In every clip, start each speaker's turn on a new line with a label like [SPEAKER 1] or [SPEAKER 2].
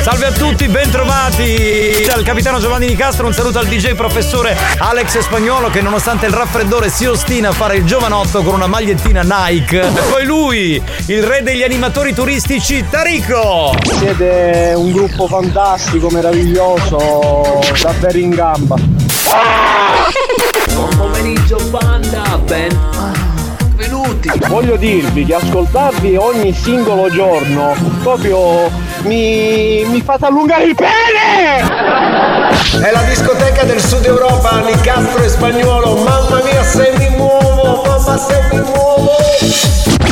[SPEAKER 1] Salve a tutti, bentrovati dal capitano Giovanni Di Castro, un saluto al DJ professore Alex Spagnolo che nonostante il raffreddore si ostina a fare il giovanotto con una magliettina Nike. E poi lui, il re degli animatori turistici, Tarico!
[SPEAKER 2] Siete un gruppo fantastico, meraviglioso, davvero in gamba.
[SPEAKER 3] Buon pomeriggio banda, ben
[SPEAKER 1] Oh,
[SPEAKER 3] venuti.
[SPEAKER 2] Voglio dirvi che ascoltarvi ogni singolo giorno proprio mi, mi fate allungare il pene!
[SPEAKER 4] È la discoteca del sud Europa, Nicastro e Spagnolo, mamma mia se mi muovo, mamma se mi muovo!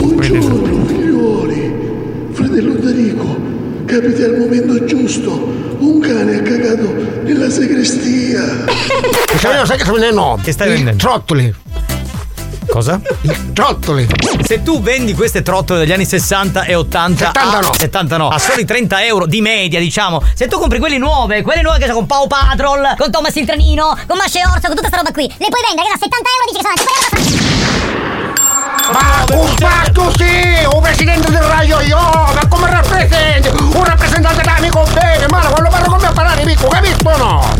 [SPEAKER 5] Buongiorno figliuoli, fratello Enrico, capita il momento giusto, un cane ha cagato nella segrestia.
[SPEAKER 6] Spagnolo, sai che sono
[SPEAKER 1] Che stai vendendo?
[SPEAKER 6] Trottoli.
[SPEAKER 1] Cosa?
[SPEAKER 6] Trottoli.
[SPEAKER 1] Se tu vendi queste trottole degli anni 60 e 80
[SPEAKER 6] 70
[SPEAKER 1] a,
[SPEAKER 6] no.
[SPEAKER 1] 70 no, Ah. a soli 30 euro di media, diciamo, se tu compri quelle nuove, quelle nuove che sono con Pau Patrol,
[SPEAKER 7] Con Thomas il trenino, con Masce Orso, con tutta sta roba qui. Le puoi vendere a 70 euro dici che sono antiquate.
[SPEAKER 6] Ma un fatto sì, un presidente del raggio io, ma come rappresenti? Un rappresentante d'amico bene, ma quando parlo con me a parlare amico, capisco o no?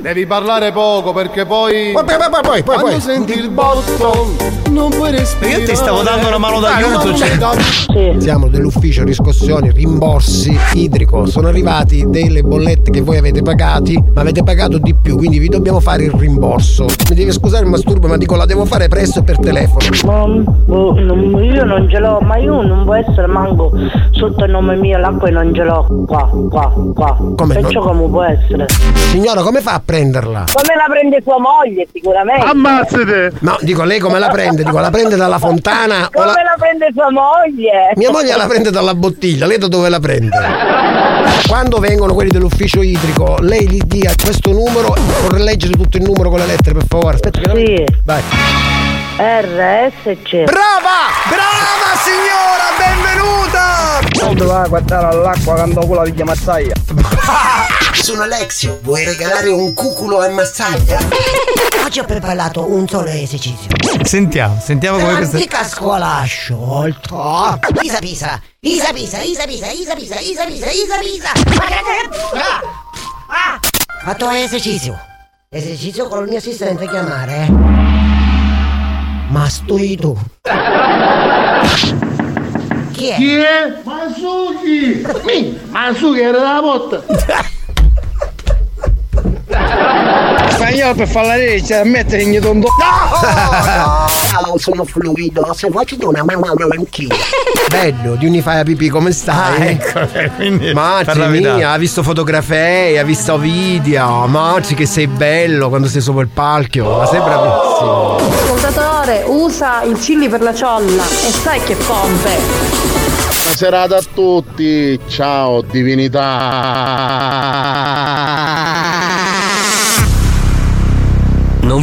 [SPEAKER 8] Devi parlare poco perché poi.
[SPEAKER 6] Poi, poi, poi, poi, poi, poi.
[SPEAKER 8] Quando senti il botto, non puoi respirare.
[SPEAKER 1] Io ti stavo dando una mano d'aiuto,
[SPEAKER 8] Dai,
[SPEAKER 1] cioè.
[SPEAKER 8] una mano d'aiuto.
[SPEAKER 6] Siamo dell'ufficio riscossioni, rimborsi idrico. Sono arrivati delle bollette che voi avete pagati, ma avete pagato di più, quindi vi dobbiamo fare il rimborso. Mi devi scusare, mi masturbo, ma dico la devo fare presto e per telefono.
[SPEAKER 9] Ma boh, non- io non ce l'ho, ma io non può essere manco sotto il nome mio l'acqua e non ce l'ho qua, qua, qua.
[SPEAKER 6] Come
[SPEAKER 9] Perciò
[SPEAKER 6] non-
[SPEAKER 9] come può essere?
[SPEAKER 6] Signora, come fa a prenderla?
[SPEAKER 9] Come la prende tua moglie sicuramente.
[SPEAKER 6] Ammazzate! No, dico lei come la prende? Dico la prende dalla
[SPEAKER 10] Ah,
[SPEAKER 6] fontana o
[SPEAKER 9] Come
[SPEAKER 6] la...
[SPEAKER 9] la prende tua moglie?
[SPEAKER 11] Ecco.
[SPEAKER 6] Mia moglie la prende dalla bottiglia, lei da dove la prende? Quando vengono quelli dell'ufficio idrico, lei gli dia questo numero, vorrei leggere tutto il numero con le lettere per favore. Aspetta che la
[SPEAKER 9] Sì,
[SPEAKER 6] Vai.
[SPEAKER 9] RSC.
[SPEAKER 6] Brava! Brava signora, benvenuta!
[SPEAKER 2] Quando
[SPEAKER 12] Ah,
[SPEAKER 2] va a guardare all'acqua quando quella di chiamazzaia.
[SPEAKER 13] Sono Alexio, vuoi regalare un cuculo a mazzaglia? Oggi ho preparato un solo esercizio.
[SPEAKER 1] Sentiamo, sentiamo come questa.
[SPEAKER 13] L'antica scuola ha sciolto. Isa Pisa, Isa Pisa, Isa Pisa, Isa Pisa, Isa Pisa, Isa Pisa. Ma che- che- ah, ah. Fatto esercizio. Esercizio con il mio assistente chiamare. Mastoido. Chi è?
[SPEAKER 5] Chi è? Masuki! Mi, Masuki era la botta!
[SPEAKER 2] Spagnolo per farla legge, cioè, a mettere in un do.
[SPEAKER 13] Ciao, sono fluido. Se vuoi ci do una Ah, mano anch'io.
[SPEAKER 6] Bello, di unifai a pipì, come stai?
[SPEAKER 13] ecco,
[SPEAKER 6] Mazzi mia, ha visto fotografie, ha visto video. Mazzi che sei bello quando sei sopra il palco, ma sei bravissimo.
[SPEAKER 14] Ascoltatore, usa il chili per la ciolla e sai che pompe.
[SPEAKER 5] Buona serata a tutti! Ciao divinità!
[SPEAKER 15] Non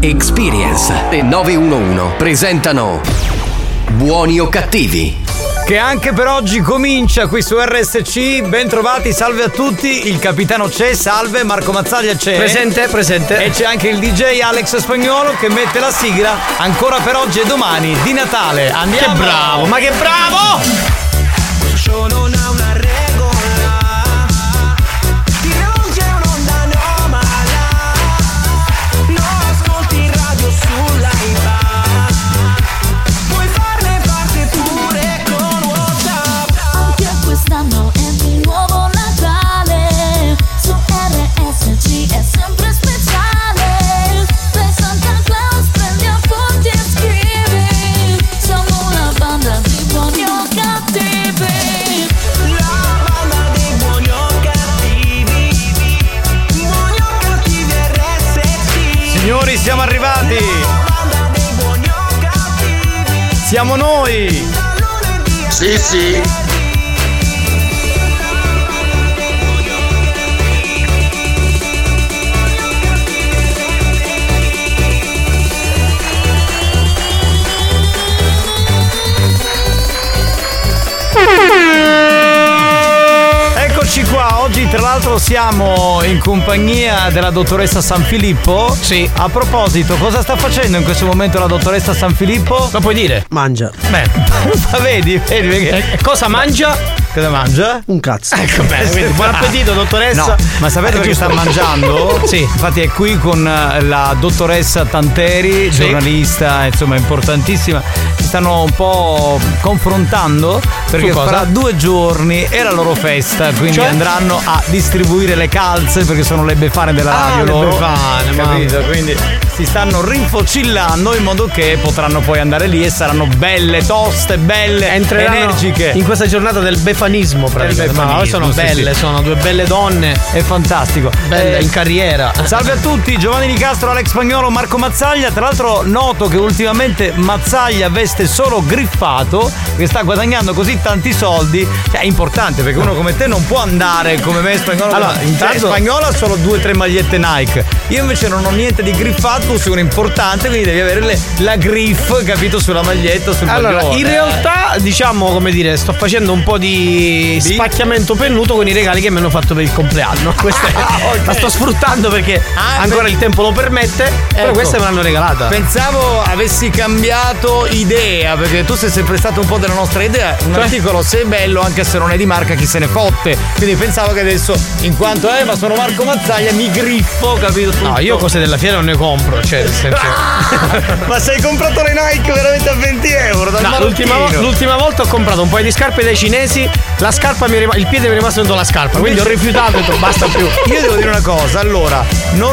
[SPEAKER 15] Experience e 911 presentano Buoni o cattivi?
[SPEAKER 1] Che anche per oggi comincia qui su RSC. Bentrovati, salve a tutti. Il capitano c'è, salve. Marco Mazzaglia c'è.
[SPEAKER 16] Presente, presente.
[SPEAKER 1] E c'è anche il DJ Alex Spagnolo che mette la sigla ancora per oggi e domani di Natale. Andiamo. Che bravo, ma che bravo!
[SPEAKER 17] Anche quest'anno è di nuovo Natale Su RSC è sempre speciale Per Santa Claus prendi appunti e scrivi Siamo una banda di buoni o cattivi
[SPEAKER 1] noi siamo arrivati! Siamo noi! Sì, sì! Eccoci qua, oggi tra l'altro siamo in compagnia della dottoressa San Filippo. Sì. A proposito, cosa sta facendo in questo momento la dottoressa San Filippo? Lo puoi dire? Mangia. Beh, ma vedi, vedi perché.
[SPEAKER 10] Eh,
[SPEAKER 1] cosa mangia? Cosa mangia? Un cazzo. Ecco,
[SPEAKER 10] bene, quindi buon appetito, dottoressa.
[SPEAKER 1] No, ma sapete
[SPEAKER 10] Eh,
[SPEAKER 1] perché
[SPEAKER 10] giusto.
[SPEAKER 1] sta mangiando?
[SPEAKER 10] Sì.
[SPEAKER 1] Infatti è qui con eh, la dottoressa Tanteri,
[SPEAKER 10] Sì.
[SPEAKER 1] giornalista, insomma, importantissima. Si stanno un po' confrontando perché
[SPEAKER 10] Su cosa?
[SPEAKER 1] fra due giorni è la loro festa, quindi
[SPEAKER 10] Cioè?
[SPEAKER 1] andranno a distribuire le calze perché sono le befane della
[SPEAKER 10] Ah,
[SPEAKER 1] radio
[SPEAKER 10] le
[SPEAKER 1] loro.
[SPEAKER 10] befane, mamma.
[SPEAKER 1] capito? Quindi si stanno rinfocillando in modo che potranno poi andare lì e saranno belle, toste, belle,
[SPEAKER 10] Entreranno
[SPEAKER 1] energiche.
[SPEAKER 10] in questa giornata del befanismo praticamente.
[SPEAKER 1] befanismo,
[SPEAKER 10] Ma sono
[SPEAKER 1] sì,
[SPEAKER 10] belle,
[SPEAKER 1] sì.
[SPEAKER 10] sono due belle donne.
[SPEAKER 1] È fantastico.
[SPEAKER 10] Belle
[SPEAKER 1] Eh,
[SPEAKER 10] in carriera.
[SPEAKER 1] Salve a tutti, Giovanni Di Castro, Alex Spagnolo, Marco Mazzaglia. Tra l'altro noto che ultimamente Mazzaglia veste solo griffato, che sta guadagnando così tanti soldi. Cioè, è importante perché uno come te non può andare come me spagnolo.
[SPEAKER 10] Allora, intanto-
[SPEAKER 1] Cioè, spagnolo ha solo due o tre magliette Nike. Io invece non ho niente di griffato, sono importante, quindi devi avere le- la griff, capito, sulla maglietta, sul
[SPEAKER 10] Allora,
[SPEAKER 1] maglione.
[SPEAKER 10] in realtà, diciamo, come dire, sto facendo un po' di spacchiamento pennuto con i regali che mi hanno fatto per il compleanno. Questa è- La sto sfruttando perché ancora il tempo lo permette, però
[SPEAKER 1] Ecco.
[SPEAKER 10] questa me l'hanno regalata.
[SPEAKER 1] Pensavo avessi cambiato idea, perché tu sei sempre stato un po' della nostra idea. Un
[SPEAKER 10] Cioè?
[SPEAKER 1] articolo, se è bello, anche se non è di marca, chi se ne fotte. Quindi pensavo che adesso, in quanto eh, ma sono Marco Mazzaglia, mi griffo, capito? Tutto.
[SPEAKER 10] No, io cose della fiera non ne compro, cioè nel senso.
[SPEAKER 1] ma sei comprato le Nike veramente a 20 euro?
[SPEAKER 10] No, l'ultima, vo- l'ultima volta ho comprato un paio di scarpe dai cinesi, la scarpa mi è rima- il piede mi è rimasto dentro la scarpa, quindi ho rifiutato, ho detto basta più.
[SPEAKER 1] Io devo dire una cosa, allora,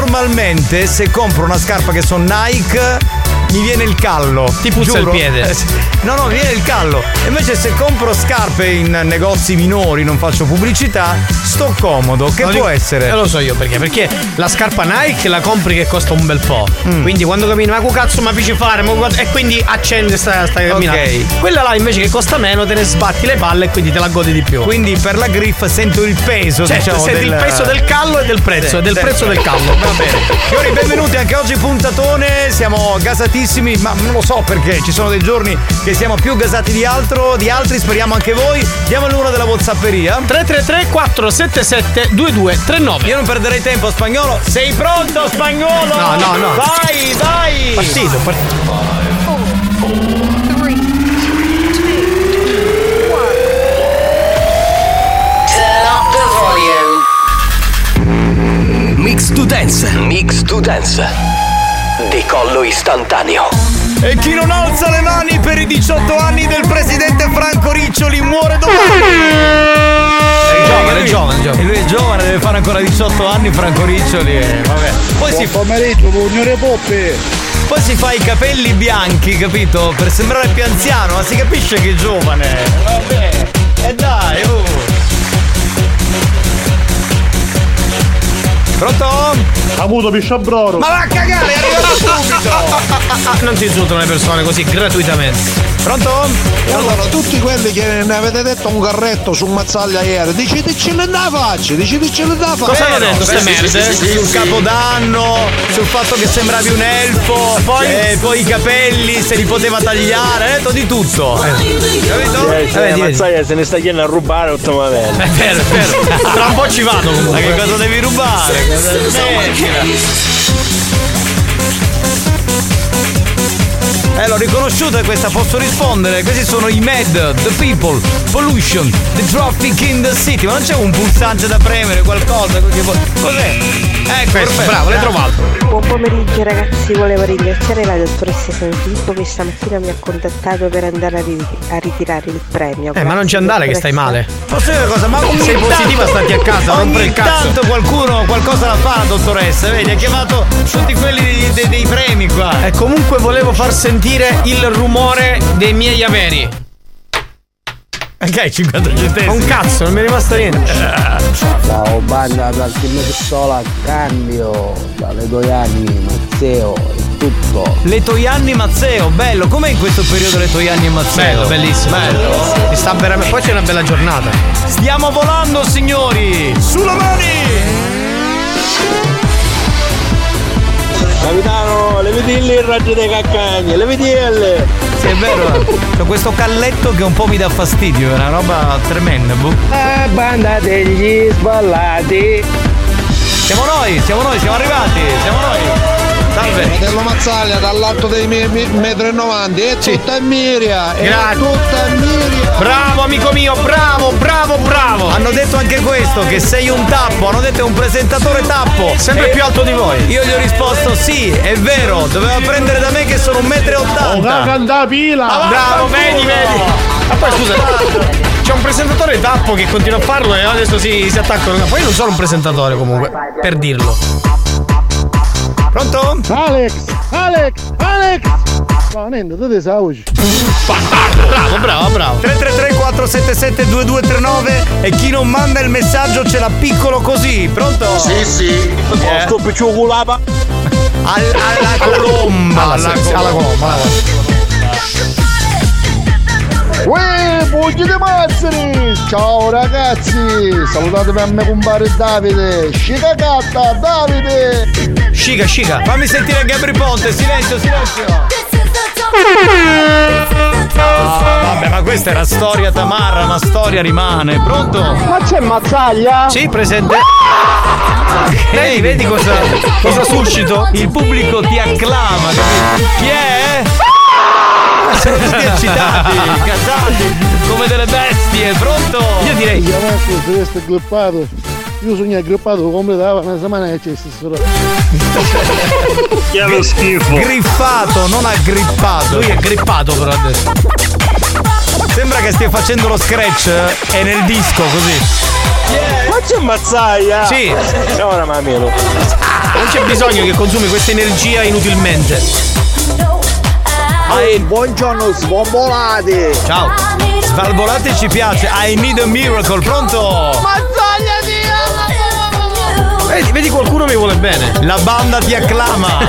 [SPEAKER 1] normalmente se compro una scarpa che sono Nike mi viene il callo.
[SPEAKER 10] Ti puzza il
[SPEAKER 1] giuro.
[SPEAKER 10] piede.
[SPEAKER 1] Eh, sì. No, no, mi viene il callo. Invece se compro scarpe in negozi minori, non faccio pubblicità, sto comodo, che
[SPEAKER 10] Non
[SPEAKER 1] può
[SPEAKER 10] li-
[SPEAKER 1] essere?
[SPEAKER 10] Eh, lo so io perché, perché la scarpa Nike la compri che costa un bel po'.
[SPEAKER 1] Mm,
[SPEAKER 10] Quindi quando cammini, ma che cazzo mi piace fare? Ma guarda- e quindi accende sta, sta camminata. Quella là invece che costa meno te ne sbatti le palle e quindi te la godi di più.
[SPEAKER 1] Quindi per la griff sento il peso,
[SPEAKER 10] Certo,
[SPEAKER 1] diciamo,
[SPEAKER 10] senti il peso del callo e del prezzo,
[SPEAKER 1] Sì,
[SPEAKER 10] e del
[SPEAKER 1] sì.
[SPEAKER 10] prezzo del callo.
[SPEAKER 1] Va bene. Signori, benvenuti anche oggi puntatone, siamo gasatissimi, ma non lo so perché, ci sono dei giorni che siamo più gasati di altro, di altri, speriamo anche voi. Diamo il numero della Whatsapperia.
[SPEAKER 10] 333 477 2239.
[SPEAKER 1] Io non perderei tempo, spagnolo. Sei pronto, spagnolo?
[SPEAKER 10] No, no, no.
[SPEAKER 1] Vai, vai!
[SPEAKER 10] Partito, partito.
[SPEAKER 15] Mix to dance. Mix to dance. Decollo istantaneo.
[SPEAKER 1] E chi non alza le mani per i 18 anni del presidente Franco Riccioli muore domani. È
[SPEAKER 10] giovane, è giovane, è
[SPEAKER 1] E lui è giovane, deve fare ancora 18 anni Franco Riccioli. eh, vabbè. Poi si
[SPEAKER 12] pomeriggio, signore Poppe.
[SPEAKER 1] Poi si fa i capelli bianchi, capito? Per sembrare più anziano, ma si capisce che è giovane. Vabbè. E dai, oh. Pronto?
[SPEAKER 6] Avuto pisciabroro.
[SPEAKER 1] Ma va a cagare, è arrivato subito!
[SPEAKER 10] Non si insultano le persone così gratuitamente.
[SPEAKER 1] Pronto?
[SPEAKER 12] Allora, tutti quelli che ne avete detto un carretto su Mazzaglia ieri, dicetecelo da faccia, dicetecelo da faccia.
[SPEAKER 1] Cosa hanno detto ste merde? Sul capodanno, sul fatto che sembravi un elfo, poi, eh, poi i capelli, se li poteva tagliare, ha detto di tutto.
[SPEAKER 10] Eh.
[SPEAKER 1] Capito? Eh,
[SPEAKER 2] Eh, Mazzaia se ne sta chiedendo a rubare ultimamente.
[SPEAKER 10] È vero, è vero. Tra un po' ci vado
[SPEAKER 1] Ma
[SPEAKER 10] comunque.
[SPEAKER 1] che cosa devi rubare? Cosa- Eh, l'ho riconosciuta questa, posso rispondere. Questi sono i Mad, The People, Pollution, The Traffic in the City. Ma non c'è un pulsante da premere, qualcosa? Che vo- Cos'è? Ecco, perfetto.
[SPEAKER 10] bravo, l'hai
[SPEAKER 1] Eh.
[SPEAKER 10] trovato.
[SPEAKER 9] Buon pomeriggio ragazzi, volevo ringraziare la dottoressa San Filippo che stamattina mi ha contattato per andare a, ri- a ritirare il premio.
[SPEAKER 10] Eh, ma non ci andare che stai male.
[SPEAKER 1] Posso dire una cosa? Ma ogni
[SPEAKER 10] Sei positiva,
[SPEAKER 1] tanto-
[SPEAKER 10] stati a casa,
[SPEAKER 1] ogni
[SPEAKER 10] rompere il cazzo.
[SPEAKER 1] tanto qualcuno qualcosa la fa la dottoressa, vedi? Ha chiamato tutti quelli dei, dei- dei premi qua.
[SPEAKER 10] E comunque volevo far sentire il rumore dei miei averi.
[SPEAKER 1] Ok, 50 centesimi.
[SPEAKER 10] Un cazzo, non mi è rimasto niente.
[SPEAKER 18] Ciao banda dal team Sola Cambio, dalle Doiani, Matteo e tutto.
[SPEAKER 1] Le Toianni Mazzeo, bello, com'è in questo periodo le Toianni Mazzeo?
[SPEAKER 10] Bello, bellissimo.
[SPEAKER 1] Bello.
[SPEAKER 10] Ti sta veramente. Poi c'è una bella giornata.
[SPEAKER 1] Stiamo volando, signori! Sulle mani!
[SPEAKER 2] Capitano, Oh, le vedi lì il raggio dei caccagne, le vedi lì.
[SPEAKER 1] Sì, è vero. C'ho questo calletto che un po' mi dà fastidio, è una roba tremenda, boh.
[SPEAKER 18] La banda degli sballati.
[SPEAKER 1] Siamo noi, siamo noi, siamo arrivati, siamo noi. Salve.
[SPEAKER 8] Fratello Mazzaglia dall'alto dei 1,90 m e tutta Miria e
[SPEAKER 10] Grazie.
[SPEAKER 8] tutta Miria
[SPEAKER 10] Bravo amico mio, bravo, bravo, bravo.
[SPEAKER 1] Hanno detto anche questo, che sei un tappo, hanno detto è un presentatore tappo.
[SPEAKER 10] Sempre
[SPEAKER 1] E
[SPEAKER 10] più alto di voi.
[SPEAKER 1] Io gli ho risposto sì, è vero, doveva prendere da me che sono un metro e
[SPEAKER 10] Oh,
[SPEAKER 6] Raga,
[SPEAKER 1] ottanta.
[SPEAKER 6] andà a pila!
[SPEAKER 10] Bravo, vedi, vedi. Ma Ah, poi scusa, c'è un presentatore tappo che continua a farlo e adesso si, si attaccano. Poi io non sono un presentatore comunque, per dirlo.
[SPEAKER 1] Pronto?
[SPEAKER 6] Alex! Alex! Alex! Ma Nendo, tu ti sauci!
[SPEAKER 1] Ah,
[SPEAKER 10] Bravo, bravo, bravo.
[SPEAKER 1] 333 477 2239 e chi non manda il messaggio ce l'ha piccolo così, pronto?
[SPEAKER 19] Sì, sì.
[SPEAKER 1] Eh?
[SPEAKER 2] Sto picciu culapa.
[SPEAKER 1] Al- alla colomba.
[SPEAKER 10] Alla, alla colomba, alla colomba.
[SPEAKER 6] Uè, fuggi di mazzeri! Ciao ragazzi! Salutatemi a me compare Davide! Scicacatta, Davide!
[SPEAKER 10] Sciga, sciga.
[SPEAKER 1] Fammi sentire Gabri Ponte, silenzio, silenzio. Ah, vabbè, ma questa era storia tamarra, ma storia rimane. Pronto?
[SPEAKER 12] Ma c'è Mazzaglia?
[SPEAKER 10] Sì, presente. Vedi, vedi cosa, cosa suscito?
[SPEAKER 1] Il pubblico ti acclama. capito? Chi è? eh? Ah, Sono tutti eccitati, casati, come delle bestie. Pronto?
[SPEAKER 10] Io direi.
[SPEAKER 6] Io adesso se resta grippato, io sono grippato completava una settimana che c'è stesso.
[SPEAKER 2] Che lo schifo.
[SPEAKER 1] Griffato, non aggrippato.
[SPEAKER 10] Lui è grippato però adesso.
[SPEAKER 1] Sembra che stia facendo lo scratch eh, e nel disco così.
[SPEAKER 2] Ma c'è mazzaia!
[SPEAKER 10] Sì.
[SPEAKER 2] Ciao una mamelo.
[SPEAKER 10] Non c'è bisogno che consumi questa energia inutilmente.
[SPEAKER 8] Buongiorno svombolati
[SPEAKER 1] Ciao. Svalvolate ci piace. I need a miracle. Pronto?
[SPEAKER 10] Vedi, vedi qualcuno mi vuole bene.
[SPEAKER 1] La banda ti acclama.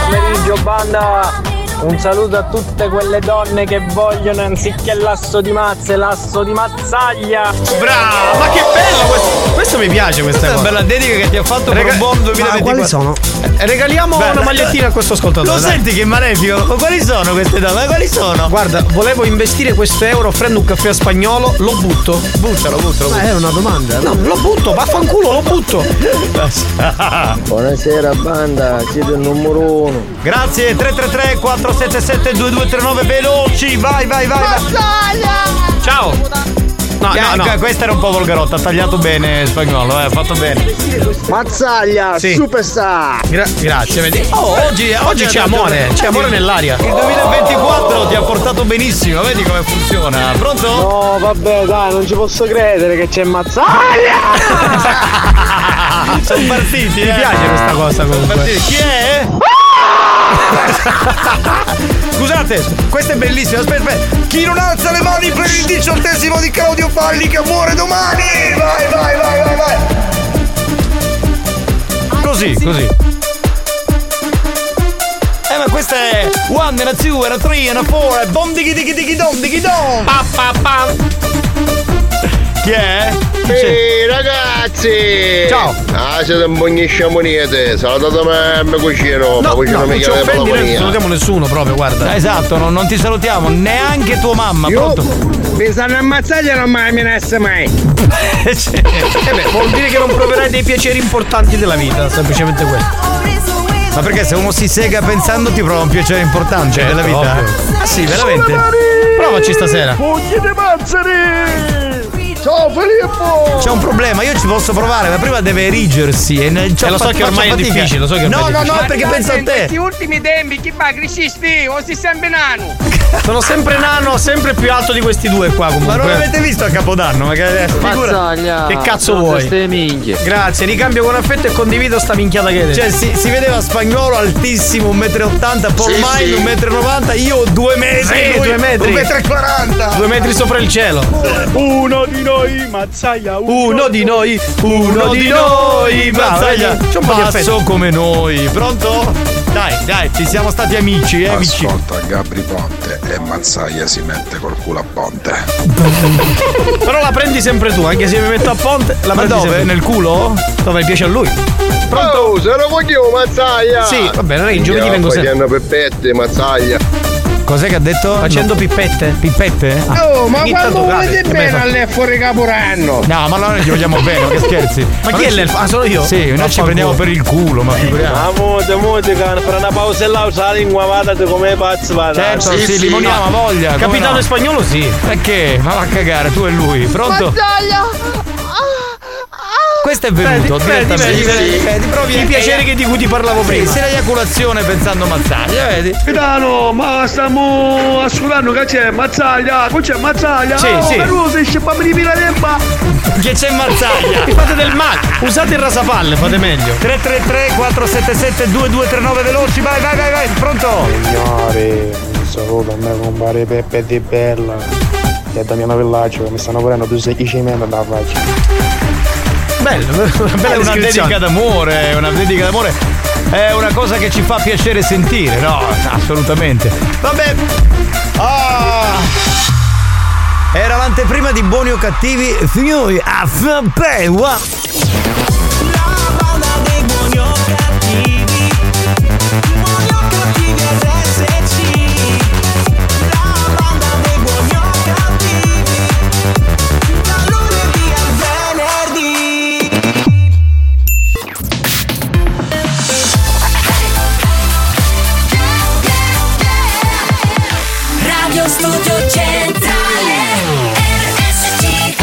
[SPEAKER 18] Pomeriggio banda. Un saluto a tutte quelle donne che vogliono anziché lasso di mazze, lasso di mazzaglia.
[SPEAKER 10] Bravo, ma che bello questo. Questo mi piace questa
[SPEAKER 1] Questa è una
[SPEAKER 10] cosa.
[SPEAKER 1] bella dedica che ti ha fatto per
[SPEAKER 10] Rega-
[SPEAKER 1] un buon
[SPEAKER 10] Ma
[SPEAKER 1] 2024.
[SPEAKER 10] quali sono? Regaliamo
[SPEAKER 1] Beh,
[SPEAKER 10] una
[SPEAKER 1] la-
[SPEAKER 10] magliettina a questo ascoltatore.
[SPEAKER 1] Lo
[SPEAKER 10] dai.
[SPEAKER 1] senti che malefico? Ma Quali sono queste donne? Ma Quali sono?
[SPEAKER 10] Guarda, volevo investire questo euro, prendo un caffè a spagnolo, lo butto.
[SPEAKER 1] Buttalo, buttalo.
[SPEAKER 10] Ma è una domanda. eh. No, lo butto, vaffanculo, lo butto.
[SPEAKER 18] Buonasera banda, siete il numero uno.
[SPEAKER 1] Grazie, 333 477 2239 veloci, vai, vai, vai. vai.
[SPEAKER 10] Ciao. No,
[SPEAKER 1] Eh,
[SPEAKER 10] no,
[SPEAKER 1] anche
[SPEAKER 10] no.
[SPEAKER 1] Questa era un po' volgarotta, ha tagliato bene il spagnolo, eh, ha fatto bene.
[SPEAKER 8] Mazzaglia,
[SPEAKER 10] Sì.
[SPEAKER 8] superstar
[SPEAKER 10] Gra- grazie, vedi. Oh, oggi, oggi c'è amore, c'è amore nell'aria.
[SPEAKER 1] Il 2024 ti ha portato benissimo, vedi come funziona. Pronto?
[SPEAKER 18] No, vabbè, dai, non ci posso credere che c'è Mazzaglia!
[SPEAKER 1] Sono partiti. eh. Mi
[SPEAKER 10] Ah. piace questa cosa comunque.
[SPEAKER 1] Chi è? eh? Scusate, questa è bellissima. Aspetta, aspetta. Chi non alza le mani per il diciottesimo di Claudio Falli che muore domani. Vai, vai, vai, vai, vai. Così, così. Eh ma questa è one and a two and a three and a four e bom dighi dighi dighi dom dighi dom. Pa pa pa. Chi è?
[SPEAKER 8] Ehi ragazzi
[SPEAKER 1] Ciao.
[SPEAKER 8] Ah siete un pugnisciamo niente Salutatemi a me cucino Ma
[SPEAKER 10] No,
[SPEAKER 8] cucino
[SPEAKER 10] no,
[SPEAKER 8] mi
[SPEAKER 10] non ci
[SPEAKER 8] chiama la
[SPEAKER 10] offendi, noi non
[SPEAKER 8] Polonia
[SPEAKER 10] salutiamo nessuno proprio, guarda.
[SPEAKER 1] Esatto, non, non ti salutiamo, neanche tua mamma, pronto?
[SPEAKER 18] Mi stanno ammazzaglia non mai mi nasce mai.
[SPEAKER 10] Eh beh, vuol dire che non proverai dei piaceri importanti della vita, semplicemente questo.
[SPEAKER 1] Ma perché se uno si sega pensando ti prova un piacere importante della vita?
[SPEAKER 10] Certo, ovvio.
[SPEAKER 1] Ah sì, veramente?
[SPEAKER 10] Provaci stasera.
[SPEAKER 6] Fuggi di mazzeri!
[SPEAKER 20] Ciao Filippo!
[SPEAKER 1] C'è un problema, io ci posso provare, ma prima deve erigersi. E ne- cioè,
[SPEAKER 10] Eh, lo so
[SPEAKER 1] faccio
[SPEAKER 10] che ormai è
[SPEAKER 1] fatica.
[SPEAKER 10] difficile, lo so che ormai
[SPEAKER 1] No,
[SPEAKER 10] è
[SPEAKER 1] no, no,
[SPEAKER 10] difficile.
[SPEAKER 1] perché pensa a te.
[SPEAKER 21] ultimi tempi chi fa crescisti o si sempre nano.
[SPEAKER 10] Sono sempre nano, sempre più alto di questi due qua comunque.
[SPEAKER 1] Ma non l'avete visto a Capodanno? Magari eh, figura-
[SPEAKER 10] Mazzaglia. Che cazzo vuoi? Grazie, ricambio con affetto e condivido sta minchiata che hai detto.
[SPEAKER 1] Cioè, si, si vedeva spagnolo altissimo, 1,80 m, Polmai
[SPEAKER 10] Sì, sì.
[SPEAKER 1] 1,90 m, io due metri.
[SPEAKER 10] Sì,
[SPEAKER 1] lui
[SPEAKER 10] due metri.
[SPEAKER 1] 1,40 m.
[SPEAKER 10] Due metri sopra il cielo.
[SPEAKER 1] Uno di noi, Mazzaglia. Uno di noi, uno di noi, Mazzaglia.
[SPEAKER 10] C'è un po' di
[SPEAKER 1] Pazzo
[SPEAKER 10] affetto.
[SPEAKER 1] come noi. Pronto? Dai, dai, ci siamo stati amici, eh, amici.
[SPEAKER 22] Ascolta Gabri Ponte e Mazzaglia si mette col culo a ponte.
[SPEAKER 10] Però la prendi sempre tu, anche se mi metto a ponte,
[SPEAKER 22] Ma
[SPEAKER 10] la prendi
[SPEAKER 22] dove?
[SPEAKER 10] sempre. Nel culo? Dove piace a lui.
[SPEAKER 23] Pronto? Oh, sono coglione,
[SPEAKER 1] Ah.
[SPEAKER 23] Mazzaglia!
[SPEAKER 10] Sì, va bene, noi il giovedì vengo sempre.
[SPEAKER 23] Facendo peppette, Mazzaglia.
[SPEAKER 1] Cos'è che ha detto?
[SPEAKER 10] Facendo pippette.
[SPEAKER 1] Pippette? Ah.
[SPEAKER 24] Oh, ma
[SPEAKER 10] Ogni
[SPEAKER 24] quando
[SPEAKER 10] tanto
[SPEAKER 24] volete
[SPEAKER 10] cade.
[SPEAKER 24] bene
[SPEAKER 10] Vabbè, fa-
[SPEAKER 24] alle fuori caporanno?
[SPEAKER 1] No, ma allora noi ci vogliamo bene, ma che scherzi.
[SPEAKER 10] Ma chi
[SPEAKER 1] noi
[SPEAKER 10] è
[SPEAKER 1] ci-
[SPEAKER 10] l'elfo? Ah, sono io?
[SPEAKER 1] Sì, noi ci
[SPEAKER 10] Vaffanculo.
[SPEAKER 1] prendiamo per il culo, ma figuriamo.
[SPEAKER 3] Amore, amore, fra una pausa e l'altra la lingua vadate come pazzo vada.
[SPEAKER 1] Certo, sì, limoniamo a voglia. come
[SPEAKER 10] Capitano
[SPEAKER 1] no?
[SPEAKER 10] in spagnolo sì.
[SPEAKER 1] Perché? Ma va a cagare, tu e lui. Pronto? Questo è venuto
[SPEAKER 10] Vedi, vedi, vedi, vedi, vedi, provi il piacere che di cui ti parlavo prima.
[SPEAKER 1] Se la eiaculazione pensando mazzaglia, vedi?
[SPEAKER 24] Capitano, ma stiamo ascoltando che c'è Mazzaglia, qui c'è Mazzaglia,
[SPEAKER 1] Sì,
[SPEAKER 24] oh,
[SPEAKER 1] sì.
[SPEAKER 24] ma lui si sciappa per i pilatempa.
[SPEAKER 1] Che c'è mazzaglia?
[SPEAKER 10] Vi fate del male. Usate il rasapalle, fate meglio.
[SPEAKER 1] 333 477 2239 veloci, vai, vai, vai, vai, pronto?
[SPEAKER 6] Signori, un saluto a me compare Peppe Di Bella e a Damiano Villaggio che mi stanno volendo più secchi cemento dalla faccia.
[SPEAKER 10] Bello, una
[SPEAKER 1] È
[SPEAKER 10] bella
[SPEAKER 1] una
[SPEAKER 10] descrizione.
[SPEAKER 1] dedica d'amore, è una dedica d'amore. È una cosa che ci fa piacere sentire, no? Assolutamente. Vabbè. Ah. Era l'anteprima di Buoni o Cattivi. Signori, a Fampewa.
[SPEAKER 17] Radio Studio Centrale RSC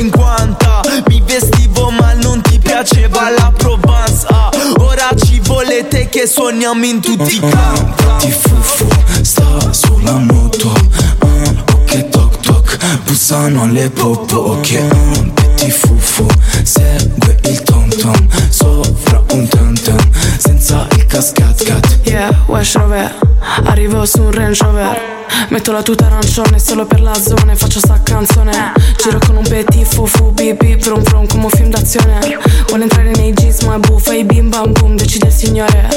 [SPEAKER 25] 5,50 Mi vestivo ma non ti piaceva la Provence ah. Ora ci volete che suoniamo in tutti i campi
[SPEAKER 2] Ti fufu, sta sulla moto Ah, Ok toc toc, bussano alle popo Ok, ah, ti fufu, segue il tom tom Sopra un tam tam, senza il cascat cat
[SPEAKER 19] Yeah, West Rover Arrivo su un Range Rover Metto la tuta arancione solo per la zona e Faccio sta canzone Giro con un petit fufu bip bip vroom vroom Come un film d'azione Vuole entrare nei jeans ma è buffa E bim bam boom decide il signore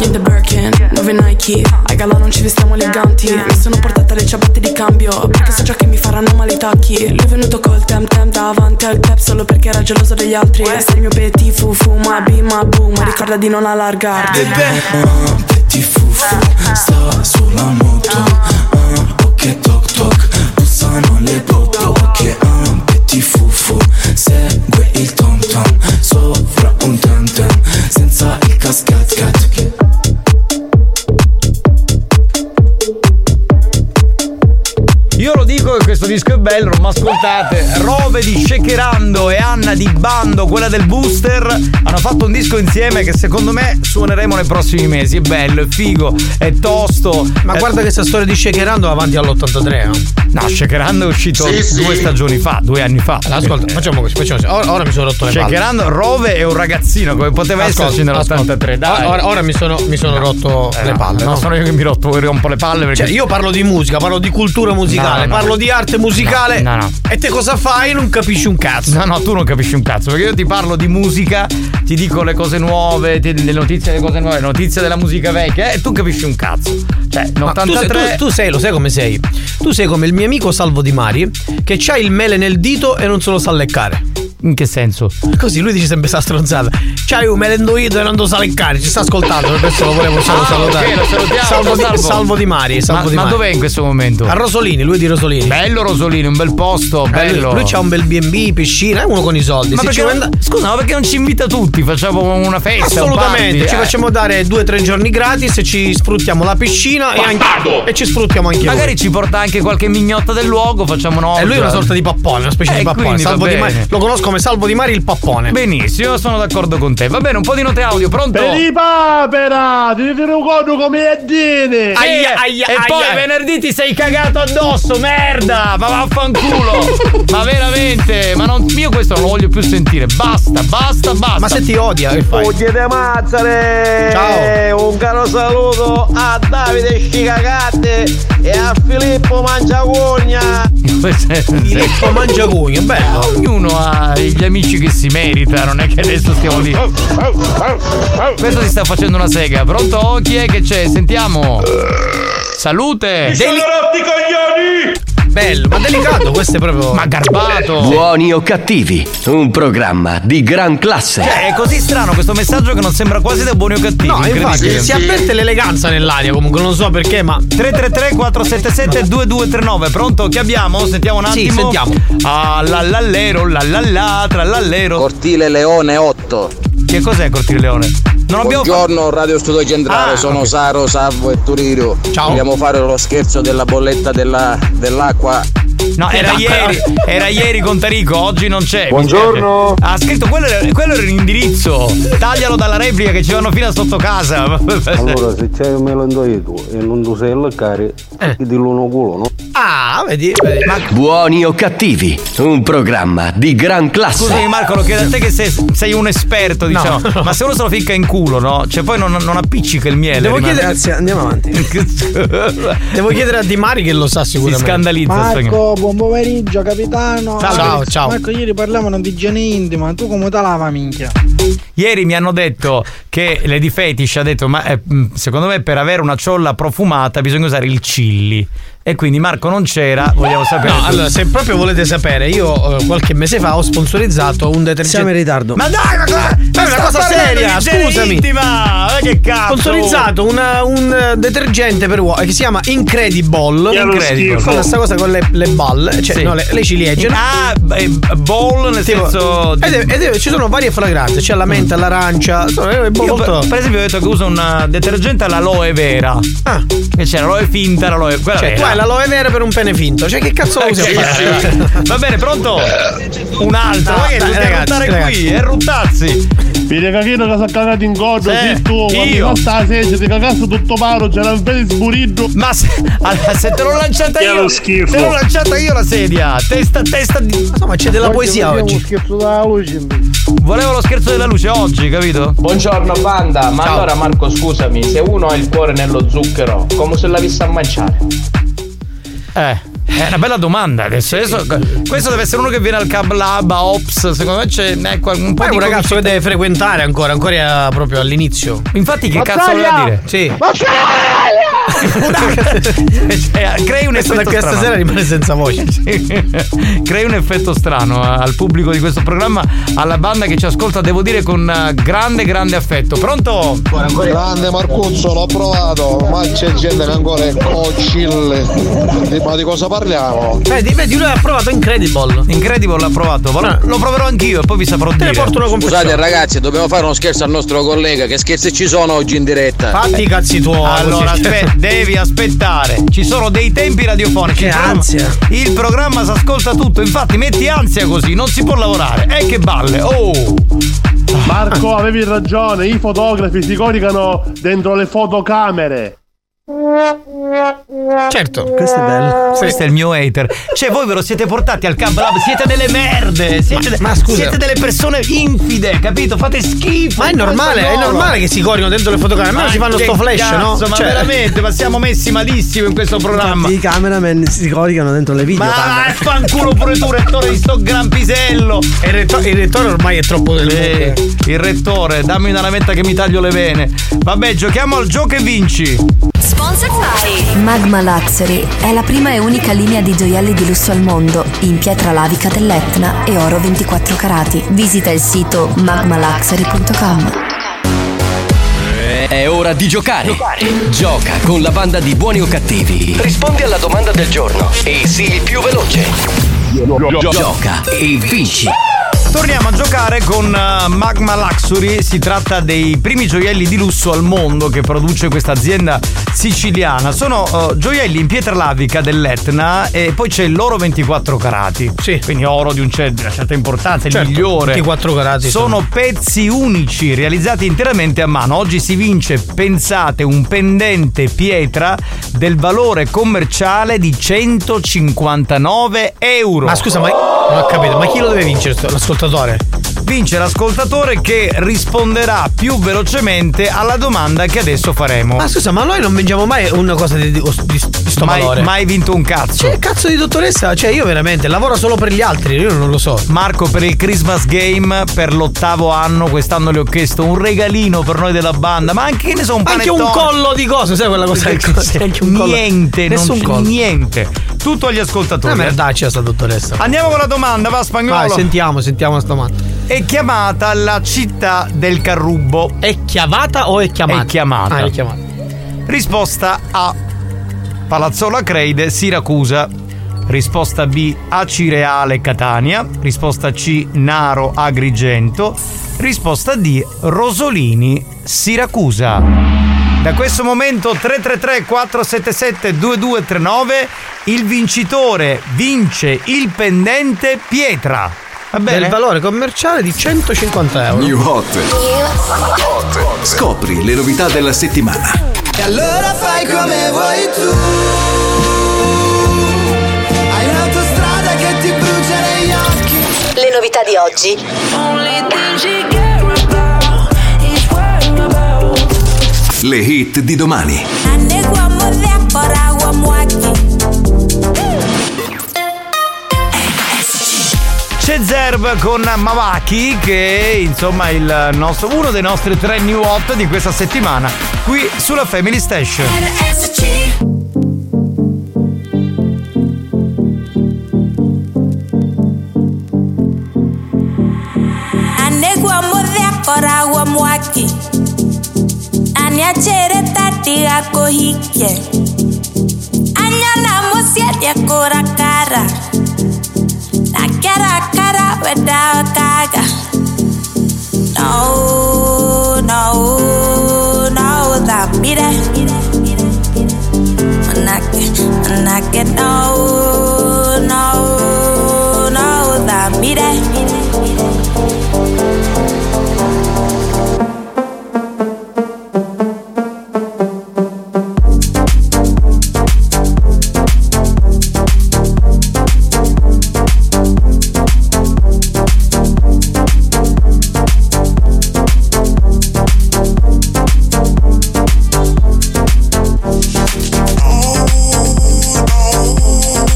[SPEAKER 19] In the Birkin, dove Nike A gala non ci vestiamo eleganti Mi sono portata le ciabatte di cambio Perché so già che mi faranno male i tacchi Lui è venuto col tem tem davanti al tap Solo perché era geloso degli altri Sei il mio petit fufu ma bim ma boom Ma ricorda di non allargarti
[SPEAKER 2] Ah, Ti fufu, sta sulla moto Ah, Ok toc toc, bussano alle popo Ok, ah, ti fufu, segue il tom tom Sopra un tam tam, senza il cascat cat
[SPEAKER 1] Io lo dico che questo disco è bello, ma ascoltate, Rove di Shakerando e Anna di Bando, quella del booster, hanno fatto un disco insieme che secondo me suoneremo nei prossimi mesi. È bello, è figo, è tosto.
[SPEAKER 10] Ma
[SPEAKER 1] è-
[SPEAKER 10] guarda che sta storia di Shakerando va avanti all'83.
[SPEAKER 1] No, Shakerando è uscito
[SPEAKER 10] Sì, eh. sì.
[SPEAKER 1] due stagioni fa, due anni fa.
[SPEAKER 10] Ascolta, facciamo così, facciamo così. Ora, ora mi sono rotto le palle.
[SPEAKER 1] Shakerando, Rove è un ragazzino, come poteva
[SPEAKER 10] Ascolta,
[SPEAKER 1] esserci nell'83. Dai.
[SPEAKER 10] Ora, ora mi sono, mi sono rotto
[SPEAKER 1] Eh,
[SPEAKER 10] le
[SPEAKER 1] no,
[SPEAKER 10] palle.
[SPEAKER 1] no,
[SPEAKER 10] no?
[SPEAKER 1] sono io che mi rotto, mi rompo le palle perché.
[SPEAKER 10] Cioè, io parlo di musica, parlo di cultura musicale,
[SPEAKER 1] No, no.
[SPEAKER 10] parlo di arte musicale.
[SPEAKER 1] No, no.
[SPEAKER 10] E te cosa fai? Non capisci un cazzo.
[SPEAKER 1] No, no, tu non capisci un cazzo, perché io ti parlo di musica, ti dico le cose nuove, ti- le notizie delle cose nuove, le notizie della musica vecchia, e tu capisci un cazzo. Cioè,
[SPEAKER 10] Ma tu sei-
[SPEAKER 1] 83
[SPEAKER 10] Tu, tu sei, lo sai come sei? Tu sei come il mio amico Salvo Di Mari, che c'ha il mele nel dito e non se lo sa leccare.
[SPEAKER 1] In che senso?
[SPEAKER 10] Così lui dice sempre sta stronzata. C'hai un mele nel dito e non lo sa leccare. Ci sta ascoltando, per questo lo volevo solo
[SPEAKER 1] Ah,
[SPEAKER 10] salutare.
[SPEAKER 1] ok, lo salutiamo,
[SPEAKER 10] salvo,
[SPEAKER 1] ciao,
[SPEAKER 10] Di,
[SPEAKER 1] Salvo.
[SPEAKER 10] Salvo Di Mari. Salvo
[SPEAKER 1] Ma-
[SPEAKER 10] Di
[SPEAKER 1] ma
[SPEAKER 10] Mari.
[SPEAKER 1] dov'è in questo momento?
[SPEAKER 10] A Rosolini, lui è di Rosolini.
[SPEAKER 1] Bello Rosolini, un bel posto,
[SPEAKER 10] Eh, lui-
[SPEAKER 1] bello.
[SPEAKER 10] Lui, c'ha un bel BB, piscina, è uno con i soldi.
[SPEAKER 1] Ma
[SPEAKER 10] Se ci
[SPEAKER 1] perché
[SPEAKER 10] vuoi
[SPEAKER 1] non-
[SPEAKER 10] andare-
[SPEAKER 1] Scusa, ma perché non ci invita tutti? Facciamo una festa. un
[SPEAKER 10] Assolutamente,
[SPEAKER 1] party,
[SPEAKER 10] ci
[SPEAKER 1] eh.
[SPEAKER 10] facciamo dare due o tre giorni gratis e ci sfruttiamo la piscina e, anche, e ci sfruttiamo anche
[SPEAKER 1] Magari
[SPEAKER 10] lui.
[SPEAKER 1] ci porta anche qualche mignotta del luogo, facciamo una
[SPEAKER 10] E lui è una sorta di pappone, una specie
[SPEAKER 1] Eh,
[SPEAKER 10] di pappone.
[SPEAKER 1] quindi va
[SPEAKER 10] Salvo di
[SPEAKER 1] bene.
[SPEAKER 10] Mari- lo conosco come Salvo Di Mari il pappone.
[SPEAKER 1] Benissimo, sono d'accordo con te. Va bene, un po' di note audio, pronto?
[SPEAKER 6] Per i papera, ti ricordo come è dire.
[SPEAKER 2] Eh,
[SPEAKER 1] Aia, aia, e poi venerdì ti sei cagato addosso, merda! Ma vaffanculo! ma veramente, ma non, io questo non lo voglio più sentire. Basta, basta, basta.
[SPEAKER 10] Ma se ti odia, che fai?
[SPEAKER 2] Pugliete mazzare! Ciao! Eh, Un caro saluto a Davide Scicagatte e a Filippo Mangiacogna!
[SPEAKER 1] Filippo
[SPEAKER 10] Mangiacugno, bello.
[SPEAKER 1] Ognuno ha gli amici che si merita, non è che adesso stiamo lì. Questo si sta facendo una sega. Pronto? Chi è che c'è? Sentiamo. Salute!
[SPEAKER 2] rotti i coglioni!
[SPEAKER 10] Bello, ma delicato, questo è proprio.
[SPEAKER 1] Ma garbato!
[SPEAKER 15] Buoni o cattivi, un programma di gran classe.
[SPEAKER 1] Cioè, è così strano questo messaggio che non sembra quasi da buoni o cattivi.
[SPEAKER 10] No, infatti,
[SPEAKER 1] incredibile.
[SPEAKER 10] si avverte l'eleganza nell'aria comunque, non so perché, ma.
[SPEAKER 1] 333 477 2239 pronto che abbiamo? Sentiamo un
[SPEAKER 10] Sì,
[SPEAKER 1] attimo.
[SPEAKER 10] sentiamo.
[SPEAKER 1] Ah, lallallero, lallallà, trallallero. Cortile Leone 8. Che cos'è Cortile Leone? Non abbiamo
[SPEAKER 2] Buongiorno Radio Studio Centrale,
[SPEAKER 10] Ah,
[SPEAKER 2] sono Saro, Salvo e Turiro. Ciao. Vogliamo fare lo scherzo della bolletta della- dell'acqua.
[SPEAKER 1] No, era ieri, era ieri con Tarico, oggi non c'è. mi
[SPEAKER 2] Buongiorno.
[SPEAKER 1] spiace. Ha scritto quello, era- quello era l'indirizzo. Taglialo dalla replica che ci vanno fino a sotto casa.
[SPEAKER 26] Allora, se c'hai un melo in tu e non tu sei leccare,
[SPEAKER 1] Eh.
[SPEAKER 26] ti dillo uno culo, no?
[SPEAKER 10] Ah, vedi, vedi. Ma
[SPEAKER 15] Buoni o cattivi, un programma di gran classe.
[SPEAKER 1] Scusami Marco, lo chiedo a te che sei, sei un esperto, diciamo. Ma se uno se lo ficca in culo, no? Cioè poi non, non appiccica il miele.
[SPEAKER 10] Devo
[SPEAKER 1] rimane-
[SPEAKER 10] chiedere. Grazie, andiamo avanti. Devo chiedere a Di Mari che lo sa sicuramente.
[SPEAKER 1] scandalizza,
[SPEAKER 7] Marco, buon pomeriggio, capitano.
[SPEAKER 10] Salve. Ciao, ciao.
[SPEAKER 7] Marco, ieri parlavano di igiene intima. Tu come te lava, minchia?
[SPEAKER 1] Ieri mi hanno detto che Lady Fetish ha detto: Ma eh, mh, secondo me per avere una ciolla profumata bisogna usare il chilli. E quindi Marco non c'era, vogliamo sapere.
[SPEAKER 10] No, allora, se proprio volete sapere, io eh, qualche mese fa ho sponsorizzato un detergente.
[SPEAKER 1] Siamo in ritardo.
[SPEAKER 10] Ma dai, ma, cosa- ma è una
[SPEAKER 1] sta parlando
[SPEAKER 10] cosa
[SPEAKER 1] di
[SPEAKER 10] seria,
[SPEAKER 1] igiene
[SPEAKER 10] scusami.
[SPEAKER 1] intima, ma che cazzo?
[SPEAKER 10] Sponsorizzato una- un eh, detergente per uova che si chiama Incredible.
[SPEAKER 1] Che è uno schifo.
[SPEAKER 10] Fa la sta cosa con le, le balle, cioè
[SPEAKER 1] Sì.
[SPEAKER 10] no, le, le ciliegie.
[SPEAKER 1] Ah, ball nel senso di-
[SPEAKER 10] Ed è- ed è- ci sono varie fragranze, c'è la menta, l'arancia. Sono, è
[SPEAKER 1] Io,
[SPEAKER 10] molto.
[SPEAKER 1] per per esempio ho detto che uso un eh, detergente all'aloe vera. Ah. Che c'è l'aloe finta, l'aloe. quella
[SPEAKER 10] Cioè,
[SPEAKER 1] vera.
[SPEAKER 10] tu hai l'aloe vera per un pene finto. Cioè, che cazzo lo usi a
[SPEAKER 1] Sì,
[SPEAKER 10] fare?
[SPEAKER 1] sì. Va bene, pronto? Un altro, eh,
[SPEAKER 10] No,
[SPEAKER 1] ma che
[SPEAKER 10] dai,
[SPEAKER 1] dobbiamo
[SPEAKER 10] ragazzi,
[SPEAKER 1] andare
[SPEAKER 10] ragazzi.
[SPEAKER 1] qui, è Eh, Ruttazzi.
[SPEAKER 6] Mi cagino che sono cagato in gordo,
[SPEAKER 1] Sì,
[SPEAKER 6] sì, tu, quando
[SPEAKER 1] io.
[SPEAKER 6] fa sta seggia, ti cagasse tutto paro, c'era un pezzo sburito.
[SPEAKER 1] Ma se, allora, se te l'ho lanciata
[SPEAKER 6] Che è
[SPEAKER 1] io,
[SPEAKER 6] lo schifo.
[SPEAKER 1] te l'ho lanciata io la sedia. Testa, testa di. Insomma, c'è della
[SPEAKER 6] Oggi
[SPEAKER 1] poesia
[SPEAKER 6] vogliamo
[SPEAKER 1] oggi.
[SPEAKER 6] scherzo dalla luce.
[SPEAKER 1] Volevo lo scherzo della luce oggi, capito?
[SPEAKER 2] Buongiorno banda, ma allora Marco scusami, se uno ha il cuore nello zucchero, come se l'avesse a mangiare?
[SPEAKER 1] Eh. È una bella domanda adesso. Adesso- Questo deve essere uno che viene al Cablab, a Ops. Secondo me c'è eh, qual- un po'
[SPEAKER 10] Poi è
[SPEAKER 1] di
[SPEAKER 10] un ragazzo che deve frequentare ancora, ancora proprio all'inizio.
[SPEAKER 1] Infatti, che cazzo voleva dire?
[SPEAKER 10] Sì.
[SPEAKER 1] Cioè, crei un
[SPEAKER 10] Questo
[SPEAKER 1] effetto
[SPEAKER 10] da questa
[SPEAKER 1] strano.
[SPEAKER 10] sera rimane senza voce.
[SPEAKER 1] Sì. crei un effetto strano eh, al pubblico di questo programma, alla banda che ci ascolta, devo dire con eh, grande grande affetto. Pronto?
[SPEAKER 27] Grande Marcuzzo, l'ho provato, ma c'è gente che ancora è coccille. Ma di cosa parliamo?
[SPEAKER 10] Vedi, vedi, lui ha provato Incredible.
[SPEAKER 1] Incredible Ah. l'ha provato. Lo, lo proverò anch'io e poi vi saprò dire.
[SPEAKER 2] Scusate ragazzi, dobbiamo fare uno scherzo al nostro collega, che scherzi ci sono oggi in diretta?
[SPEAKER 1] Ah,
[SPEAKER 10] Fatti i cazzi tuoi.
[SPEAKER 1] Allora, aspe- Devi aspettare. Ci sono dei tempi radiofonici.
[SPEAKER 10] Che
[SPEAKER 1] Il programma-
[SPEAKER 10] ansia.
[SPEAKER 1] Il programma si ascolta tutto. Infatti, metti ansia così, non si può lavorare. E che balle. Oh!
[SPEAKER 11] Marco, avevi ragione, i fotografi si coricano dentro le fotocamere.
[SPEAKER 1] Certo, questo è bello. Questo è il mio hater. Cioè, voi ve lo siete portati al camp lab, siete delle merde. Siete, de-
[SPEAKER 10] Ma- ma scusa.
[SPEAKER 1] siete delle persone infide, capito? Fate schifo.
[SPEAKER 10] Ma è normale, è normale che si corino dentro le fotocamere, almeno
[SPEAKER 1] Ma
[SPEAKER 10] si fanno
[SPEAKER 1] che
[SPEAKER 10] sto flash,
[SPEAKER 1] cazzo,
[SPEAKER 10] no?
[SPEAKER 1] Ma
[SPEAKER 10] Cioè-
[SPEAKER 1] veramente, ma siamo messi malissimo in questo programma.
[SPEAKER 28] I cameraman si coricano dentro le video.
[SPEAKER 1] Ma
[SPEAKER 28] camere.
[SPEAKER 1] fanculo pure tu, rettore di sto gran pisello.
[SPEAKER 10] E il, retto- il rettore ormai è troppo del
[SPEAKER 1] Eh,
[SPEAKER 10] mondo.
[SPEAKER 1] il rettore, dammi una lametta che mi taglio le vene. Vabbè, giochiamo al gioco e vinci.
[SPEAKER 29] Sponsor by Magma Luxury è la prima e unica linea di gioielli di lusso al mondo in pietra lavica dell'Etna e oro 24 carati. Visita il sito magmaluxury.com.
[SPEAKER 15] È ora di giocare. Gioca con la banda di buoni o cattivi. Rispondi alla domanda del giorno e sii il più veloce. Gioca e vinci.
[SPEAKER 1] Torniamo a giocare con eh, Magma Luxury, si tratta dei primi gioielli di lusso al mondo che produce questa azienda siciliana. Sono eh, gioielli in pietra lavica dell'Etna e poi c'è l'oro 24 carati. Sì. Quindi oro di un cer- di una certa importanza, il
[SPEAKER 10] Certo,
[SPEAKER 1] migliore.
[SPEAKER 10] 24 carati
[SPEAKER 1] Sono pezzi unici realizzati interamente a mano. Oggi si vince, pensate, un pendente pietra del valore commerciale di 159 euro.
[SPEAKER 10] Ma scusa, ma non ho capito, ma chi lo deve vincere? sto- L'ascoltatore?
[SPEAKER 1] Vince l'ascoltatore che risponderà più velocemente alla domanda che adesso faremo.
[SPEAKER 10] Ma scusa, ma noi non vinciamo mai una cosa di, di, di sto
[SPEAKER 1] Mai-
[SPEAKER 10] valore.
[SPEAKER 1] mai vinto un cazzo.
[SPEAKER 10] Cioè, cazzo di dottoressa, cioè io veramente lavoro solo per gli altri, io non lo so.
[SPEAKER 1] Marco per il Christmas Game per l'ottavo anno, quest'anno le ho chiesto un regalino per noi della banda, ma anche che ne so un
[SPEAKER 10] Anche
[SPEAKER 1] panettone.
[SPEAKER 10] un collo di cosa, sai quella cosa?
[SPEAKER 1] Sì, sì,
[SPEAKER 10] Anche un collo.
[SPEAKER 1] Niente, non
[SPEAKER 10] Nessun
[SPEAKER 1] c'è
[SPEAKER 10] collo.
[SPEAKER 1] niente. Tutto agli ascoltatori. eh,
[SPEAKER 10] Una merdaccia sta dottoressa.
[SPEAKER 1] Andiamo con la domanda, va spagnolo.
[SPEAKER 10] Vai, sentiamo, sentiamo sta matta.
[SPEAKER 1] È chiamata la città del carrubbo.
[SPEAKER 10] È chiamata o è chiamata?
[SPEAKER 1] È chiamata.
[SPEAKER 10] Ah, è chiamata.
[SPEAKER 1] Risposta A. Palazzola Creide, Siracusa. Risposta B. Acireale Catania. Risposta C. Naro Agrigento. Risposta D. Rosolini Siracusa. Da questo momento 333 477 2239 il vincitore vince il pendente pietra. Va bene?
[SPEAKER 10] Del valore commerciale di 150 euro.
[SPEAKER 3] New Hot. Scopri le novità della settimana.
[SPEAKER 29] E allora fai come vuoi tu.
[SPEAKER 3] Hai
[SPEAKER 29] un'autostrada che ti brucia negli occhi. Le novità di oggi.
[SPEAKER 3] Le hit di domani.
[SPEAKER 1] C'è Zerb con Mavaki che è insomma il nostro, uno dei nostri tre new hot di questa settimana qui sulla Family Station.
[SPEAKER 29] anegwa mudhiakora gwo mwaki aniacere tatiga kuhikie anyona musie ndiakura kara nakera kara wendao kaga nau nau nau thambire manake manake nau nau nau thambire
[SPEAKER 3] Oh, oh,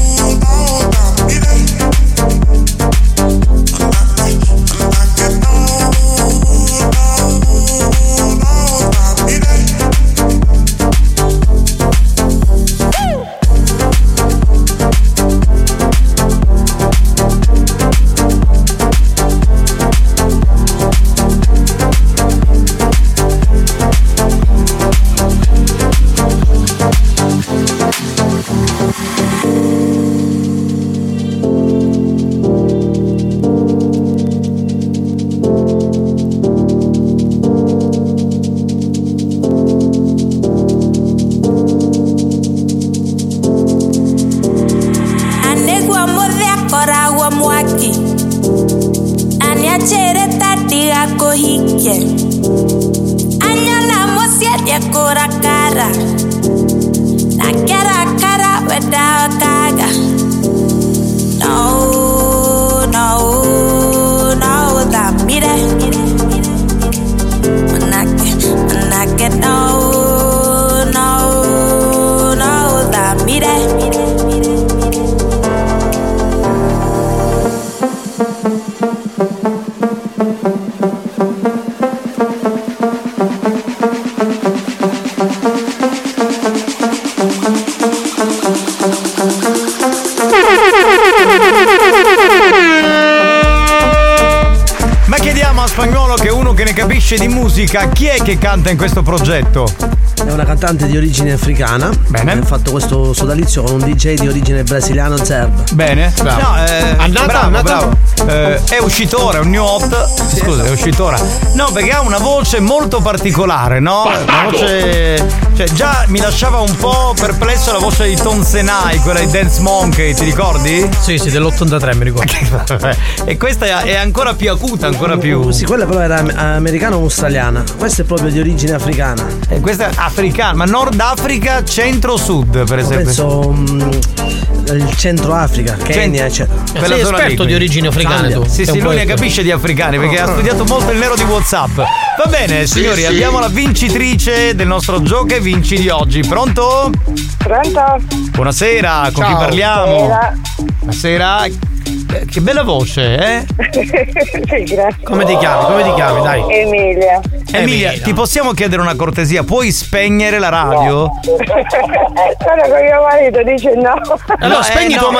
[SPEAKER 12] cogí, yeah. Año la mosiete cura cara. La cara cara without caga. No, no, no, da mire. Manake, manake, no, no, no, da mire.
[SPEAKER 1] Ma chiediamo a spagnolo che è uno che ne capisce di musica, chi è che canta in questo progetto?
[SPEAKER 28] È una cantante di origine africana. Bene. Ha fatto questo sodalizio con un DJ di origine brasiliano serb.
[SPEAKER 1] Bene.
[SPEAKER 28] Bravo.
[SPEAKER 1] No, eh,
[SPEAKER 28] Andata,
[SPEAKER 1] bravo,
[SPEAKER 28] andata.
[SPEAKER 1] bravo. Eh, è uscito ora, è un new hot. Scusa, è uscito ora. No, perché ha una voce molto particolare, no? Una voce. Cioè, già mi lasciava un po' perplesso la voce di Tom Senai, quella di Dance Monkey, ti ricordi? Sì, sì, dell'83 mi ricordo. e questa è ancora più acuta, ancora più.
[SPEAKER 28] Sì, quella però era am- americana o australiana. Questa è proprio di origine africana.
[SPEAKER 1] E Eh, questa è africana, ma Nord Africa, centro o sud, per esempio?
[SPEAKER 28] Penso mm, il centro Africa, Kenya,
[SPEAKER 1] eh, cioè,
[SPEAKER 28] eccetera.
[SPEAKER 1] Sei esperto di origine africana tu. Sì, sì, lui ne capisce di africani perché ha studiato molto il nero di Whatsapp. Va bene,
[SPEAKER 9] Sì,
[SPEAKER 1] signori,
[SPEAKER 9] sì.
[SPEAKER 1] abbiamo la vincitrice del nostro gioco e vinci di oggi. Pronto?
[SPEAKER 9] Pronto?
[SPEAKER 1] Buonasera, Ah, con chi parliamo? Buonasera. Eh, Che bella voce, eh?
[SPEAKER 9] Grazie.
[SPEAKER 1] Come ti chiami? Come ti chiami? Dai.
[SPEAKER 9] Emilia.
[SPEAKER 1] Emilia, ti possiamo chiedere una cortesia? Puoi spegnere la radio?
[SPEAKER 9] Solo che mio marito dice no.
[SPEAKER 1] No, eh, no. Spegni tuo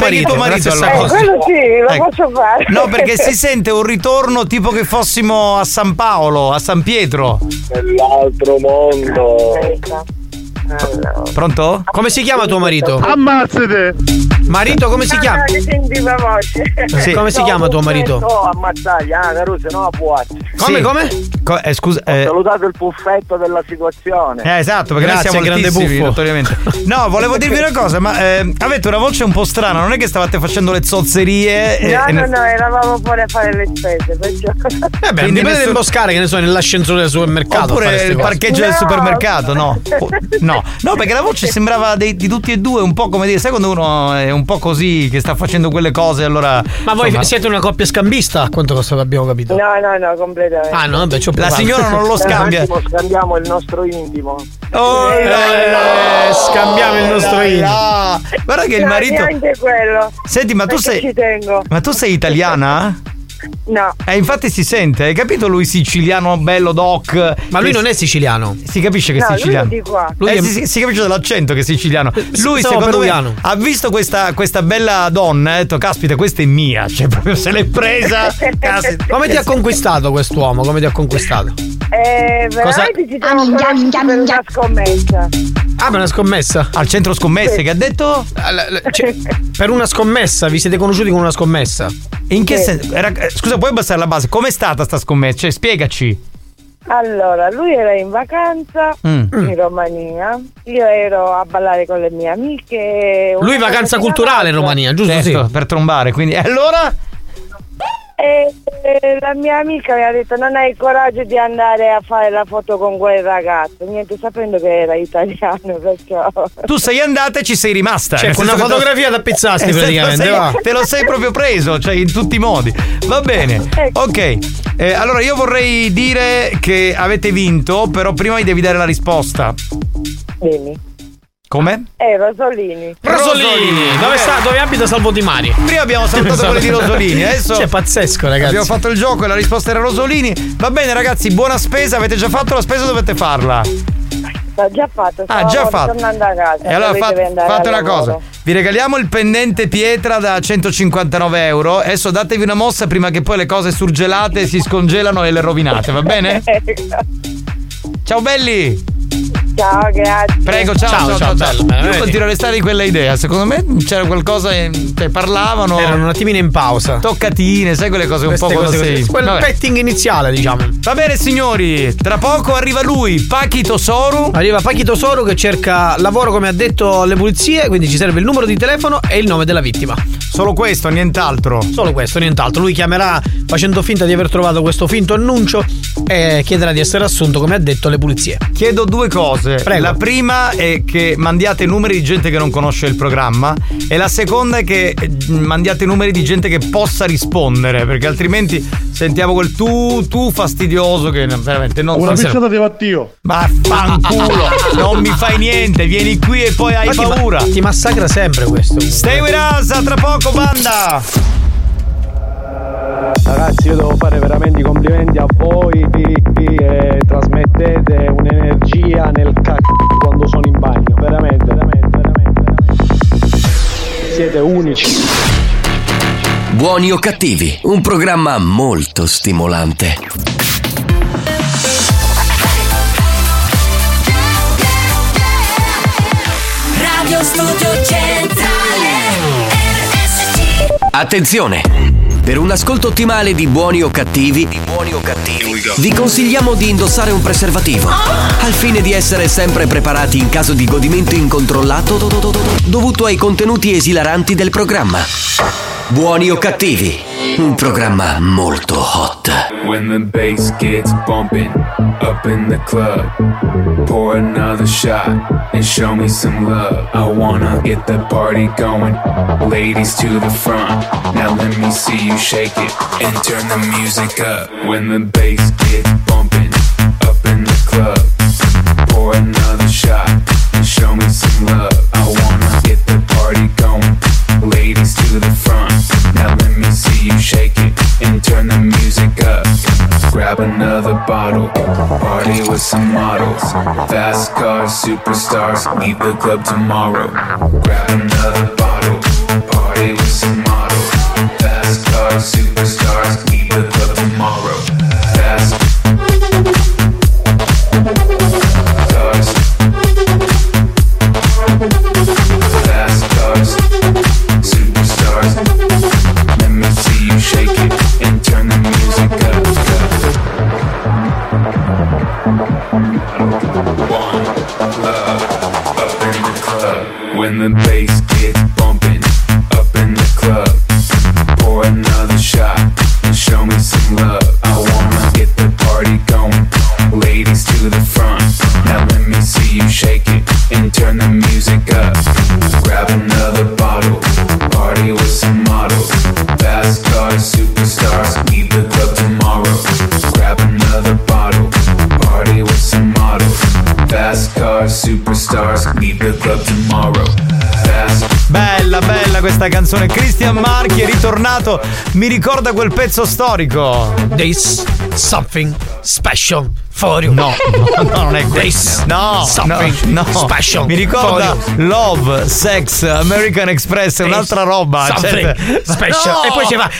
[SPEAKER 1] marito, allora.
[SPEAKER 9] Eh, quello sì, lo
[SPEAKER 1] Ecco.
[SPEAKER 9] posso fare.
[SPEAKER 1] No, perché si sente un ritorno tipo che fossimo a San Paolo, a San Pietro.
[SPEAKER 9] Nell'altro mondo.
[SPEAKER 1] Pronto?
[SPEAKER 10] Come si chiama tuo marito?
[SPEAKER 9] Ammazzate!
[SPEAKER 10] Marito, come si chiama?
[SPEAKER 9] sentiva voce.
[SPEAKER 10] Sì. Come si chiama tuo marito?
[SPEAKER 9] No, ammazzagli, ah, caro, se no puatti.
[SPEAKER 1] Sì. Co- eh, scusa, eh,
[SPEAKER 9] Salutate il puffetto della situazione.
[SPEAKER 1] eh, esatto, perché noi siamo altissimi, notoriamente. No, volevo dirvi una cosa, ma eh, avete una voce un po' strana, non è che stavate facendo le zozzerie? e-
[SPEAKER 9] No,
[SPEAKER 1] e
[SPEAKER 9] no,
[SPEAKER 1] ne-
[SPEAKER 9] no, eravamo fuori a fare le spese, perciò...
[SPEAKER 10] Eh beh,
[SPEAKER 1] Quindi
[SPEAKER 10] dipende
[SPEAKER 1] nessun-
[SPEAKER 10] dal boscare, che ne so, nell'ascensore del supermercato.
[SPEAKER 1] Oppure il parcheggio del supermercato, no. O- No, no, perché la voce sembrava dei- di tutti e due un po' come dire, sai quando uno è un po' così che sta facendo quelle cose allora
[SPEAKER 10] Ma voi
[SPEAKER 1] insomma-
[SPEAKER 10] siete una coppia scambista? Quanto costa abbiamo
[SPEAKER 1] Certo.
[SPEAKER 10] capito?
[SPEAKER 9] No, no, no, completamente.
[SPEAKER 10] Ah, no, vabbè, ci ho provato.
[SPEAKER 9] Eh, un attimo, scambiamo il nostro intimo.
[SPEAKER 1] Oh,
[SPEAKER 10] eh, scambiamo il nostro
[SPEAKER 9] intimo.
[SPEAKER 1] Ah, guarda che il marito
[SPEAKER 9] Neanche quello.
[SPEAKER 1] Senti, ma tu
[SPEAKER 9] Perché
[SPEAKER 1] sei-
[SPEAKER 9] Ci tengo.
[SPEAKER 1] Ma tu sei italiana?
[SPEAKER 9] No.
[SPEAKER 1] Eh, infatti si sente, hai capito lui siciliano bello doc?
[SPEAKER 10] Ma lui non è siciliano.
[SPEAKER 1] Si
[SPEAKER 10] eh,
[SPEAKER 1] capisce che
[SPEAKER 9] No,
[SPEAKER 1] è
[SPEAKER 9] lui
[SPEAKER 1] siciliano.
[SPEAKER 9] è di qua.
[SPEAKER 1] Eh,
[SPEAKER 9] Lui è-
[SPEAKER 1] si, si- si capisce dall'accento che è siciliano. Lui
[SPEAKER 10] siamo
[SPEAKER 1] secondo
[SPEAKER 10] peruviano.
[SPEAKER 1] me ha visto questa, questa bella donna e ha detto caspita questa è mia, cioè proprio se l'è presa. caspita.
[SPEAKER 10] Come ti ha conquistato quest'uomo? Come ti ha conquistato?
[SPEAKER 9] Eh,
[SPEAKER 10] Cosa-
[SPEAKER 9] veramente ci siamo conosciuti per una scommessa.
[SPEAKER 10] Ah, per una scommessa? Ah,
[SPEAKER 1] Al centro scommesse, che ha detto?
[SPEAKER 10] cioè, per una scommessa, vi siete conosciuti con una scommessa?
[SPEAKER 1] In che senso? Era- eh, scusa, puoi abbassare la base? Com'è stata sta scommessa? Cioè, spiegaci.
[SPEAKER 9] Allora, lui era in vacanza
[SPEAKER 1] Mm.
[SPEAKER 9] in Romania, io ero a ballare con le mie amiche.
[SPEAKER 10] Lui vacanza culturale in Romania, giusto?
[SPEAKER 1] Certo, per trombare, quindi. eh, E allora?
[SPEAKER 9] E eh, la mia amica mi ha detto non hai il coraggio di andare a fare la foto con quel ragazzo, niente sapendo che era italiano, perciò...
[SPEAKER 1] Tu sei andata e ci sei rimasta.
[SPEAKER 10] Cioè,
[SPEAKER 1] Nel
[SPEAKER 10] con
[SPEAKER 1] senso
[SPEAKER 10] una
[SPEAKER 1] che te lo-
[SPEAKER 10] fotografia da pizzasti,
[SPEAKER 1] Eh, se-
[SPEAKER 10] praticamente,
[SPEAKER 1] Te lo,
[SPEAKER 10] va.
[SPEAKER 1] sei, te lo sei proprio preso, cioè in tutti i modi. Va bene. Ok. Eh, allora io vorrei dire che avete vinto, però prima mi devi dare la risposta.
[SPEAKER 9] Bene.
[SPEAKER 1] Come?
[SPEAKER 9] Eh, Rosolini.
[SPEAKER 10] Rosolini, dove, sta, dove abita Salvo Di Mari?
[SPEAKER 1] Prima abbiamo saltato quelli di Rosolini, adesso-
[SPEAKER 10] Esatto. Cioè, pazzesco, ragazzi.
[SPEAKER 1] Abbiamo fatto il gioco e la risposta era Rosolini. Va bene, ragazzi, buona spesa. Avete già fatto la spesa, dovete farla.
[SPEAKER 9] L'ho già fatto,
[SPEAKER 1] Ah,
[SPEAKER 9] stavo
[SPEAKER 1] già fatto.
[SPEAKER 9] tornando a casa.
[SPEAKER 1] E allora
[SPEAKER 9] poi
[SPEAKER 1] fa-
[SPEAKER 9] deve andare
[SPEAKER 1] fate
[SPEAKER 9] al
[SPEAKER 1] una
[SPEAKER 9] lavoro.
[SPEAKER 1] cosa: vi regaliamo il pendente pietra da 159 euro. Adesso datevi una mossa prima che poi le cose surgelate si scongelano e le rovinate, va bene? Ciao belli!
[SPEAKER 9] ciao, grazie.
[SPEAKER 1] Prego, ciao, ciao, ciao. ciao. Io continuo a restare di quella idea. Secondo me c'era qualcosa. eh, Cioè, parlavano. Erano
[SPEAKER 10] un attimino in pausa.
[SPEAKER 1] Toccatine, sai quelle cose un
[SPEAKER 10] Queste
[SPEAKER 1] po' quando
[SPEAKER 10] cose così.
[SPEAKER 1] sei.
[SPEAKER 10] Quel
[SPEAKER 1] Vabbè.
[SPEAKER 10] petting iniziale, diciamo.
[SPEAKER 1] Va bene signori, tra poco arriva lui, Pachito Soru.
[SPEAKER 10] Arriva Pachito Soru che cerca lavoro, come ha detto, alle pulizie, quindi ci serve il numero di telefono e il nome della vittima.
[SPEAKER 1] Solo questo, nient'altro.
[SPEAKER 10] Solo questo, nient'altro. Lui chiamerà facendo finta di aver trovato questo finto annuncio e chiederà di essere assunto, come ha detto, le pulizie.
[SPEAKER 1] Chiedo due cose.
[SPEAKER 10] Prego.
[SPEAKER 1] La prima è che mandiate numeri di gente che non conosce il programma e la seconda è che eh, mandiate numeri di gente che possa rispondere, perché altrimenti sentiamo quel tu tu fastidioso che veramente
[SPEAKER 10] Oh,
[SPEAKER 1] non
[SPEAKER 11] Una
[SPEAKER 1] so se-
[SPEAKER 11] picciata di vattio.
[SPEAKER 1] Ma fanculo, non mi fai niente, vieni qui e poi hai
[SPEAKER 11] Ma ti ma-
[SPEAKER 1] paura.
[SPEAKER 10] ti massacra sempre questo.
[SPEAKER 1] Stay with us, a tra poco banda.
[SPEAKER 8] Ragazzi, io devo fare veramente i complimenti a voi che eh, trasmettete un'energia nel cacchio quando sono in bagno. Veramente, veramente, veramente, veramente. Siete unici.
[SPEAKER 15] Buoni o cattivi, un programma molto stimolante.
[SPEAKER 30] Radio Studio Centrale RSC
[SPEAKER 15] Attenzione! Per un ascolto ottimale di buoni o cattivi, vi consigliamo di indossare un preservativo al fine di essere sempre preparati in caso di godimento incontrollato do- do- do- do- dovuto ai contenuti esilaranti del programma. Buoni o cattivi, un programma molto hot.
[SPEAKER 18] When the bass gets bumping up in the club, pour another shot and show me some love. I wanna get the party going, ladies to the front. Now let me see you shake it and turn the music up. When the bass gets bumping up in the club, pour another shot and show me some love. I wanna get the party going, ladies to the front. Now let me see you shake it and turn the music up. Grab another bottle, party with some models. Fast cars, superstars, leave the club tomorrow. Grab another bottle, party with some models. Fast cars, superstars, leave the club tomorrow. Fast cars, fast cars, superstars. Let me see you shake it and turn the music up. One love up in the club. When the bass gets bumping up in the club, pour another shot and show me some love. I wanna get the party going, ladies to the front. Now let me see you shake it and turn the music up. Grab another bottle, party with some models, fast cars, superstars. Leave the club tomorrow. Grab another bottle, party with some models, fast cars, superstars. Leave the club tomorrow. Fast
[SPEAKER 1] Bella, bella questa canzone. Christian Marchi è ritornato. Mi ricorda quel pezzo storico.
[SPEAKER 10] This something special for you.
[SPEAKER 1] No, no, no, non è questo.
[SPEAKER 10] This
[SPEAKER 1] No,
[SPEAKER 10] something
[SPEAKER 1] no, no.
[SPEAKER 10] special
[SPEAKER 1] Mi ricorda
[SPEAKER 10] for
[SPEAKER 1] Love, Sex, American Express, è un'altra roba. cioè.
[SPEAKER 10] Something special. Cioè, E poi "Ah, ci fa,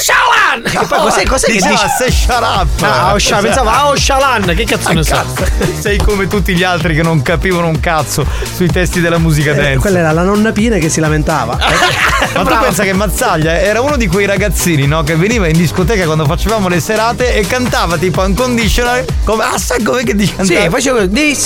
[SPEAKER 10] Shalan! Che poi cos'è, cos'è che
[SPEAKER 1] Diceva,
[SPEAKER 10] dice?
[SPEAKER 1] "Se shut up".
[SPEAKER 10] Ah, Osha, pensavo, ah, Oshalan, che Ah, cazzo ne so?
[SPEAKER 1] Sei come tutti gli altri che non capivano un cazzo sui testi della musica
[SPEAKER 28] Eh,
[SPEAKER 1] dance.
[SPEAKER 28] quella era la nonna Pina che si lamentava.
[SPEAKER 1] Ma tu pensa che Mazzaglia era uno di quei ragazzini, no? Che veniva in discoteca quando facevamo le serate e cantava tipo unconditional. Come ah, sai com'è che dice
[SPEAKER 10] Sì,
[SPEAKER 1] cantava?
[SPEAKER 10] facevo this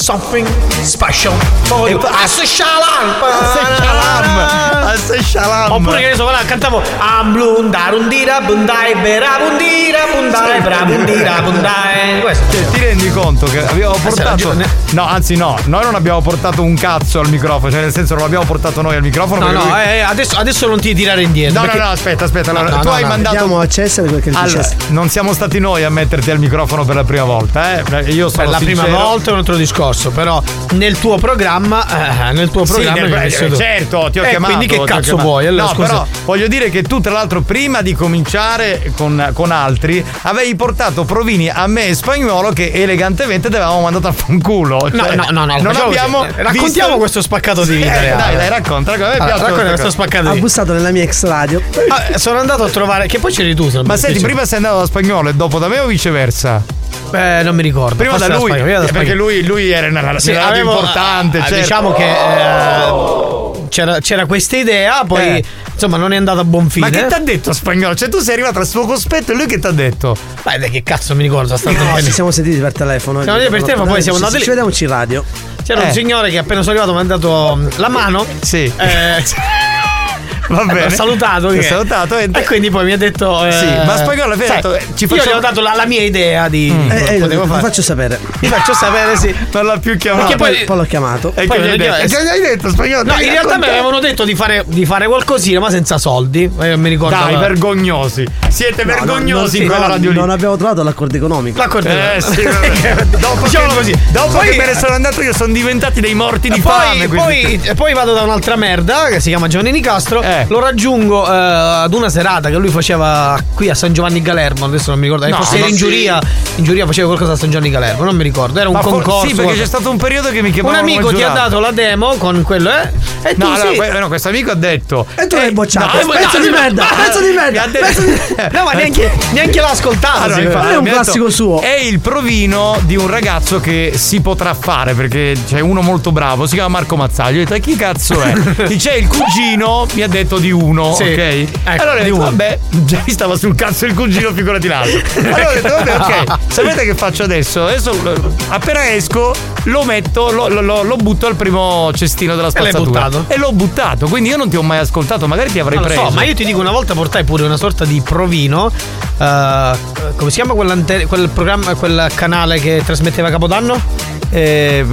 [SPEAKER 10] something special for you. Asse Shalan!
[SPEAKER 1] Asse Shalan!
[SPEAKER 10] Oppure che ne so, guarda, cantavo Amblunda, rundira, bundai, bera, bundira, bundai, bra, bundira, bundai. Questo.
[SPEAKER 1] Cioè, ti rendi conto che abbiamo
[SPEAKER 10] Eh, se la
[SPEAKER 1] portato.
[SPEAKER 10] ragione-
[SPEAKER 1] No, anzi, no, noi non abbiamo portato un cazzo al microfono, cioè, nel senso, non l'abbiamo portato noi al microfono.
[SPEAKER 10] No,
[SPEAKER 1] perché
[SPEAKER 10] no,
[SPEAKER 1] lui-
[SPEAKER 10] eh, adesso, adesso non ti tirare indietro.
[SPEAKER 1] No,
[SPEAKER 10] perché-
[SPEAKER 1] no, no, aspetta, aspetta. Allora,
[SPEAKER 10] No, no,
[SPEAKER 1] tu
[SPEAKER 10] no,
[SPEAKER 1] hai
[SPEAKER 10] no.
[SPEAKER 1] mandato.
[SPEAKER 28] Andiamo a Cesare perché dice
[SPEAKER 1] Allora, non siamo stati noi a metterti al microfono per la prima volta, eh? Perché Io sono
[SPEAKER 10] per la
[SPEAKER 1] sincero.
[SPEAKER 10] prima volta è un altro discorso, però nel tuo programma, eh, nel tuo
[SPEAKER 1] Sì,
[SPEAKER 10] programma
[SPEAKER 1] nel-
[SPEAKER 10] che hai messo tu.
[SPEAKER 1] certo, ti ho
[SPEAKER 10] Eh,
[SPEAKER 1] chiamato.
[SPEAKER 10] Quindi
[SPEAKER 1] ti
[SPEAKER 10] che
[SPEAKER 1] ho
[SPEAKER 10] cazzo
[SPEAKER 1] chiamato.
[SPEAKER 10] vuoi? Allora,
[SPEAKER 1] no,
[SPEAKER 10] scusa.
[SPEAKER 1] però voglio dire che tu, tra l'altro, prima di cominciare con, con altri, avevi portato provini a me e spagnolo che elegantemente ti avevamo mandato a fanculo.
[SPEAKER 10] No,
[SPEAKER 1] Cioè,
[SPEAKER 10] no, no, no,
[SPEAKER 1] non
[SPEAKER 10] facciamo così.
[SPEAKER 1] abbiamo.
[SPEAKER 10] Eh, raccontiamo questo spaccato di vita
[SPEAKER 1] Sì, eh,
[SPEAKER 10] reale.
[SPEAKER 1] dai, dai, racconta, racconta.
[SPEAKER 10] Allora, racconta questo spaccato
[SPEAKER 28] Ha
[SPEAKER 10] di
[SPEAKER 28] bussato nella mia ex radio.
[SPEAKER 10] Ah, sono andato a trovare. Che poi c'eri tu. se non
[SPEAKER 1] Ma
[SPEAKER 10] mi
[SPEAKER 1] senti,
[SPEAKER 10] dispiace.
[SPEAKER 1] prima sei andato da spagnolo e dopo da me o viceversa?
[SPEAKER 10] Beh, non mi ricordo.
[SPEAKER 1] Prima
[SPEAKER 10] Forse
[SPEAKER 1] da
[SPEAKER 10] la
[SPEAKER 1] lui,
[SPEAKER 10] Spagna, prima da
[SPEAKER 1] eh, perché
[SPEAKER 10] Spagna.
[SPEAKER 1] lui, lui era una
[SPEAKER 10] Sì,
[SPEAKER 1] era
[SPEAKER 10] avevo-
[SPEAKER 1] importante.
[SPEAKER 10] ah,
[SPEAKER 1] certo.
[SPEAKER 10] Diciamo che eh, c'era, c'era questa idea, poi
[SPEAKER 1] Eh.
[SPEAKER 10] insomma non è andata a buon fine.
[SPEAKER 1] Ma che t'ha detto spagnolo? Cioè, tu sei arrivato al suo cospetto e lui che t'ha detto?
[SPEAKER 10] Beh, dai, che cazzo mi ricordo? Sta stato
[SPEAKER 28] No,
[SPEAKER 10] bene.
[SPEAKER 28] ci siamo sentiti per telefono.
[SPEAKER 10] Siamo andati per telefono, eh, poi siamo andati lì.
[SPEAKER 28] Ci vediamoci in radio.
[SPEAKER 10] C'era
[SPEAKER 1] Cioè,
[SPEAKER 28] Eh.
[SPEAKER 10] un signore che appena sono arrivato mi ha dato mm, la mano.
[SPEAKER 1] Sì.
[SPEAKER 10] Eh,
[SPEAKER 1] Va bene.
[SPEAKER 10] L'ho salutato.
[SPEAKER 1] Ti ho
[SPEAKER 10] che-
[SPEAKER 1] salutato e-
[SPEAKER 10] quindi poi mi ha detto. eh,
[SPEAKER 1] Sì, ma Spagnolo alla fine ha
[SPEAKER 10] sai,
[SPEAKER 1] detto, eh, ci
[SPEAKER 10] Io gli
[SPEAKER 1] facciamo-
[SPEAKER 10] ho dato la, la mia idea di.
[SPEAKER 28] Mm. Eh,
[SPEAKER 10] quello che
[SPEAKER 28] eh,
[SPEAKER 10] potevo
[SPEAKER 28] lo
[SPEAKER 10] fare.
[SPEAKER 28] faccio sapere.
[SPEAKER 10] Mi faccio sapere, sì.
[SPEAKER 1] Non l'ha più
[SPEAKER 10] chiamato.
[SPEAKER 28] Perché poi, poi l'ho chiamato.
[SPEAKER 10] Poi me lo chiede- eh, No, in realtà mi avevano detto di fare, di fare qualcosina, ma senza soldi. Eh, mi ricordo.
[SPEAKER 1] Dai,
[SPEAKER 10] allora.
[SPEAKER 1] vergognosi. Siete
[SPEAKER 10] No, no,
[SPEAKER 1] vergognosi
[SPEAKER 28] no,
[SPEAKER 1] in quella
[SPEAKER 28] no,
[SPEAKER 1] radio lì.
[SPEAKER 28] Non abbiamo trovato l'accordo economico.
[SPEAKER 10] L'accordo
[SPEAKER 1] Eh, sì, vabbè. dopo
[SPEAKER 10] Diciamolo
[SPEAKER 1] che,
[SPEAKER 10] così.
[SPEAKER 1] Dopo
[SPEAKER 10] Poi-
[SPEAKER 1] che me ne sono andato io sono diventati dei morti di fame.
[SPEAKER 10] Poi,
[SPEAKER 1] questi.
[SPEAKER 10] poi, poi vado da un'altra merda che si chiama Giovanni Nicastro. Lo raggiungo eh, ad una serata che lui faceva qui a San Giovanni Galermo. Adesso non mi ricordo. eh,
[SPEAKER 1] No,
[SPEAKER 10] forse
[SPEAKER 1] ma
[SPEAKER 10] era in
[SPEAKER 1] sì.
[SPEAKER 10] giuria. In giuria faceva qualcosa a San Giovanni Galermo. Non mi ricordo. Era un
[SPEAKER 1] Ma for-
[SPEAKER 10] concorso.
[SPEAKER 1] Sì, perché c'è stato un periodo che mi
[SPEAKER 10] un
[SPEAKER 1] chiamavano
[SPEAKER 10] amico
[SPEAKER 1] come
[SPEAKER 10] ti ha
[SPEAKER 1] giurato.
[SPEAKER 10] dato la demo con quello, eh? E tu
[SPEAKER 1] No, allora,
[SPEAKER 10] sì.
[SPEAKER 1] que- no, Eh, questo amico ha detto.
[SPEAKER 10] E tu l'hai bocciato.
[SPEAKER 28] Pezzo di merda, pezzo di merda, pezzo
[SPEAKER 10] No, ma neanche, neanche l'ha ascoltato.
[SPEAKER 1] Allora,
[SPEAKER 10] secondo
[SPEAKER 1] Ah, infatti,
[SPEAKER 10] me.
[SPEAKER 1] mi ha detto, È il provino di un ragazzo che si potrà fare perché c'è uno molto bravo. Si chiama Marco Mazzaglio. Ho detto, chi cazzo è? Dice, il cugino mi ha detto di uno.
[SPEAKER 10] Sì.
[SPEAKER 1] Ok.
[SPEAKER 10] Ecco,
[SPEAKER 1] allora ho
[SPEAKER 10] di
[SPEAKER 1] detto,
[SPEAKER 10] uno.
[SPEAKER 1] vabbè, già mi stava sul cazzo il cugino, figurati l'altro. Allora ho detto, vabbè, ok. Sapete che faccio adesso? Adesso eh, appena esco, lo metto, lo, lo- lo- lo butto al primo cestino della
[SPEAKER 10] E l'hai
[SPEAKER 1] spazzatura.
[SPEAKER 10] buttato?
[SPEAKER 1] E l'ho buttato. Quindi io non ti ho mai ascoltato. Magari ti avrei
[SPEAKER 10] Non lo
[SPEAKER 1] preso.
[SPEAKER 10] so, ma io ti dico una volta portai pure una sorta di provino. eh, come si chiama quell'ante- quel programma, quel canale che trasmetteva Capodanno?
[SPEAKER 1] eh,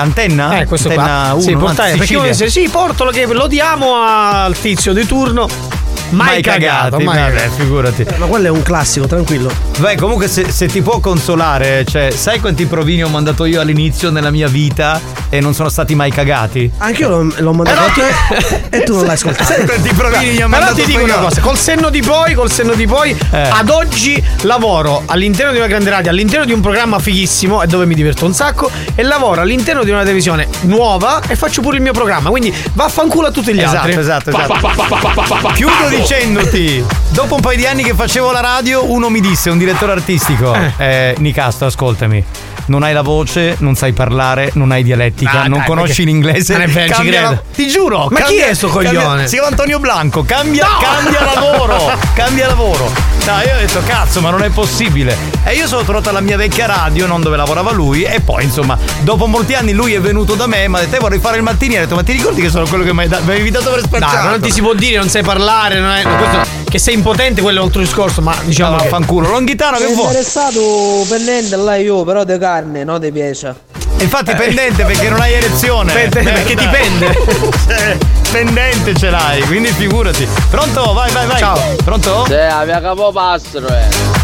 [SPEAKER 1] antenna?
[SPEAKER 10] Eh, questo
[SPEAKER 1] Antenna
[SPEAKER 10] qua. sì,
[SPEAKER 1] uno,
[SPEAKER 10] portai,
[SPEAKER 1] anzi,
[SPEAKER 10] perché uno dice
[SPEAKER 1] Sicilia.
[SPEAKER 10] sì, portalo che lo diamo al tizio di turno. Mai, cagato, mai
[SPEAKER 1] vabbè,
[SPEAKER 10] cagato.
[SPEAKER 1] figurati.
[SPEAKER 28] Eh, Ma quello è un classico, tranquillo.
[SPEAKER 1] Beh, comunque se, se ti può consolare, cioè, sai quanti provini ho mandato io all'inizio nella mia vita e non sono stati mai cagati?
[SPEAKER 28] Anche io l'ho,
[SPEAKER 10] Eh,
[SPEAKER 28] l'ho mandato a te e tu non l'hai ascoltato.
[SPEAKER 1] Sai quanti provini gli ho
[SPEAKER 10] Però
[SPEAKER 1] mandato
[SPEAKER 10] ti dico una
[SPEAKER 1] spagnolo? Eh.
[SPEAKER 10] cosa, col senno di poi, col senno di poi, ad oggi lavoro all'interno di una grande radio, all'interno di un programma fighissimo e dove mi diverto un sacco e lavoro all'interno di una televisione nuova e faccio pure il mio programma, quindi vaffanculo a tutti gli
[SPEAKER 1] Esatto,
[SPEAKER 10] altri.
[SPEAKER 1] esatto, esatto.
[SPEAKER 10] Pa, pa, pa, pa, pa, pa, pa.
[SPEAKER 1] Chiudo dicendoti, dopo un paio di anni che facevo la radio, uno mi disse, un direttore artistico, eh, Nicastro, ascoltami. Non hai la voce, non sai parlare, non hai dialettica,
[SPEAKER 10] Ah,
[SPEAKER 1] non
[SPEAKER 10] dai,
[SPEAKER 1] conosci
[SPEAKER 10] perché-
[SPEAKER 1] l'inglese.
[SPEAKER 10] Non è vero, ci
[SPEAKER 1] cambia la-
[SPEAKER 10] credo.
[SPEAKER 1] ti giuro.
[SPEAKER 10] Ma chi
[SPEAKER 1] cambia-
[SPEAKER 10] è sto
[SPEAKER 1] cambia-
[SPEAKER 10] coglione?
[SPEAKER 1] Si chiama Antonio Blanco. Cambia,
[SPEAKER 10] No!
[SPEAKER 1] cambia lavoro. cambia lavoro. Dai, io ho detto, cazzo, ma non è possibile. E io sono tornato alla mia vecchia radio, non dove lavorava lui. E poi, insomma, dopo molti anni lui è venuto da me e mi ha detto, "Eh, vorrei fare il mattiniere. Ho detto, ma ti ricordi che sono quello che mi hai da- mi avevi dato per
[SPEAKER 10] Dai,
[SPEAKER 1] spacciare?
[SPEAKER 10] ma non ti si può dire, non sai parlare, non è- questo- che sei impotente, quello è un altro discorso, ma diciamo che...
[SPEAKER 1] Ah, Vaffanculo, Longhitano
[SPEAKER 2] Eh,
[SPEAKER 1] che vuoi?
[SPEAKER 31] interessato per niente là io, però de carne, no de piace.
[SPEAKER 10] Eh.
[SPEAKER 1] Infatti pendente perché non hai erezione. Eh,
[SPEAKER 31] Pendente,
[SPEAKER 1] Merda.
[SPEAKER 31] perché ti pende.
[SPEAKER 1] Cioè, pendente ce l'hai, quindi figurati. Pronto? Vai, vai, vai. Ciao. Pronto?
[SPEAKER 2] Sì, la mia capopassero, eh.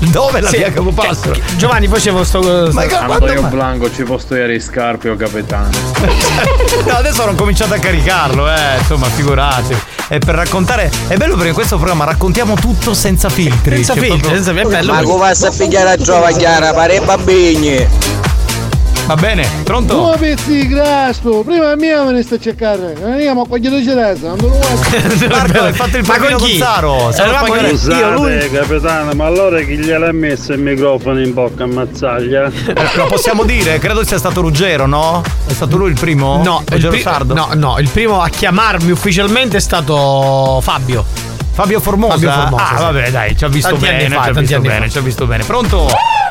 [SPEAKER 1] Dove la
[SPEAKER 2] Sì,
[SPEAKER 1] via capopassero?
[SPEAKER 10] Giovanni Cioè, ah, facevo sto. Ah,
[SPEAKER 1] Ma che quando mai?
[SPEAKER 19] Blanco ci può stoiare i scarpe o capitano.
[SPEAKER 1] No, adesso hanno cominciato a caricarlo, eh, insomma, figurati. E per raccontare. È bello perché in questo programma raccontiamo tutto senza filtri.
[SPEAKER 10] Senza
[SPEAKER 1] Cioè,
[SPEAKER 10] filtri,
[SPEAKER 1] proprio-
[SPEAKER 10] senza filtri, è bello.
[SPEAKER 31] Ma come passa a pigliare a giova chiara, pare bambini.
[SPEAKER 1] Va bene, pronto?
[SPEAKER 27] Due pezzi di grasso, prima mia me ne sta a cercare. Non andiamo a cogliere cerezza, non lo vuoi.
[SPEAKER 1] Marco, hai fatto il
[SPEAKER 27] Ma con
[SPEAKER 1] provino con
[SPEAKER 27] chi?
[SPEAKER 1] Zaro. Sei
[SPEAKER 27] Eravamo
[SPEAKER 1] spagnolo.
[SPEAKER 27] io, lui-
[SPEAKER 32] Scusate, Eh, capitano, ma allora chi gliel'ha messo il microfono in bocca a Mazzaglia?
[SPEAKER 1] Eh, Lo possiamo dire? Credo sia stato Ruggero, no? È stato lui il primo?
[SPEAKER 10] No, il,
[SPEAKER 1] Ruggero
[SPEAKER 10] pri-
[SPEAKER 1] Sardo.
[SPEAKER 10] no, no, il primo a chiamarmi ufficialmente è stato Fabio.
[SPEAKER 1] Fabio Formosa?
[SPEAKER 10] Fabio Formosa.
[SPEAKER 1] Ah,
[SPEAKER 10] sì.
[SPEAKER 1] vabbè, dai, ci ha visto
[SPEAKER 10] Tanti
[SPEAKER 1] bene,
[SPEAKER 10] anni
[SPEAKER 1] ci
[SPEAKER 10] fa,
[SPEAKER 1] ha
[SPEAKER 10] tanti
[SPEAKER 1] visto
[SPEAKER 10] anni
[SPEAKER 1] bene,
[SPEAKER 10] fa.
[SPEAKER 1] ci ha visto bene. Pronto?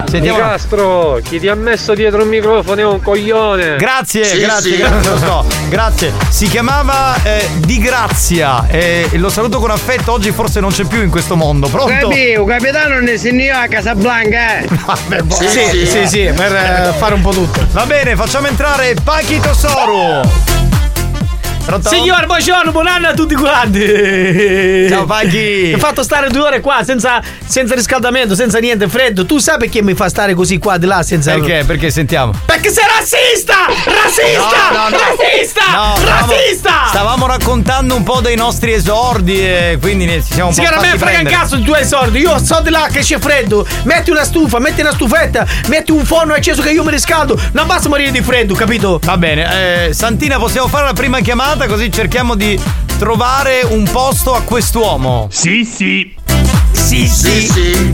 [SPEAKER 1] Sentiamo.
[SPEAKER 19] Nicastro, chi ti ha messo dietro un microfono è un coglione.
[SPEAKER 1] Grazie, grazie, grazie, lo so, grazie. Si chiamava eh, Di Grazia eh, e lo saluto con affetto, oggi forse non c'è più in questo mondo, pronto?
[SPEAKER 19] Capito, capitano ne si a Casablanca, eh.
[SPEAKER 1] Vabbè,
[SPEAKER 33] boh.
[SPEAKER 10] Sì, sì, sì, sì, per eh, fare un po' tutto.
[SPEAKER 1] Va bene, facciamo entrare Pachito Soru. Pronto?
[SPEAKER 10] Signor, buongiorno, buon anno a tutti quanti.
[SPEAKER 1] Ciao, Paghi.
[SPEAKER 10] Mi ha fatto stare due ore qua senza, senza riscaldamento, senza niente freddo. Tu sai perché mi fa stare così qua di là senza.
[SPEAKER 1] Perché? Perché sentiamo?
[SPEAKER 10] Perché sei razzista! Razzista!
[SPEAKER 1] No, no, no.
[SPEAKER 10] Razzista!
[SPEAKER 1] No, stavamo-
[SPEAKER 10] razzista!
[SPEAKER 1] Stavamo raccontando un po' dei nostri esordi e quindi ne- ci siamo un po'
[SPEAKER 10] Signora, a me
[SPEAKER 1] fatti
[SPEAKER 10] frega un
[SPEAKER 1] prendere.
[SPEAKER 10] cazzo i tuoi soldi. Io so di là che c'è freddo. Metti una stufa, metti una stufetta, metti un forno acceso che io mi riscaldo. Non basta morire di freddo, capito?
[SPEAKER 1] Va bene, eh, Santina, possiamo fare la prima chiamata così cerchiamo di trovare un posto a quest'uomo. Sì, sì. Sì, sì.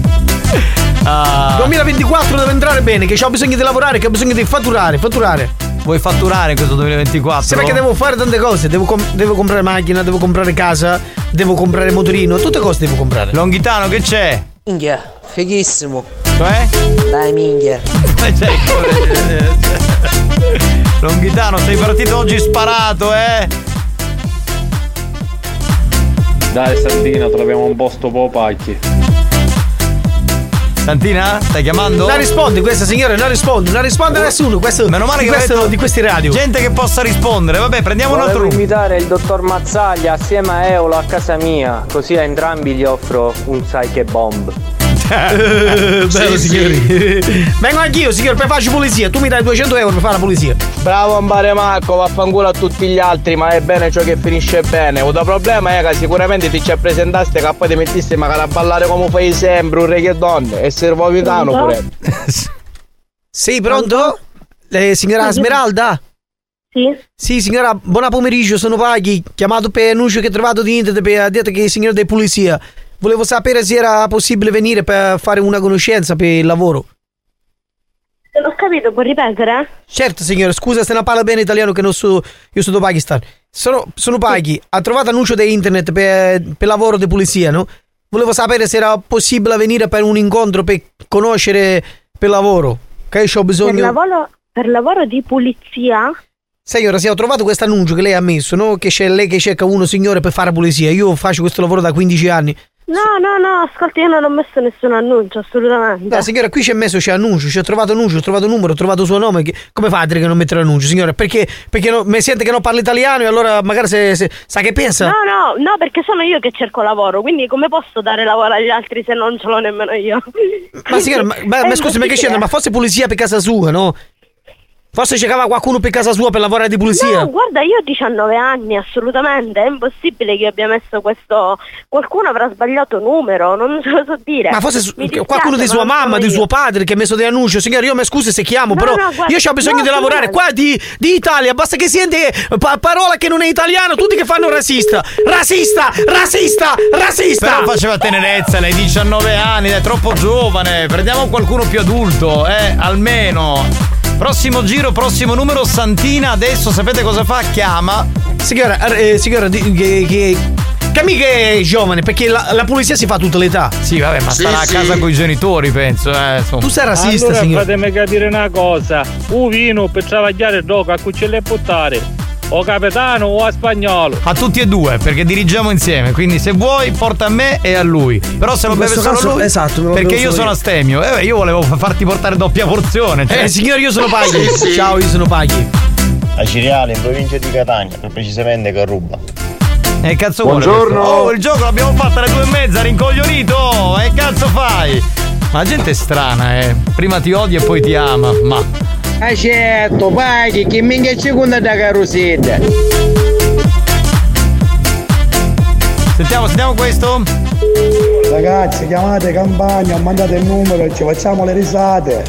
[SPEAKER 1] Ah.
[SPEAKER 10] 2024 deve entrare bene, che ho bisogno di lavorare, che ho bisogno di fatturare, fatturare.
[SPEAKER 1] Vuoi fatturare questo 2024?
[SPEAKER 10] Sì, perché devo fare tante cose, devo, com- devo comprare macchina, devo comprare casa, devo comprare motorino, tutte cose devo comprare.
[SPEAKER 1] Longhitano, che c'è?
[SPEAKER 31] Minchia, fighissimo.
[SPEAKER 1] Cioè?
[SPEAKER 31] Dai minchia.
[SPEAKER 1] Longhitano, sei partito oggi sparato, eh?
[SPEAKER 3] Dai Santina, troviamo un posto po' pacchi.
[SPEAKER 1] Santina, stai chiamando?
[SPEAKER 10] Non rispondi questa signora, non rispondi, non risponde nessuno. Questo,
[SPEAKER 1] Meno male che
[SPEAKER 10] questo-
[SPEAKER 1] avete
[SPEAKER 10] di questi radio.
[SPEAKER 1] Gente che possa rispondere. Vabbè, prendiamo un altro
[SPEAKER 34] Volevo
[SPEAKER 1] numero.
[SPEAKER 34] invitare il dottor Mazzaglia assieme a Eolo a casa mia, così a entrambi gli offro un sai che bomb.
[SPEAKER 10] Eh, Bello signori. Vengo anch'io signore per farci pulizia. Tu mi dai 200 euro per fare la pulizia.
[SPEAKER 2] Bravo Ambare Marco, vaffanculo a tutti gli altri, ma è bene ciò che finisce bene. Il tuo problema è che sicuramente ti ci presentaste che poi ti mettiste magari a ballare come fai sempre, un reggaeton, e servo vitano pure.
[SPEAKER 10] Sì, pronto? Eh, signora Smeralda?
[SPEAKER 9] Sì.
[SPEAKER 10] Sì, signora, buon pomeriggio, sono Paghi, chiamato per annuncio che ho trovato di internet per ha detto che il signore di pulizia. Volevo sapere se era possibile venire per fare una conoscenza per il lavoro.
[SPEAKER 9] Non ho capito, puoi ripetere?
[SPEAKER 10] Certo, signore, scusa se non parlo bene italiano che non so, io sono da Pakistan. Sono, sono Paghi, ha trovato annuncio di internet per, per lavoro di pulizia, no? Volevo sapere se era possibile venire per un incontro per conoscere per lavoro. Che io ho bisogno...
[SPEAKER 9] Per lavoro, per lavoro di pulizia?
[SPEAKER 10] Signora, se ho trovato questo annuncio che lei ha messo, no? Che c'è lei che cerca uno signore per fare pulizia. Io faccio questo lavoro da 15 anni.
[SPEAKER 9] No, no, no, ascolta, io non ho messo nessun annuncio, assolutamente.
[SPEAKER 10] No, signora, qui c'è messo c'è annuncio, c'è ho trovato annuncio, ho trovato numero, ho trovato suo nome. Che- Come fate che non mettere l'annuncio, signora? Perché, perché no- mi sente che non parlo italiano e allora magari se, se- sa che pensa?
[SPEAKER 9] No, no, no, perché sono io che cerco lavoro, quindi come posso dare lavoro agli altri se non ce l'ho nemmeno io? Eh,
[SPEAKER 10] Ma signora, ma, ma, ma scusi, ma che c'entra? Ma forse pulizia per casa sua, no? Forse cercava qualcuno per casa sua per lavorare di pulizia?
[SPEAKER 9] No, guarda, io ho 19 anni, assolutamente, è impossibile che io abbia messo questo... Qualcuno avrà sbagliato numero, non ce lo so dire.
[SPEAKER 10] Ma forse su-
[SPEAKER 9] Eh, Mi dispiace,
[SPEAKER 10] qualcuno di
[SPEAKER 9] ma
[SPEAKER 10] sua
[SPEAKER 9] non
[SPEAKER 10] mamma,
[SPEAKER 9] sono
[SPEAKER 10] di
[SPEAKER 9] io.
[SPEAKER 10] suo padre che ha messo degli annunci. Signore, io mi scusi se chiamo,
[SPEAKER 9] No,
[SPEAKER 10] però
[SPEAKER 9] no, guarda,
[SPEAKER 10] io ho bisogno
[SPEAKER 9] no,
[SPEAKER 10] di lavorare qua di, di Italia. Basta che siente pa- parola che non è italiano, tutti che fanno razzista. Rasista, rasista, rasista.
[SPEAKER 1] Però faceva tenerezza, lei 19 anni, è troppo giovane. Prendiamo qualcuno più adulto, eh, almeno. Prossimo giro, prossimo numero, Santina. Adesso sapete cosa fa? Chiama.
[SPEAKER 10] Signora, eh, signora, di- che, che, che mica è giovane, perché la, la pulizia si fa a tutta l'età.
[SPEAKER 1] Sì, vabbè, ma
[SPEAKER 10] Sì,
[SPEAKER 1] starà
[SPEAKER 10] sì.
[SPEAKER 1] a casa con i genitori, penso. Eh, insomma.
[SPEAKER 10] Tu sei razzista,
[SPEAKER 3] allora,
[SPEAKER 10] signore.
[SPEAKER 3] fatemi capire una cosa. Un vino per travagliare il dopo a cucelle e buttare. O capitano o a spagnolo.
[SPEAKER 1] A tutti e due, perché dirigiamo insieme. Quindi se vuoi, porta a me e a lui. Però se lo
[SPEAKER 35] In
[SPEAKER 1] beve
[SPEAKER 35] questo
[SPEAKER 1] solo
[SPEAKER 35] caso,
[SPEAKER 1] lui.
[SPEAKER 35] esatto, me lo
[SPEAKER 1] perché
[SPEAKER 35] bevo
[SPEAKER 1] io
[SPEAKER 35] solo
[SPEAKER 1] sono
[SPEAKER 35] io.
[SPEAKER 1] astemio. Eh, beh, io volevo fa- farti portare doppia porzione. cioè.
[SPEAKER 10] Eh, signore, io sono Paghi. Ciao, io sono Paghi.
[SPEAKER 8] A Ciriale, in provincia di Catania, più precisamente Carruba.
[SPEAKER 1] E cazzo vuole
[SPEAKER 8] Buongiorno.
[SPEAKER 1] questo? Oh, il gioco l'abbiamo fatto alle due e mezza, rincoglionito! E cazzo fai? Ma la gente è strana, eh. Prima ti odia e poi ti ama, ma.
[SPEAKER 2] Ah certo, paghi, che minchia ci conta da carusetta?
[SPEAKER 1] Sentiamo, sentiamo questo.
[SPEAKER 6] Ragazzi, chiamate campagna, mandate il numero e ci facciamo le risate.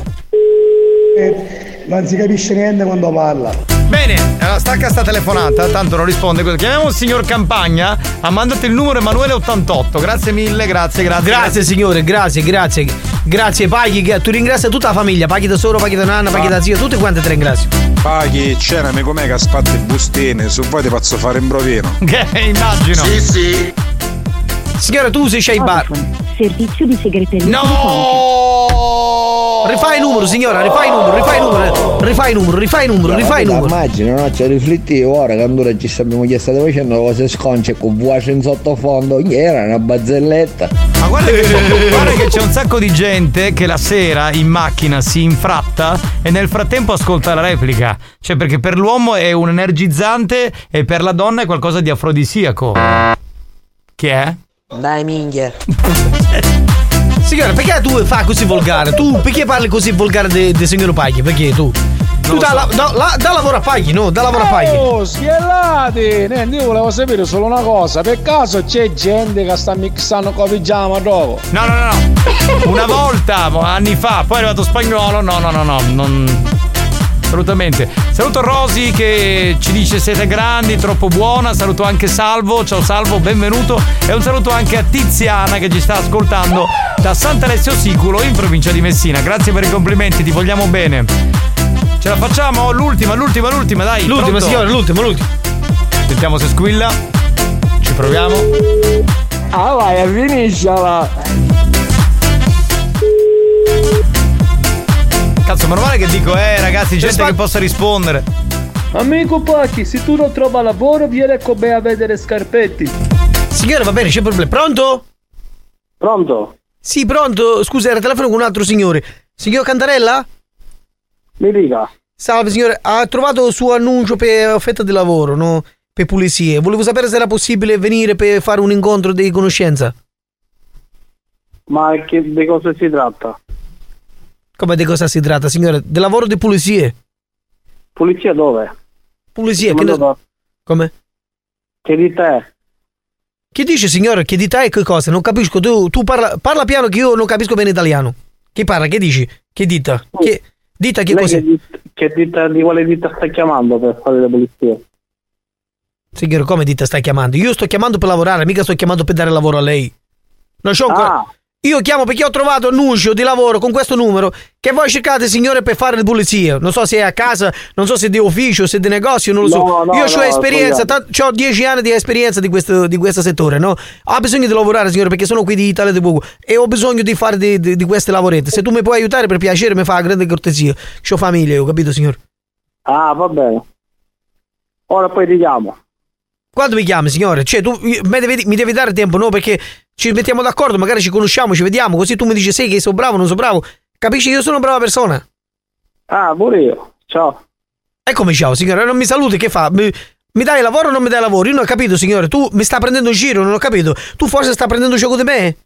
[SPEAKER 6] E non si capisce niente quando parla.
[SPEAKER 1] Bene, allora stacca sta telefonata, tanto non risponde. cosa- Chiamiamo il signor Campagna, ha mandato il numero Emanuele88. Grazie mille, grazie, grazie.
[SPEAKER 10] Grazie signore, grazie, grazie. Grazie Paghi, che- tu ringrazio tutta la famiglia, Paghi da solo, Paghi da nanna, Paghi da zio, tutti quanti te ringrazio.
[SPEAKER 33] Paghi, cenami com'è che ha spatto il bustene, se vuoi ti faccio fare un provino.
[SPEAKER 1] Che immagino.
[SPEAKER 33] Sì, sì.
[SPEAKER 10] Signora tu se c'hai il bar.
[SPEAKER 9] Servizio di segreteria.
[SPEAKER 10] No! Rifai il numero signora, rifai il numero, rifai il numero, rifai il numero, rifai il numero, rifai il numero.
[SPEAKER 8] Immagino, no? Ci riflettivo ora che allora ci abbiamo chiesto state facendo cose sconce con voce in sottofondo. Era una barzelletta.
[SPEAKER 1] Ma guarda che, guarda che c'è un sacco di gente che la sera in macchina si infratta e nel frattempo ascolta la replica. Cioè, perché per l'uomo è un energizzante e per la donna è qualcosa di afrodisiaco. Che è?
[SPEAKER 29] Dai minchia.
[SPEAKER 10] Signora, perché tu fai così volgare? Tu perché parli così volgare del signor Paghi? Perché tu? Tu
[SPEAKER 8] lo
[SPEAKER 10] da,
[SPEAKER 8] so.
[SPEAKER 10] la- da- la- da lavoro a Paghi, no? Da lavoro a Paghi.
[SPEAKER 36] Oh, schiellati! Niente, io volevo sapere solo una cosa. Per caso c'è gente che sta mixando con pigiama dopo?
[SPEAKER 1] No, no, no, no. Una volta, mo- anni fa, poi è arrivato spagnolo. No, no, no, no. Non... Assolutamente. Saluto Rosy che ci dice siete grandi, troppo buona. Saluto anche Salvo. Ciao Salvo, benvenuto. E un saluto anche a Tiziana che ci sta ascoltando da Sant'Alessio Siculo in provincia di Messina. Grazie per i complimenti, ti vogliamo bene. Ce la facciamo? L'ultima, l'ultima, l'ultima, dai.
[SPEAKER 10] L'ultima,
[SPEAKER 1] pronto?
[SPEAKER 10] signora, l'ultima, l'ultima.
[SPEAKER 1] Sentiamo se squilla. Ci proviamo.
[SPEAKER 2] Ah vai, a finiscila!
[SPEAKER 1] Cazzo, meno male che dico, eh, ragazzi, gente che possa rispondere.
[SPEAKER 37] Amico Pacchi, se tu non trova lavoro, vieni con me a vedere scarpetti.
[SPEAKER 10] Signore, va bene, c'è problema. Pronto? Pronto? Sì, pronto. Scusa, era il telefono con un altro signore. Signor Cantarella? Mi dica. Salve signore, ha trovato il suo annuncio per offerta di lavoro, no? Per pulizie. Volevo sapere se era possibile venire per fare un incontro di conoscenza.
[SPEAKER 12] Ma che, di cosa si tratta?
[SPEAKER 10] Come di cosa si tratta, signore? Del lavoro di pulizie.
[SPEAKER 12] Polizia dove?
[SPEAKER 10] Pulizie, che ne... Come?
[SPEAKER 12] Che di te?
[SPEAKER 10] Che dice signore? Che di te e che cosa? Non capisco. Tu, tu parla, parla piano che io non capisco bene italiano. Che parla? Che dici? Che dita? Che, dita che
[SPEAKER 12] Oh. Lei
[SPEAKER 10] cos'è?
[SPEAKER 12] Che, che ditta, di quale ditta sta chiamando per fare le pulizie?
[SPEAKER 10] Signore, come dita stai chiamando? Io sto chiamando per lavorare, mica sto chiamando per dare lavoro a lei. Non c'ho ancora-
[SPEAKER 12] Ah.
[SPEAKER 10] Io chiamo perché ho trovato annuncio di lavoro con questo numero che voi cercate, signore, per fare le pulizie. Non so se è a casa, non so se è di ufficio, se è di negozio, non lo so.
[SPEAKER 12] No, no, no,
[SPEAKER 10] Io ho esperienza,
[SPEAKER 12] sbagliato.
[SPEAKER 10] ho 10 anni di esperienza di questo, di questo settore, no? Ho bisogno di lavorare, signore, perché sono qui di Italia di poco e ho bisogno di fare di, di- di queste lavoretti. Se tu mi puoi aiutare, per piacere, mi fa una grande cortesia. C'ho famiglia, io, capito, signore?
[SPEAKER 12] Ah, va bene. Ora poi ti chiamo.
[SPEAKER 10] Quando mi chiami, signore? Cioè, tu mi devi, mi devi dare tempo, no? Perché ci mettiamo d'accordo, magari ci conosciamo, ci vediamo, così tu mi dici, sì, che sono bravo, non sono bravo. Capisci? Io sono una brava persona.
[SPEAKER 12] Ah, pure io. Ciao.
[SPEAKER 10] E come ciao, signore? Non mi saluti, che fa? Mi, mi dai lavoro o non mi dai lavoro? Io non ho capito, signore. Tu mi stai prendendo in giro, non ho capito. Tu forse stai prendendo gioco di me?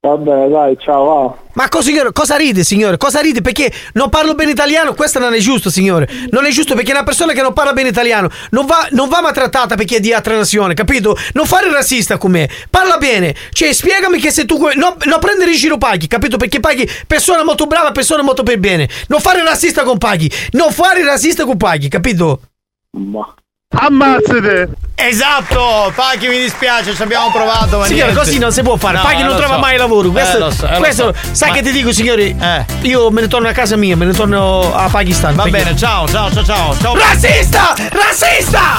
[SPEAKER 12] Va bene, dai, ciao, va.
[SPEAKER 10] Ma cosa, signore, cosa ride, signore? Cosa ride? Perché non parlo bene italiano? Questo non è giusto, signore. Non è giusto perché una persona che non parla bene italiano non va, non va maltrattata perché è di altra nazione, capito? Non fare il razzista con me. Parla bene. Cioè, spiegami che se tu... que- Non, non prendere in giro Paghi, capito? Perché Paghi, persona molto brava, persona molto per bene. Non fare il razzista con Paghi. Non fare il razzista con Paghi, capito?
[SPEAKER 12] Ma...
[SPEAKER 10] Ammazzate!
[SPEAKER 1] Esatto, Pacchi mi dispiace, ci abbiamo provato. Ma
[SPEAKER 10] Signore,
[SPEAKER 1] niente.
[SPEAKER 10] così non eh, si può fare.
[SPEAKER 1] No,
[SPEAKER 10] Paghi non
[SPEAKER 1] lo
[SPEAKER 10] trova
[SPEAKER 1] so.
[SPEAKER 10] mai lavoro. Questo,
[SPEAKER 1] Eh, lo so, eh, lo
[SPEAKER 10] questo-
[SPEAKER 1] so.
[SPEAKER 10] sai
[SPEAKER 1] Ma-
[SPEAKER 10] che ti dico, signori? Io me ne torno a casa mia, me ne torno a Pakistan.
[SPEAKER 1] Va bene, ciao, ciao, ciao, ciao. ciao.
[SPEAKER 10] Razzista! Razzista!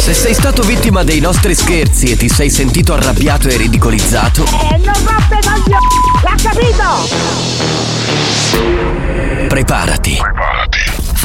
[SPEAKER 15] Se sei stato vittima dei nostri scherzi e ti sei sentito arrabbiato e ridicolizzato,
[SPEAKER 9] Eh,
[SPEAKER 30] E non rompe coglioni! L'ha capito?
[SPEAKER 15] preparati.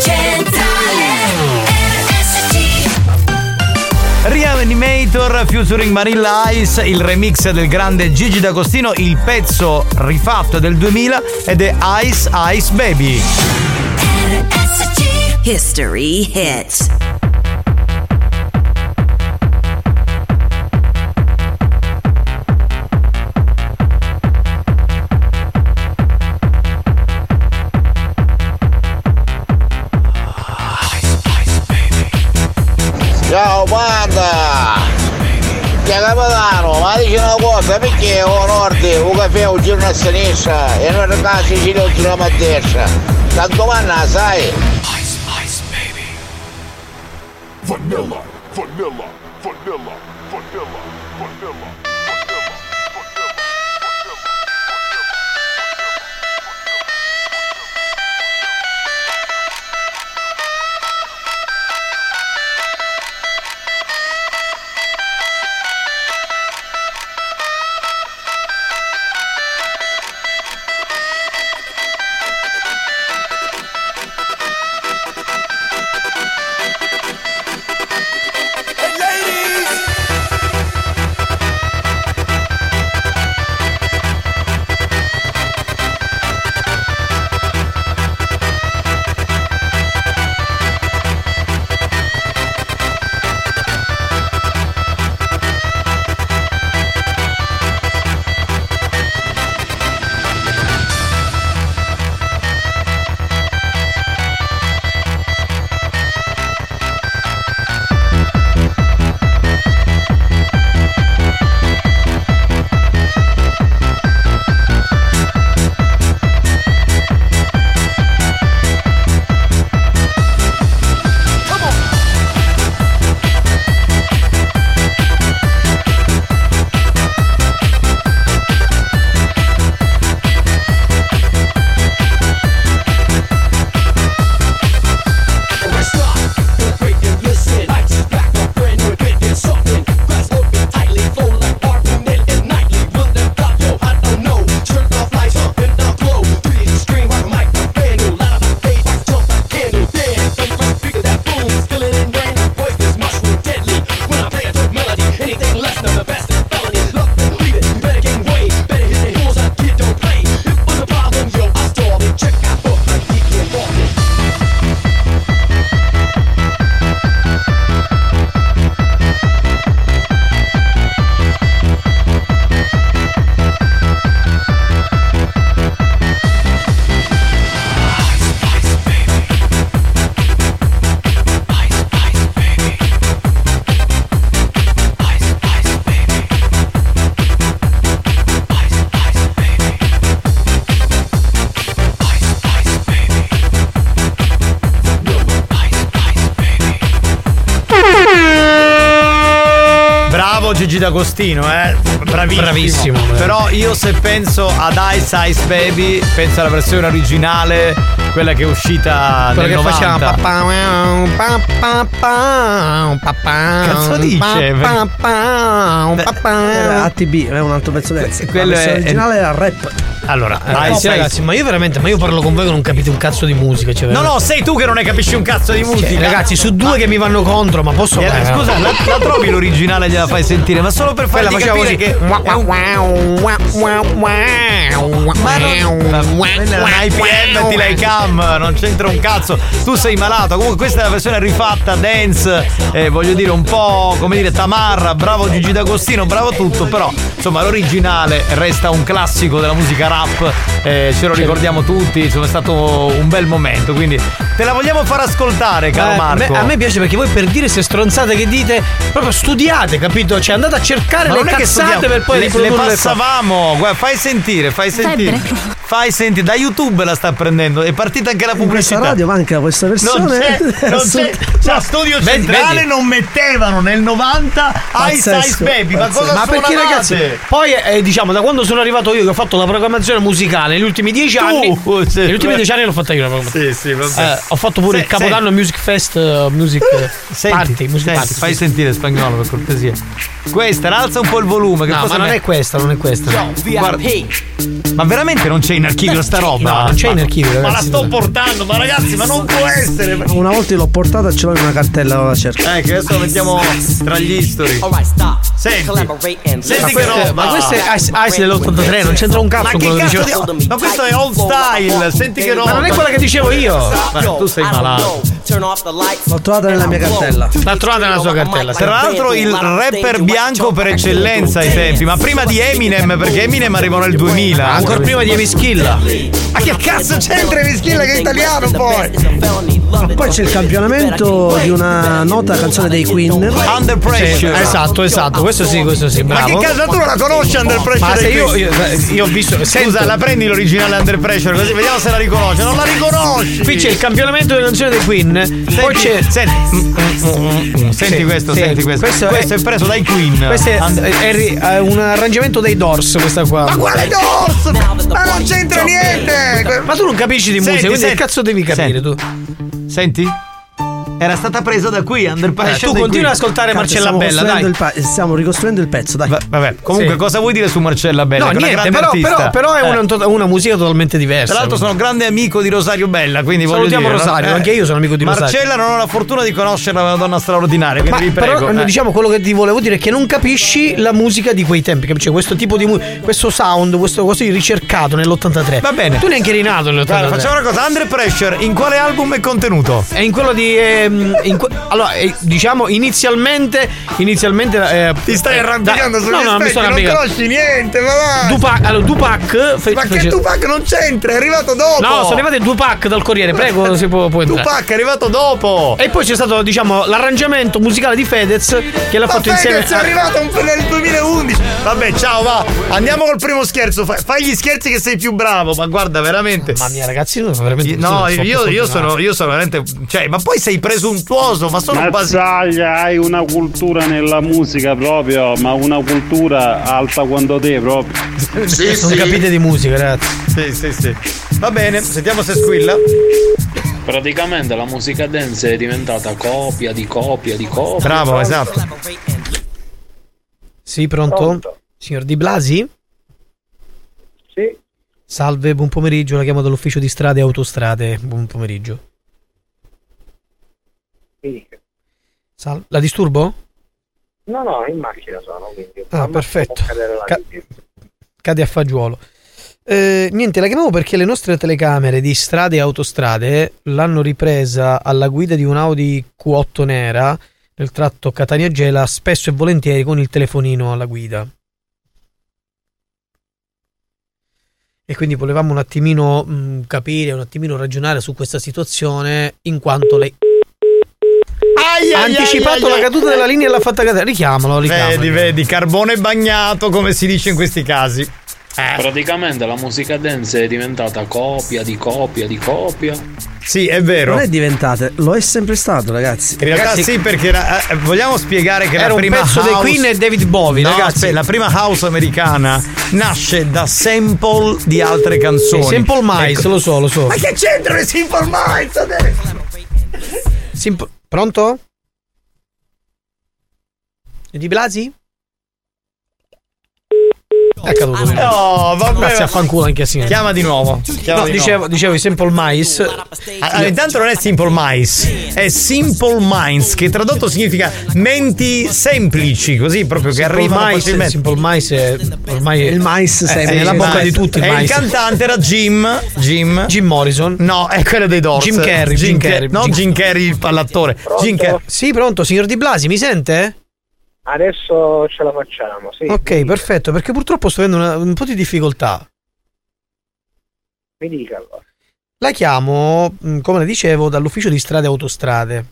[SPEAKER 30] Centrale RSC
[SPEAKER 1] Reanimator Futuring Marilla Ice, il remix del grande Gigi D'Agostino, il pezzo rifatto è del 2000 ed è Ice Ice Baby.
[SPEAKER 26] History hits.
[SPEAKER 2] Ciao guarda! Che capitano, ma dici una cosa, perché o nord, o caffè, o giro a sinistra e noi a Sicilia o giro a destra? La domanda la sai?
[SPEAKER 30] Ice, ice, baby
[SPEAKER 7] Vanilla, vanilla, vanilla, vanilla, vanilla.
[SPEAKER 30] Ladies
[SPEAKER 1] Gigi D'Agostino, eh.
[SPEAKER 10] Bravissimo. Bravissimo.
[SPEAKER 1] Però io se penso ad Ice Ice Baby, penso alla versione originale, quella che è uscita
[SPEAKER 10] Quello che
[SPEAKER 1] nel 90.
[SPEAKER 10] facciamo
[SPEAKER 1] Cazzo dice?
[SPEAKER 28] Era ATB, è un altro pezzo dance. La
[SPEAKER 10] quello è-
[SPEAKER 28] versione originale era rap.
[SPEAKER 10] Allora,
[SPEAKER 28] Ah,
[SPEAKER 10] eh,
[SPEAKER 28] sì,
[SPEAKER 10] ragazzi,
[SPEAKER 28] sì.
[SPEAKER 10] ma io veramente, ma io parlo con voi che non capite un cazzo di musica. Cioè,
[SPEAKER 1] No, no,
[SPEAKER 10] veramente.
[SPEAKER 1] sei tu che non ne capisci un cazzo di musica.
[SPEAKER 10] Cioè, ragazzi, su due che mi vanno contro, ma posso.
[SPEAKER 1] Gliela-
[SPEAKER 10] Eh,
[SPEAKER 1] scusa,
[SPEAKER 10] no.
[SPEAKER 1] la, la trovi l'originale e gliela fai sentire, ma solo per fargli
[SPEAKER 10] Quella faceva
[SPEAKER 1] capire
[SPEAKER 10] così.
[SPEAKER 1] che.
[SPEAKER 10] Ma non-
[SPEAKER 1] Quella era una IPM ti lei cam, non c'entra un cazzo. Tu sei malato. Comunque questa è la versione rifatta, dance, eh, voglio dire, un po' come dire Tamarra, bravo Gigi D'Agostino, bravo tutto, però insomma l'originale resta un classico della musica rap, eh, ce lo ricordiamo tutti, insomma è stato un bel momento, quindi te la vogliamo far ascoltare, caro
[SPEAKER 10] Eh, a me-
[SPEAKER 1] Marco.
[SPEAKER 10] a me piace perché voi per dire queste stronzate che dite, proprio studiate, capito? Cioè andate a cercare
[SPEAKER 1] Ma
[SPEAKER 10] le
[SPEAKER 1] non è che
[SPEAKER 10] cazzate
[SPEAKER 1] studiamo,
[SPEAKER 10] per poi
[SPEAKER 1] le, le
[SPEAKER 10] riprodurle qua.
[SPEAKER 1] passavamo. Guarda, fai sentire, fai sentire. Fai sentire, da YouTube la sta prendendo. È partita anche la
[SPEAKER 28] In questa
[SPEAKER 1] pubblicità.
[SPEAKER 28] radio manca questa
[SPEAKER 1] non
[SPEAKER 28] versione.
[SPEAKER 1] c'è, non c'è. Cioè, studio
[SPEAKER 28] Vedi,
[SPEAKER 1] centrale
[SPEAKER 28] vedi.
[SPEAKER 1] non mettevano nel 90 Ice Ice
[SPEAKER 10] Pazzesco,
[SPEAKER 1] Baby. Ma
[SPEAKER 10] pazzesco.
[SPEAKER 1] cosa
[SPEAKER 10] Ma perché
[SPEAKER 1] suonavate?
[SPEAKER 10] ragazzi? Poi eh, diciamo da quando sono arrivato io che ho fatto la programmazione musicale negli ultimi dieci
[SPEAKER 1] Tu?
[SPEAKER 10] anni.
[SPEAKER 1] Sì.
[SPEAKER 10] negli ultimi dieci anni l'ho fatta io la programmazione.
[SPEAKER 1] Sì, sì, vabbè.
[SPEAKER 10] Eh, ho fatto pure
[SPEAKER 1] Se-
[SPEAKER 10] il Capodanno Music Fest eh, Music
[SPEAKER 1] Senti,
[SPEAKER 10] Party, Music
[SPEAKER 1] senti,
[SPEAKER 10] Party.
[SPEAKER 1] fai
[SPEAKER 10] sì.
[SPEAKER 1] sentire spagnolo per cortesia. Questa, alza un po' il volume. Che
[SPEAKER 10] No,
[SPEAKER 1] cosa
[SPEAKER 10] ma non
[SPEAKER 1] me-
[SPEAKER 10] è questa, non è questa.
[SPEAKER 1] Guarda- ma veramente non c'è in archivio sta roba?
[SPEAKER 10] No, non c'è in archivio,
[SPEAKER 1] Ma la
[SPEAKER 10] ragazzi,
[SPEAKER 1] sto
[SPEAKER 10] no.
[SPEAKER 1] portando, ma ragazzi, ma non può essere.
[SPEAKER 28] Una volta io l'ho portata e ce l'ho in una cartella, certo. ora la cerco.
[SPEAKER 1] Eh, che adesso lo mettiamo tra gli history. Senti,
[SPEAKER 10] Ma
[SPEAKER 1] senti che
[SPEAKER 10] questo,
[SPEAKER 1] roba.
[SPEAKER 10] ma ah, questo è Ice, Ice dell'83, non c'entra un cazzo
[SPEAKER 1] Ma
[SPEAKER 10] con
[SPEAKER 1] che
[SPEAKER 10] quello che
[SPEAKER 1] cazzo
[SPEAKER 10] dicevo.
[SPEAKER 1] di- Ma questo è old style, senti che roba.
[SPEAKER 10] Ma non è quella che dicevo io.
[SPEAKER 1] Ma tu sei malato.
[SPEAKER 28] L'ho trovata nella mia cartella.
[SPEAKER 10] L'ha trovata nella sua cartella.
[SPEAKER 1] Tra l'altro il rapper bianco per eccellenza ai tempi, ma prima di Eminem, perché Eminem arrivò nel 2000.
[SPEAKER 10] Ancora prima di Emischilla.
[SPEAKER 1] Ma che cazzo c'entra Emischilla che è italiano poi?
[SPEAKER 28] Poi c'è il campionamento di una nota canzone dei Queen.
[SPEAKER 1] Under Pressure.
[SPEAKER 10] Sì, esatto, esatto, questo sì, questo sì,
[SPEAKER 1] Ma
[SPEAKER 10] bravo.
[SPEAKER 1] che casa tu la conosci Under Pressure?
[SPEAKER 10] Ma se io, io, io ho visto
[SPEAKER 1] Scusa,
[SPEAKER 10] sento-
[SPEAKER 1] la prendi l'originale Under Pressure così vediamo se la riconosce. Non la riconosci!
[SPEAKER 10] Qui c'è il campionamento delle canzoni dei Queen. poi c'è. Mm,
[SPEAKER 1] Senti, senti questo, senti questo. Questo è preso dai Queen.
[SPEAKER 10] Questo è,
[SPEAKER 1] And-
[SPEAKER 10] è ri- è un arrangiamento dei Dors, questa qua.
[SPEAKER 1] Ma quale dorso? Ma non c'entra niente!
[SPEAKER 10] Ma tu non capisci di musica, quindi che cazzo devi capire
[SPEAKER 1] tu? Senti? Era stata presa da qui Under Pressure.
[SPEAKER 10] Eh, tu
[SPEAKER 1] dai
[SPEAKER 10] continua
[SPEAKER 1] Queen.
[SPEAKER 10] ad ascoltare
[SPEAKER 28] Cazzo,
[SPEAKER 10] Marcella
[SPEAKER 28] stiamo
[SPEAKER 10] Bella, dai.
[SPEAKER 28] costruendo il pa- stiamo ricostruendo il pezzo, dai.
[SPEAKER 1] vabbè, Comunque, cosa vuoi dire su Marcella Bella?
[SPEAKER 10] No,
[SPEAKER 1] Che è una
[SPEAKER 10] niente,
[SPEAKER 1] grande
[SPEAKER 10] però, però,
[SPEAKER 1] artista.
[SPEAKER 10] però è
[SPEAKER 1] Eh.
[SPEAKER 10] una, to- una musica totalmente diversa.
[SPEAKER 1] Tra l'altro sono grande amico di Rosario Bella, quindi voglio
[SPEAKER 10] Eh, Salutiamo
[SPEAKER 1] dire, Eh.
[SPEAKER 10] Rosario, anche io sono amico di Rosario.
[SPEAKER 1] Marcella non ho la fortuna di conoscerla, è una donna straordinaria,
[SPEAKER 10] Ma
[SPEAKER 1] quindi vi prego.
[SPEAKER 10] però
[SPEAKER 1] eh.
[SPEAKER 10] diciamo quello che ti volevo dire è che non capisci la musica di quei tempi, capisci? Questo tipo di musica, questo sound, questo così ricercato nell'83.
[SPEAKER 1] Va bene.
[SPEAKER 10] Tu neanche eri nato nell'83.
[SPEAKER 1] Guarda, facciamo una cosa, Under Pressure, in quale album è contenuto?
[SPEAKER 10] È in quello di. ehm, in que- allora, eh, diciamo inizialmente. Inizialmente. eh,
[SPEAKER 1] Ti stai
[SPEAKER 10] eh,
[SPEAKER 1] arrampicando
[SPEAKER 10] da-
[SPEAKER 1] sugli
[SPEAKER 10] no, no, mi
[SPEAKER 1] specchi,
[SPEAKER 10] sto
[SPEAKER 1] non
[SPEAKER 10] arrampicando.
[SPEAKER 1] conosci niente, ma va!
[SPEAKER 10] Tupac, allora, Tupac. fe-
[SPEAKER 1] Ma che
[SPEAKER 10] fece-
[SPEAKER 1] Tupac non c'entra, è arrivato dopo!
[SPEAKER 10] No, sono arrivati due pack dal Corriere, prego, se può, può entrare.
[SPEAKER 1] Tupac è arrivato dopo!
[SPEAKER 10] E poi c'è stato, diciamo, l'arrangiamento musicale di Fedez che l'ha
[SPEAKER 1] Ma
[SPEAKER 10] fatto insieme.
[SPEAKER 1] Fedez è arrivato un- nel 2011! Vabbè, ciao, va! Andiamo col primo scherzo, fai, fai gli scherzi che sei più bravo, ma guarda, veramente...
[SPEAKER 10] Mamma mia, ragazzi, io sono veramente.
[SPEAKER 1] No,
[SPEAKER 10] sono-
[SPEAKER 1] io,
[SPEAKER 10] sono-
[SPEAKER 1] io
[SPEAKER 10] fortunato.
[SPEAKER 1] sono, io sono veramente. Cioè, ma poi sei presuntuoso, ma sono quasi.
[SPEAKER 32] Mazzaglia, hai una cultura nella musica proprio, ma una cultura alta quanto te proprio.
[SPEAKER 10] non capite di musica, ragazzi.
[SPEAKER 1] Sì, sì, sì. Va bene, sentiamo se squilla.
[SPEAKER 8] Praticamente la musica dance è diventata copia di copia di copia.
[SPEAKER 1] Bravo, esatto.
[SPEAKER 10] Sì, pronto? Signor Di Blasi?
[SPEAKER 12] Sì.
[SPEAKER 10] Salve, buon pomeriggio, la chiamo dall'ufficio di strade e autostrade. Buon pomeriggio.
[SPEAKER 12] Sì.
[SPEAKER 10] Sal- la disturbo?
[SPEAKER 12] No, no, in macchina sono, quindi.
[SPEAKER 10] Ah, perfetto.
[SPEAKER 12] può cadere la
[SPEAKER 10] Ca-
[SPEAKER 12] linea.
[SPEAKER 10] cade a fagiolo. Eh, niente, la chiamavo perché le nostre telecamere di strade e autostrade l'hanno ripresa alla guida di un Audi Q8 nera nel tratto Catania-Gela, spesso e volentieri con il telefonino alla guida. E quindi volevamo un attimino mh, capire, un attimino ragionare su questa situazione, in quanto lei ha anticipato la caduta della linea e l'ha fatta cadere. Richiamalo, richiamalo.
[SPEAKER 1] Vedi, vedi, carbone bagnato, come si dice in questi casi.
[SPEAKER 8] Praticamente la musica dance è diventata copia di copia di copia.
[SPEAKER 1] Sì, è vero.
[SPEAKER 28] Non è diventata, lo è sempre stato, ragazzi.
[SPEAKER 1] In realtà sì, perché era- eh, vogliamo spiegare che
[SPEAKER 28] Era
[SPEAKER 1] la
[SPEAKER 28] un
[SPEAKER 1] prima
[SPEAKER 28] pezzo dei
[SPEAKER 1] house...
[SPEAKER 28] Queen e
[SPEAKER 1] David Bowie, ragazzi. la prima house americana nasce da sample di altre canzoni. Ecco.
[SPEAKER 10] Sì, Simple Minds, lo so, lo so.
[SPEAKER 1] Ma che
[SPEAKER 30] c'entrano i Simple Minds adesso?
[SPEAKER 10] Simp- Pronto? Di Blasi? Ecco, È caduto.
[SPEAKER 1] No, vabbè.
[SPEAKER 10] Grazie a fanculo anche a sinistra.
[SPEAKER 1] Chiama di nuovo. Chiama
[SPEAKER 10] no,
[SPEAKER 1] di
[SPEAKER 10] dicevo, dicevo i Simple Mice.
[SPEAKER 1] Allora, intanto non è Simple Minds, è Simple Minds, che tradotto significa menti semplici, così proprio che
[SPEAKER 10] Simple
[SPEAKER 1] arrivano
[SPEAKER 10] Minds,
[SPEAKER 1] facilmente.
[SPEAKER 10] Simple Mice è ormai il
[SPEAKER 28] Mice
[SPEAKER 10] è nella bocca di tutti Eh, il
[SPEAKER 1] E il
[SPEAKER 10] Mice.
[SPEAKER 1] cantante era Jim, Jim Jim
[SPEAKER 10] Morrison.
[SPEAKER 1] No, è quello dei Doors.
[SPEAKER 10] Jim Carrey,
[SPEAKER 1] Jim
[SPEAKER 10] Jim
[SPEAKER 1] Ca-
[SPEAKER 10] Carrey,
[SPEAKER 1] no,
[SPEAKER 10] Jim-
[SPEAKER 1] Jim Carrey il pallatore. Jim Carrey.
[SPEAKER 10] Sì, pronto, signor Di Blasi, mi sente?
[SPEAKER 11] Adesso ce la facciamo, sì.
[SPEAKER 10] Ok, perfetto, perché purtroppo sto avendo una- un po' di difficoltà.
[SPEAKER 11] Mi dica allora.
[SPEAKER 10] La chiamo, mh, come le dicevo, dall'ufficio di strade e autostrade.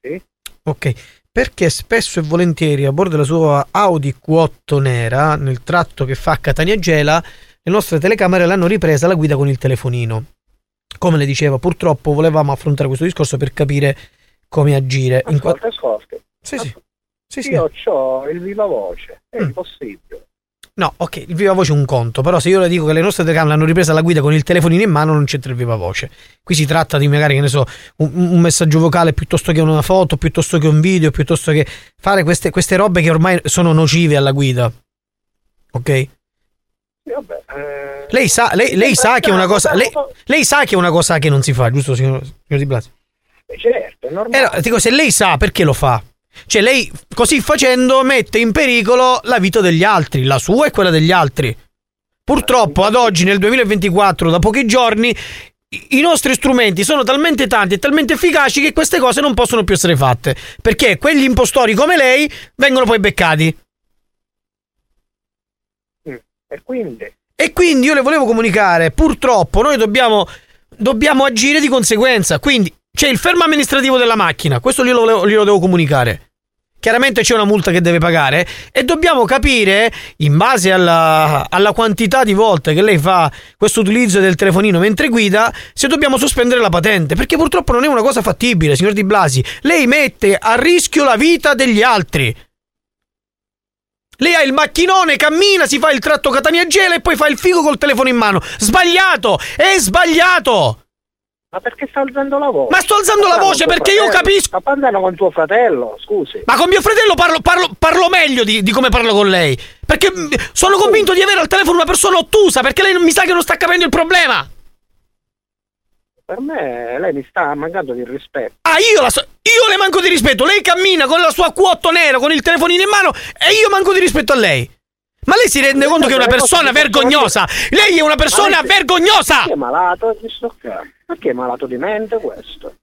[SPEAKER 11] Sì?
[SPEAKER 10] Ok, perché spesso e volentieri a bordo della sua Audi Q8 nera, nel tratto che fa a Catania Gela, le nostre telecamere l'hanno ripresa la guida con il telefonino. Come le dicevo, purtroppo volevamo affrontare questo discorso per capire come agire. In qua-
[SPEAKER 11] Ascolta, ascolta.
[SPEAKER 10] Sì, sì. sì.
[SPEAKER 11] Io ho il viva voce, è impossibile.
[SPEAKER 10] No, ok, il viva voce è un conto, però se io le dico che le nostre telecamere l'hanno ripresa la guida con il telefonino in mano non c'entra il viva voce. Qui si tratta di magari, che ne so, un, un messaggio vocale piuttosto che una foto, piuttosto che un video, piuttosto che fare queste, queste robe che ormai sono nocive alla guida. Ok?
[SPEAKER 11] Sì, vabbè, eh,
[SPEAKER 10] Lei sa, lei, lei sa che è una cosa. Lei, lei sa che è una cosa che non si fa, giusto, signor, signor Di Blasi?
[SPEAKER 11] certo, è
[SPEAKER 10] Eh,
[SPEAKER 11] normale.
[SPEAKER 10] no, dico, se lei sa, perché lo fa? Cioè, lei così facendo mette in pericolo la vita degli altri, la sua e quella degli altri. Purtroppo, ad oggi, nel 2024, da pochi giorni, i- i nostri strumenti sono talmente tanti e talmente efficaci che queste cose non possono più essere fatte. Perché quegli impostori come lei vengono poi beccati.
[SPEAKER 11] Mm, E quindi?
[SPEAKER 10] E quindi io le volevo comunicare, purtroppo noi dobbiamo, dobbiamo agire di conseguenza. Quindi c'è il fermo amministrativo della macchina, questo glielo, volevo- glielo devo comunicare. Chiaramente c'è una multa che deve pagare e dobbiamo capire, in base alla, alla quantità di volte che lei fa questo utilizzo del telefonino mentre guida, se dobbiamo sospendere la patente, perché purtroppo non è una cosa fattibile, signor Di Blasi. Lei mette a rischio la vita degli altri. Lei ha il macchinone, cammina, si fa il tratto Catania Gela e poi fa il figo col telefono in mano. Sbagliato! È sbagliato!
[SPEAKER 11] Ma perché sta alzando la voce?
[SPEAKER 10] Ma sto alzando la
[SPEAKER 11] parlando
[SPEAKER 10] voce
[SPEAKER 11] con tuo
[SPEAKER 10] perché io
[SPEAKER 11] fratello,
[SPEAKER 10] capisco-
[SPEAKER 11] Sta parlando con tuo fratello, scusi.
[SPEAKER 10] Ma con mio fratello parlo, parlo- parlo meglio di, di come parlo con lei. Perché mm, sono convinto di avere al telefono una persona ottusa, perché lei non- mi sa che non sta capendo il problema.
[SPEAKER 11] Per me lei mi sta mancando di rispetto.
[SPEAKER 10] Ah, io la so- Io le manco di rispetto. Lei cammina con la sua Q8 nero, con il telefonino in mano, e io manco di rispetto a lei. Ma lei si rende conto che è una persona vergognosa? Lei è una persona vergognosa!
[SPEAKER 11] Chi è malato? Chi sto qua? Ma chi è malato di mente questo?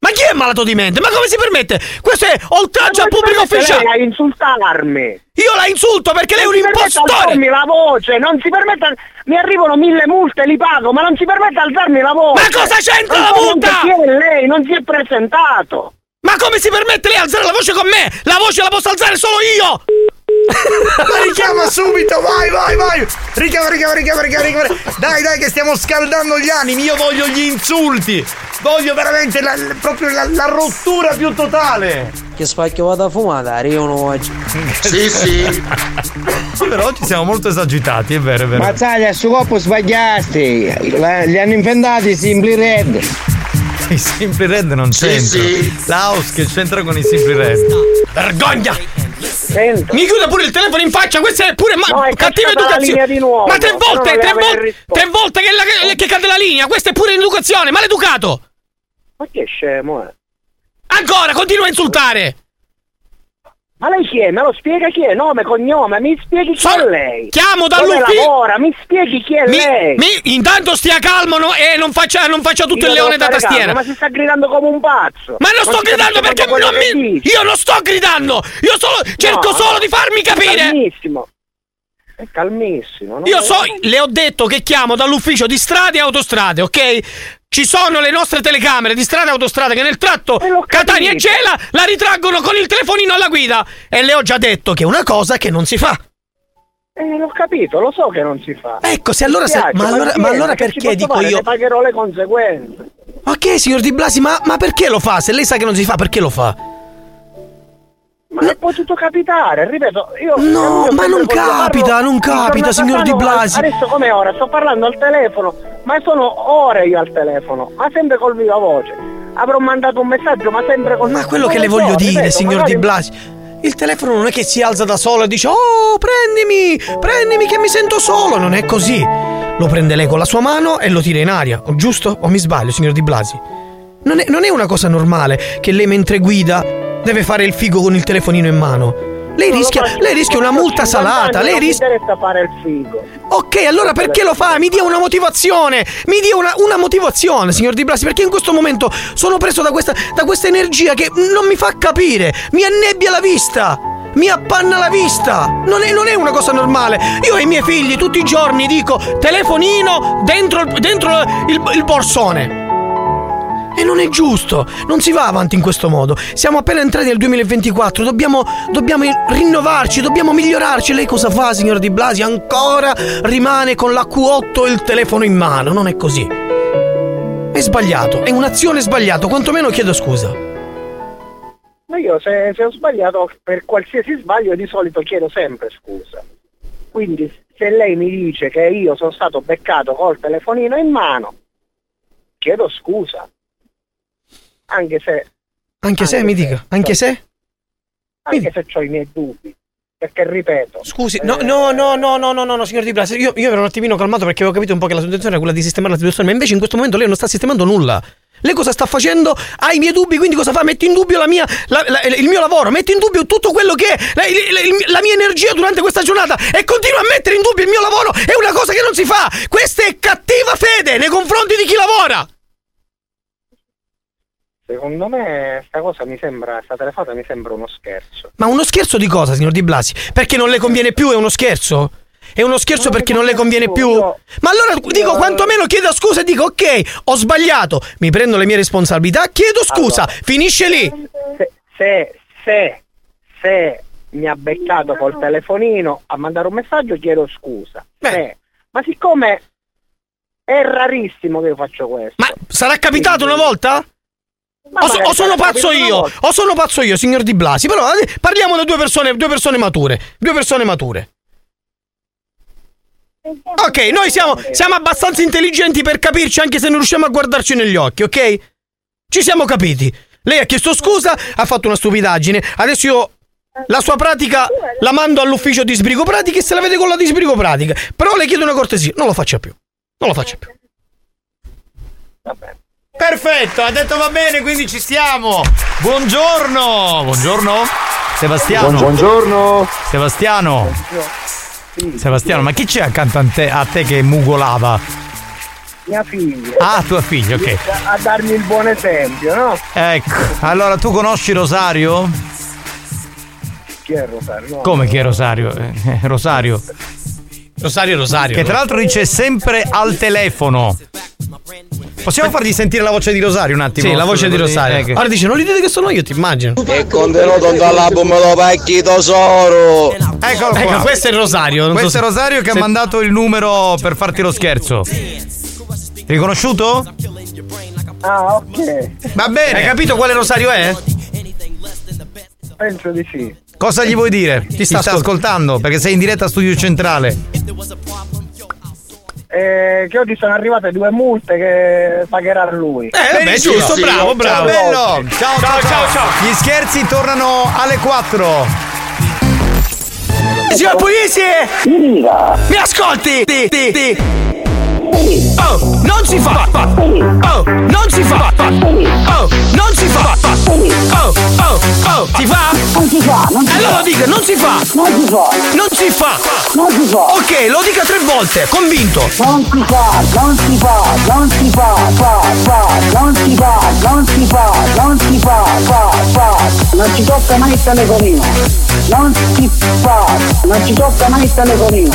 [SPEAKER 10] Ma chi è malato di mente? Ma come si permette? Questo è oltraggio al pubblico
[SPEAKER 11] permette
[SPEAKER 10] ufficiale!
[SPEAKER 11] lei a insultarmi!
[SPEAKER 10] Io la insulto perché lei è un
[SPEAKER 11] Non si permette di
[SPEAKER 10] impostore!
[SPEAKER 11] alzarmi la voce, non si permette. Mi arrivano mille multe, li pago, ma non si permette di alzarmi la voce!
[SPEAKER 10] Ma cosa c'entra
[SPEAKER 11] Non
[SPEAKER 10] la
[SPEAKER 11] so
[SPEAKER 10] multa?
[SPEAKER 11] neanche Chi è lei? Non si è presentato!
[SPEAKER 10] Ma come si permette lei di alzare la voce con me? La voce la posso alzare solo io!
[SPEAKER 1] La richiama subito, vai, vai, vai! Richiama, richiama, richiama, richiama, richiama. Dai, dai, che stiamo scaldando gli animi, io voglio gli insulti! Voglio veramente la, proprio la, la rottura più totale!
[SPEAKER 31] Che spacchio vado a fumare, arrivano oggi.
[SPEAKER 1] Sì, sì. Però oggi siamo molto esagitati, è vero, è vero.
[SPEAKER 6] Mazzaglia, su coppo sbagliasti. La- li hanno inventati i Simply Red.
[SPEAKER 1] I Simpli Red non c'entrano. La house che c'entra con i Simpli Red.
[SPEAKER 10] Vergogna! Mi chiude pure il telefono in faccia, questa è pure ma- cattiva
[SPEAKER 11] cascata la linea
[SPEAKER 10] educazione!
[SPEAKER 11] di nuovo,
[SPEAKER 10] ma tre
[SPEAKER 11] però non
[SPEAKER 10] volte,
[SPEAKER 11] aveva
[SPEAKER 10] tre,
[SPEAKER 11] mai
[SPEAKER 10] vol-
[SPEAKER 11] risposto.
[SPEAKER 10] tre volte che, la- che cade la linea, questa è pure educazione, maleducato!
[SPEAKER 11] Ma che scemo è?
[SPEAKER 10] Ancora, continua a insultare!
[SPEAKER 11] Ma lei chi è? Me lo spiega chi è? Nome, cognome, mi spieghi chi è lei?
[SPEAKER 10] Chiamo
[SPEAKER 11] Dove
[SPEAKER 10] dall'ufficio-
[SPEAKER 11] lavora? Mi spieghi chi è
[SPEAKER 10] Mi-
[SPEAKER 11] lei?
[SPEAKER 10] mi- intanto stia calmo no? e non faccia, non faccia tutto
[SPEAKER 11] Io
[SPEAKER 10] il leone
[SPEAKER 11] devo
[SPEAKER 10] da
[SPEAKER 11] stare
[SPEAKER 10] tastiera.
[SPEAKER 11] calmo, Ma si sta gridando come un pazzo!
[SPEAKER 10] Ma non sto
[SPEAKER 11] si
[SPEAKER 10] gridando
[SPEAKER 11] capisce
[SPEAKER 10] perché
[SPEAKER 11] proprio
[SPEAKER 10] non
[SPEAKER 11] quello che
[SPEAKER 10] mi.
[SPEAKER 11] dice.
[SPEAKER 10] Io non sto gridando! Io solo, cerco
[SPEAKER 11] No,
[SPEAKER 10] solo di farmi capire!
[SPEAKER 11] Calmissimo. È calmissimo. no?
[SPEAKER 10] Io so, le ho detto che chiamo dall'ufficio di strade e autostrade, ok? Ci sono le nostre telecamere di strade e autostrade che nel tratto Catania e Gela la ritraggono con il telefonino alla guida. E le ho già detto che è una cosa che non si fa.
[SPEAKER 11] Eh, l'ho capito, lo so che non si fa.
[SPEAKER 10] Ecco, se allora
[SPEAKER 11] Mi
[SPEAKER 10] se-
[SPEAKER 11] piace,
[SPEAKER 10] ma allora- ma
[SPEAKER 11] pazienza,
[SPEAKER 10] allora
[SPEAKER 11] che ci
[SPEAKER 10] perché
[SPEAKER 11] posso
[SPEAKER 10] dico
[SPEAKER 11] fare?
[SPEAKER 10] io-
[SPEAKER 11] Ne pagherò le conseguenze.
[SPEAKER 10] Ma che, signor Di Blasi, ma, ma perché lo fa? Se lei sa che non si fa, perché lo fa?
[SPEAKER 11] Ma è potuto capitare, ripeto, io...
[SPEAKER 10] No,
[SPEAKER 11] io
[SPEAKER 10] ma non
[SPEAKER 11] voglio farlo
[SPEAKER 10] capita, non
[SPEAKER 11] in
[SPEAKER 10] capita,
[SPEAKER 11] giornata
[SPEAKER 10] signor Di
[SPEAKER 11] sana, ma
[SPEAKER 10] Blasi.
[SPEAKER 11] Adesso come ora, sto parlando al telefono, ma sono ore io al telefono, ma sempre col viva voce. Avrò mandato un messaggio, ma sempre col...
[SPEAKER 10] Ma quello
[SPEAKER 11] Non
[SPEAKER 10] che le
[SPEAKER 11] lo
[SPEAKER 10] voglio
[SPEAKER 11] so,
[SPEAKER 10] dire,
[SPEAKER 11] ripeto,
[SPEAKER 10] signor
[SPEAKER 11] magari-
[SPEAKER 10] Di Blasi. Il telefono non è che si alza da solo e dice Oh, prendimi, prendimi che mi sento solo. Non è così. Lo prende lei con la sua mano e lo tira in aria, o giusto? O mi sbaglio, signor Di Blasi? Non è, non è una cosa normale che lei mentre guida deve fare il figo con il telefonino in mano. Lei
[SPEAKER 11] Non lo
[SPEAKER 10] rischia,
[SPEAKER 11] faccio,
[SPEAKER 10] lei rischia una
[SPEAKER 11] faccio
[SPEAKER 10] multa
[SPEAKER 11] 50
[SPEAKER 10] salata,
[SPEAKER 11] anni,
[SPEAKER 10] lei
[SPEAKER 11] non
[SPEAKER 10] rischia...
[SPEAKER 11] Mi interessa fare il figo.
[SPEAKER 10] Ok, allora perché lo fa? Mi dia una motivazione! Mi dia una, una motivazione, signor Di Blasi, perché in questo momento sono preso da questa, da questa energia che non mi fa capire, mi annebbia la vista! Mi appanna la vista! Non è, non è una cosa normale! Io ai miei figli tutti i giorni dico telefonino dentro, il- dentro il, il borsone! E non è giusto, non si va avanti in questo modo. Siamo appena entrati nel 2024, dobbiamo, dobbiamo rinnovarci, dobbiamo migliorarci. Lei cosa fa, signor Di Blasi? Ancora rimane con la Q8 e il telefono in mano, non è così. È sbagliato, è un'azione sbagliata, quantomeno chiedo scusa.
[SPEAKER 11] Ma io se, se ho sbagliato, per qualsiasi sbaglio di solito chiedo sempre scusa. Quindi se lei mi dice che io sono stato beccato col telefonino in mano, chiedo scusa. Anche se,
[SPEAKER 10] Anche se, mi dica, anche se?
[SPEAKER 11] anche se ho i miei dubbi. Perché ripeto... eh,
[SPEAKER 10] Scusi, no, no, no, no, no, no, no, no, signor Di Blas, io, io ero un attimino calmato perché avevo capito un po' che la sua intenzione era quella di sistemare la situazione, ma invece in questo momento lei non sta sistemando nulla. Lei cosa sta facendo? Ha i miei dubbi, quindi cosa fa? Metti in dubbio la mia, la- la- il mio lavoro, metti in dubbio tutto quello che è la, il- il- la mia energia durante questa giornata e continua a mettere in dubbio il mio lavoro. È una cosa che non si fa. Questa è cattiva fede nei confronti di chi lavora.
[SPEAKER 11] Secondo me sta cosa mi sembra, sta telefonata mi sembra uno scherzo.
[SPEAKER 10] Ma uno scherzo di cosa, signor Di Blasi? Perché non le conviene più? È uno scherzo? È uno scherzo perché non le conviene più? Ma allora dico quantomeno chiedo scusa e dico ok, ho sbagliato, mi prendo le mie responsabilità, chiedo scusa, finisce lì.
[SPEAKER 11] Se, se, se, se mi ha beccato col telefonino a mandare un messaggio chiedo scusa. Se. Ma siccome è rarissimo che io faccio questo. Ma
[SPEAKER 10] Sarà capitato una volta?
[SPEAKER 11] Ma
[SPEAKER 10] O, so-
[SPEAKER 11] magari
[SPEAKER 10] o sono
[SPEAKER 11] sarà
[SPEAKER 10] pazzo
[SPEAKER 11] capitato una
[SPEAKER 10] io,
[SPEAKER 11] volta.
[SPEAKER 10] o sono pazzo io, signor Di Blasi, però eh, parliamo da due persone, due persone mature, due persone mature. Ok, noi siamo, siamo abbastanza intelligenti per capirci anche se non riusciamo a guardarci negli occhi, ok? Ci siamo capiti. Lei ha chiesto scusa, ha fatto una stupidaggine. Adesso io la sua pratica la mando all'ufficio di sbrigo pratica e se la vede con la di sbrigo pratica. Però le chiedo una cortesia, non lo faccia più. Non lo faccia più.
[SPEAKER 1] Perfetto, ha detto va bene, quindi ci stiamo. Buongiorno, buongiorno. Sebastiano.
[SPEAKER 19] Buongiorno.
[SPEAKER 1] Sebastiano. Sebastiano, ma chi c'è accanto a te, a te che mugolava?
[SPEAKER 11] Mia figlia.
[SPEAKER 1] Ah, tua figlia, ok.
[SPEAKER 11] A, a darmi il buon esempio, no?
[SPEAKER 1] Ecco, allora tu conosci Rosario?
[SPEAKER 11] Chi è Rosario? No.
[SPEAKER 1] Come che è Rosario? Eh, eh, Rosario.
[SPEAKER 10] Rosario Rosario.
[SPEAKER 1] Che tra l'altro dice sempre al telefono. Possiamo fargli sentire la voce di Rosario un attimo?
[SPEAKER 10] Sì, la voce di Rosario.
[SPEAKER 1] Ecco.
[SPEAKER 10] Allora dice, non gli dite che sono io, ti immagino.
[SPEAKER 6] È contenuto dall'album Lo Pacchi Tesoro.
[SPEAKER 1] Eccolo qua.
[SPEAKER 11] Ah,
[SPEAKER 10] Ecco, questo è Rosario. non
[SPEAKER 1] Questo
[SPEAKER 10] so
[SPEAKER 1] è
[SPEAKER 10] se-
[SPEAKER 1] Rosario che
[SPEAKER 10] se-
[SPEAKER 1] ha mandato il numero per farti lo scherzo. Riconosciuto?
[SPEAKER 11] Ah, ok.
[SPEAKER 1] Va bene. Hai capito quale Rosario è?
[SPEAKER 11] Penso di sì.
[SPEAKER 1] Cosa gli vuoi dire? Ti sta, ascoltando perché sei in diretta a Studio Centrale.
[SPEAKER 11] Eh, che oggi sono arrivate due multe che pagherà lui.
[SPEAKER 1] Eh, vabbè, giusto, bravo, bravo. Bello. Ciao, ciao, ciao, Gli scherzi tornano alle 4.
[SPEAKER 10] Signor Pugliese! Mi ascolti! Ti, ti, ti. Oh, non si fa! Oh, non si fa! Oh, non si fa! Oh, oh, oh, si fa? Non si fa!
[SPEAKER 30] non si fa.
[SPEAKER 10] allora dica, non si fa! Non si fa! Non si fa! Non si fa! Ok, lo dica tre volte, convinto!
[SPEAKER 30] Non si fa, non si fa, non si fa, fa, fa, non si fa, non si fa, non si fa, fa, fa, non ci tocca mai il telefonino, non si fa, non ci tocca mai il telefonino,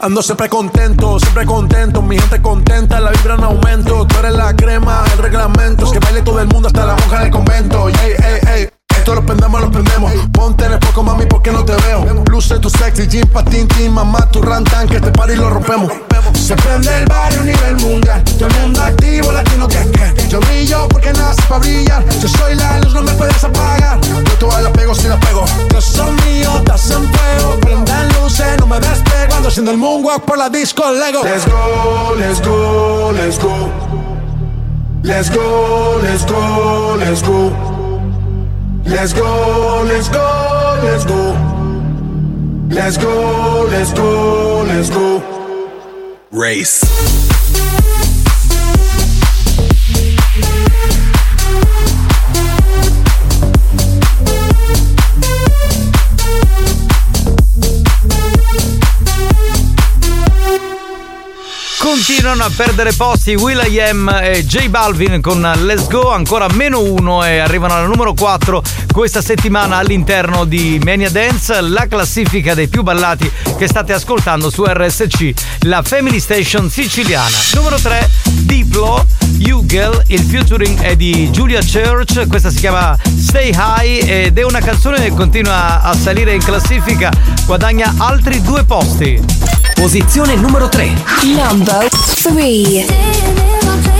[SPEAKER 6] Ando siempre contento, siempre contento, mi gente contenta, la vibra en aumento, tú eres la crema, el reglamento, es que baile todo el mundo hasta la monja del convento, ey, ey, ey. Esto lo prendemos, lo prendemos. Ponte en el poco, mami, porque no te veo. Luce tu sexy, jean, patín, tin, mamá, tu rantan, que este party lo rompemos. Se prende el barrio a nivel mundial. Todo el mundo activo, latino que que. Yo brillo porque nací para brillar. Yo soy la luz, no me puedes apagar. Yo toda la pego si la pego. Yo soy mío, estás en fuego. Prendan luces, no me despego. Ando haciendo el moonwalk por la disco Lego.
[SPEAKER 2] Let's go, let's go, let's go. Let's go, let's go, let's go. Let's go, let's go, let's go. Let's go, let's go, let's go. Race.
[SPEAKER 1] Continuano a perdere posti Will.i.am e J Balvin con Let's Go, ancora meno uno e arrivano al numero 4 questa settimana all'interno di Mania Dance, la classifica dei più ballati che state ascoltando su RSC, la Family Station siciliana. Numero 3, Diplo, You Girl, il featuring è di Julia Church, questa si chiama Stay High ed è una canzone che continua a salire in classifica, guadagna altri due posti. Posizione numero 3.
[SPEAKER 19] Number three.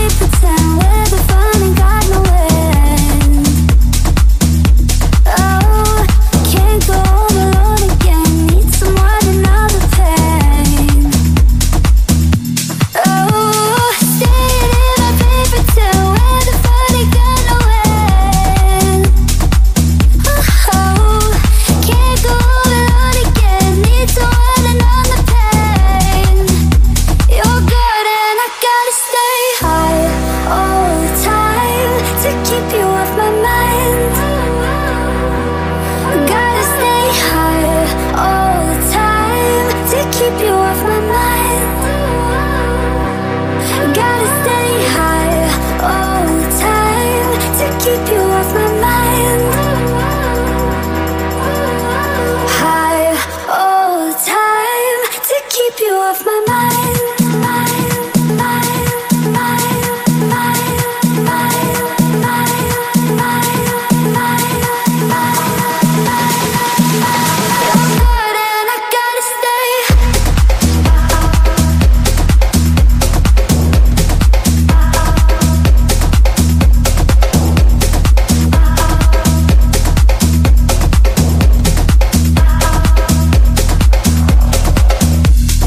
[SPEAKER 17] Keep you off my mind. Gotta stay higher all the time to keep you off my mind. Gotta stay higher all the time to keep you off my mind. Higher all the time to keep you off my mind. Good and I gotta stay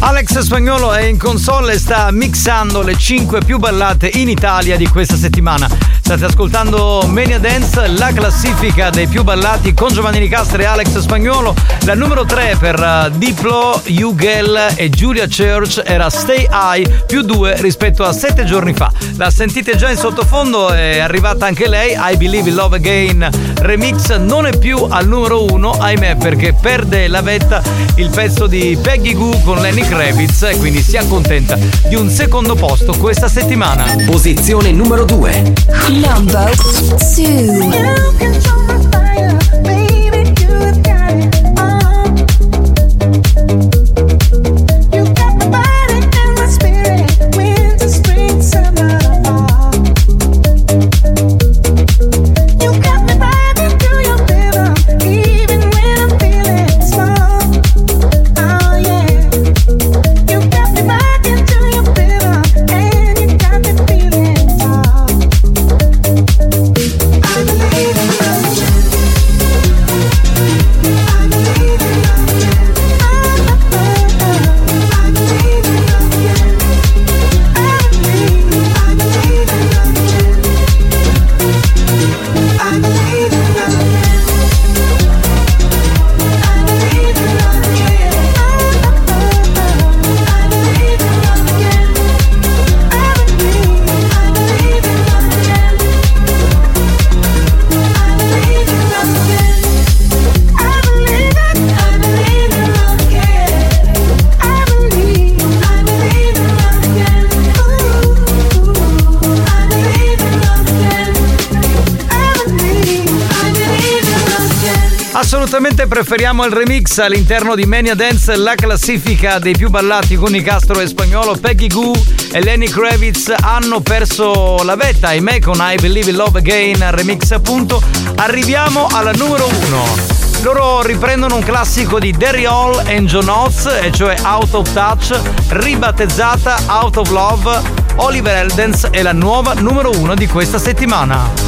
[SPEAKER 1] Alex Spagnolo è in console e sta mixando le 5 più ballate in Italia di questa settimana. State ascoltando Mania Dance, la classifica dei più ballati con Giovanni Nicastro e Alex Spagnolo. La numero 3 per eh, Diplo, Ugel e Giulia Church era Stay High più 2 rispetto a 7 giorni fa. La sentite già in sottofondo, è arrivata anche lei, I Believe in Love Again remix non è più al numero 1, ahimè perché perde la vetta il pezzo di Peggy Goo con Lenny Kravitz e quindi si accontenta di un secondo posto questa settimana. Posizione numero 2.
[SPEAKER 19] Number two.
[SPEAKER 1] Assolutamente preferiamo il remix all'interno di Mania Dance, la classifica dei più ballati con Nicastro e Spagnolo, Peggy Goo e Lenny Kravitz hanno perso la vetta, ahimè con I Believe in Love Again remix appunto. Arriviamo alla numero 1. Loro riprendono un classico di Derry Hall e John Oates, e cioè Out of Touch, ribattezzata Out of Love. Oliver Eldens è la nuova numero 1 di questa settimana.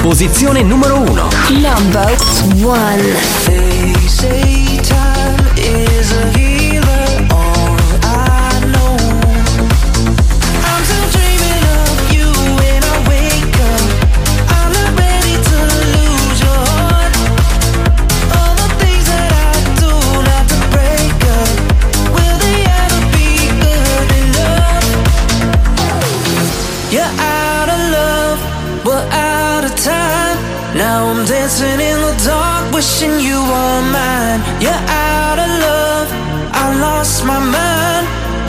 [SPEAKER 1] Posizione numero 1.
[SPEAKER 19] Number one.
[SPEAKER 17] They say time is a healer, all I know. I'm still dreaming of you when I wake up. I'm not ready to lose your heart. All the things that I do not to break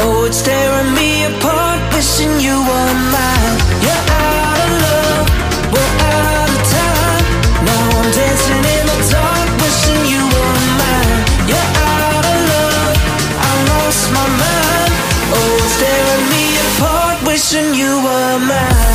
[SPEAKER 9] Oh, It's tearing me apart, wishing you were mine. You're out of love, we're out of time. Now I'm dancing in the dark, wishing you were mine. You're out of love, I lost my mind. Oh, it's tearing me apart, wishing you were mine.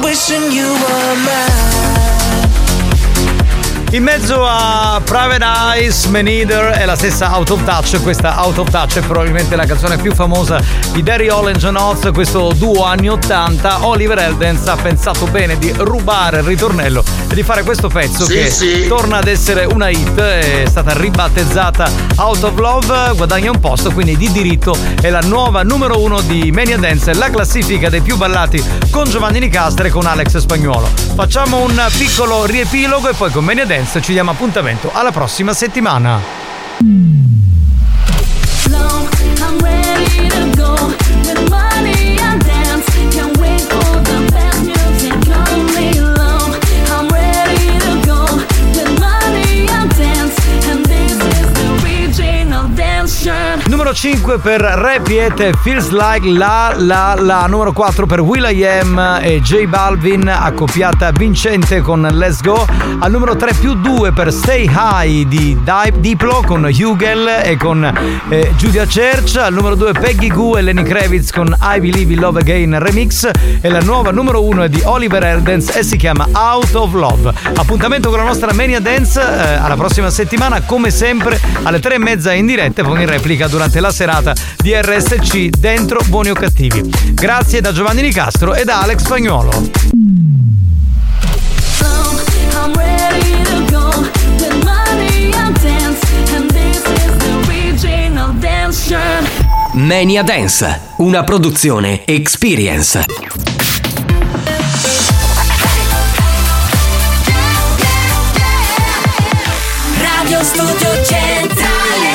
[SPEAKER 9] Wishing you were mine
[SPEAKER 1] In mezzo a Private Eyes, Man Eater e la stessa Out of Touch, questa Out of Touch è probabilmente la canzone più famosa di Derry Holland John Oates, questo duo anni 80, Oliver Eldens ha pensato bene di rubare il ritornello e di fare questo pezzo
[SPEAKER 18] Sì,
[SPEAKER 1] che
[SPEAKER 18] sì.
[SPEAKER 1] torna ad essere una hit, è stata ribattezzata Out of Love, guadagna un posto, quindi di diritto è la nuova numero uno di Mania Dance, la classifica dei più ballati con Giovanni Nicastre e con Alex Spagnuolo. Facciamo un piccolo riepilogo e poi con Mania Dance ci diamo appuntamento alla prossima settimana.
[SPEAKER 17] I'm ready to go. With money I dance. Can't wait for the best music only love. I'm ready to go. With money I dance. And this is the original dance shirt.
[SPEAKER 1] Numero 5 per Re Piet Feels Like La La La Numero 4 per Will.i.am e J Balvin Accoppiata vincente con Let's Go Al numero 3 più 2 per Stay High di Di- Diplo con Hugel e con eh, Giulia Church Al numero 2 Peggy Goo e Lenny Kravitz con I Believe in Love Again Remix E la nuova numero 1 è di Oliver Erdens e si chiama Out of Love Appuntamento con la nostra Mania Dance eh, alla prossima settimana come sempre alle 3 e mezza in diretta e poi in replica durante la serata di RSC dentro Buoni o Cattivi. Grazie da Giovanni Nicastro e da Alex Spagnolo.
[SPEAKER 17] I'm ready to go. With money I dance. And this is the original dance shirt.
[SPEAKER 15] Mania Dance, una produzione Experience.
[SPEAKER 17] Radio Studio Centrale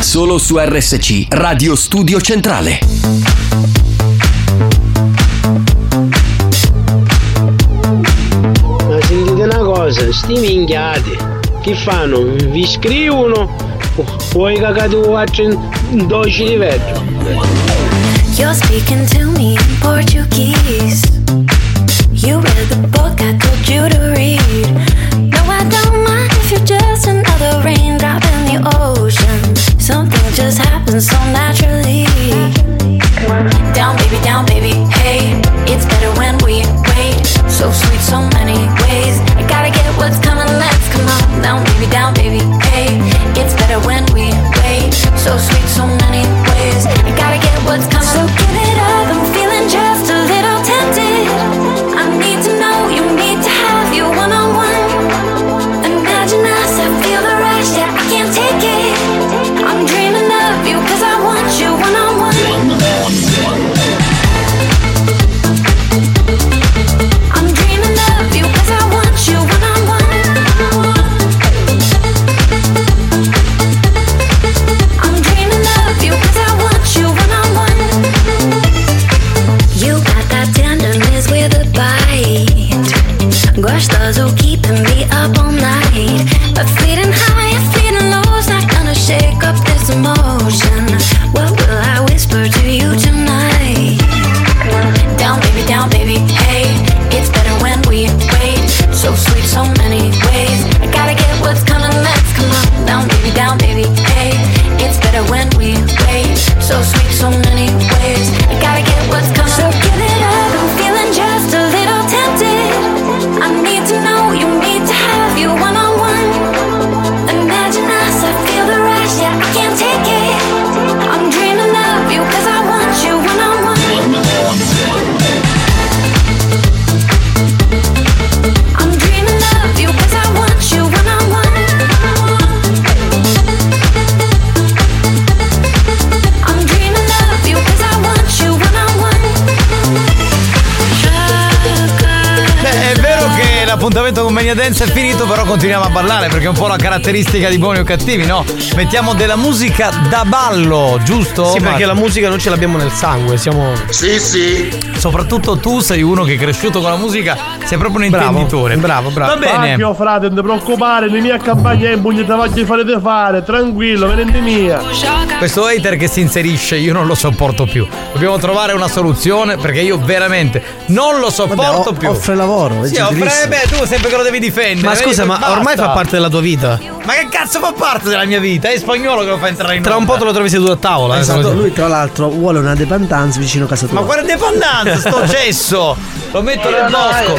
[SPEAKER 15] Solo su RSC Radio Studio Centrale.
[SPEAKER 13] Ma sentite una cosa, sti minchiati, che fanno? Vi scrivono o- o i cagati o altri in 12 di vetro? You're speaking to me in Portuguese. You read the book I told you to read. No, I don't mind if you're just another raindrop in the ocean. Something just happens so naturally. Down, baby, down, baby, hey. It's better when we wait. So sweet, so many ways. I gotta get what's coming, let's come on. Down, baby, down, baby, hey. It's better when we wait. So sweet, so many ways. I gotta get what's coming. So give it up, I'm feeling just a little tempted. I need to know, you need to have you one on one. Imagine us, I feel the rush, yeah, I can't take it. I'm dreaming of you, cause I want you.
[SPEAKER 1] Cioè, L'appuntamento con Mania Dance è finito, però continuiamo a ballare perché è un po' la caratteristica di buoni o cattivi, no? Mettiamo della musica da ballo, giusto?
[SPEAKER 10] Sì, perché la musica non ce l'abbiamo nel sangue, siamo.
[SPEAKER 1] Sì, sì. Soprattutto tu sei uno che è cresciuto con la musica, sei proprio un
[SPEAKER 10] Bravo,
[SPEAKER 1] intenditore. Bravo, Va bene.
[SPEAKER 18] Fabio, frate, non ti preoccupare, le mie campagne in pugno ti farete fare, tranquillo, venite mia.
[SPEAKER 1] Questo hater che si inserisce io non lo sopporto più. Dobbiamo trovare una soluzione perché io veramente non lo sopporto più.
[SPEAKER 28] Offre lavoro, è
[SPEAKER 1] Sì, offre,
[SPEAKER 28] gentilissimo.
[SPEAKER 1] beh, tu sempre che lo devi difendere.
[SPEAKER 10] Ma
[SPEAKER 1] vedi,
[SPEAKER 10] scusa, ma
[SPEAKER 1] basta.
[SPEAKER 10] ormai fa parte della tua vita.
[SPEAKER 1] Ma che cazzo fa parte della mia vita? È spagnolo che lo fa entrare in
[SPEAKER 10] Tra un po' te lo trovi seduto a tavola. eh,
[SPEAKER 28] Esatto,
[SPEAKER 10] se lo-
[SPEAKER 28] lui tra l'altro vuole una dependance vicino a casa tua.
[SPEAKER 1] Ma guarda depandanza, sto cesso! Lo metto nel bosco!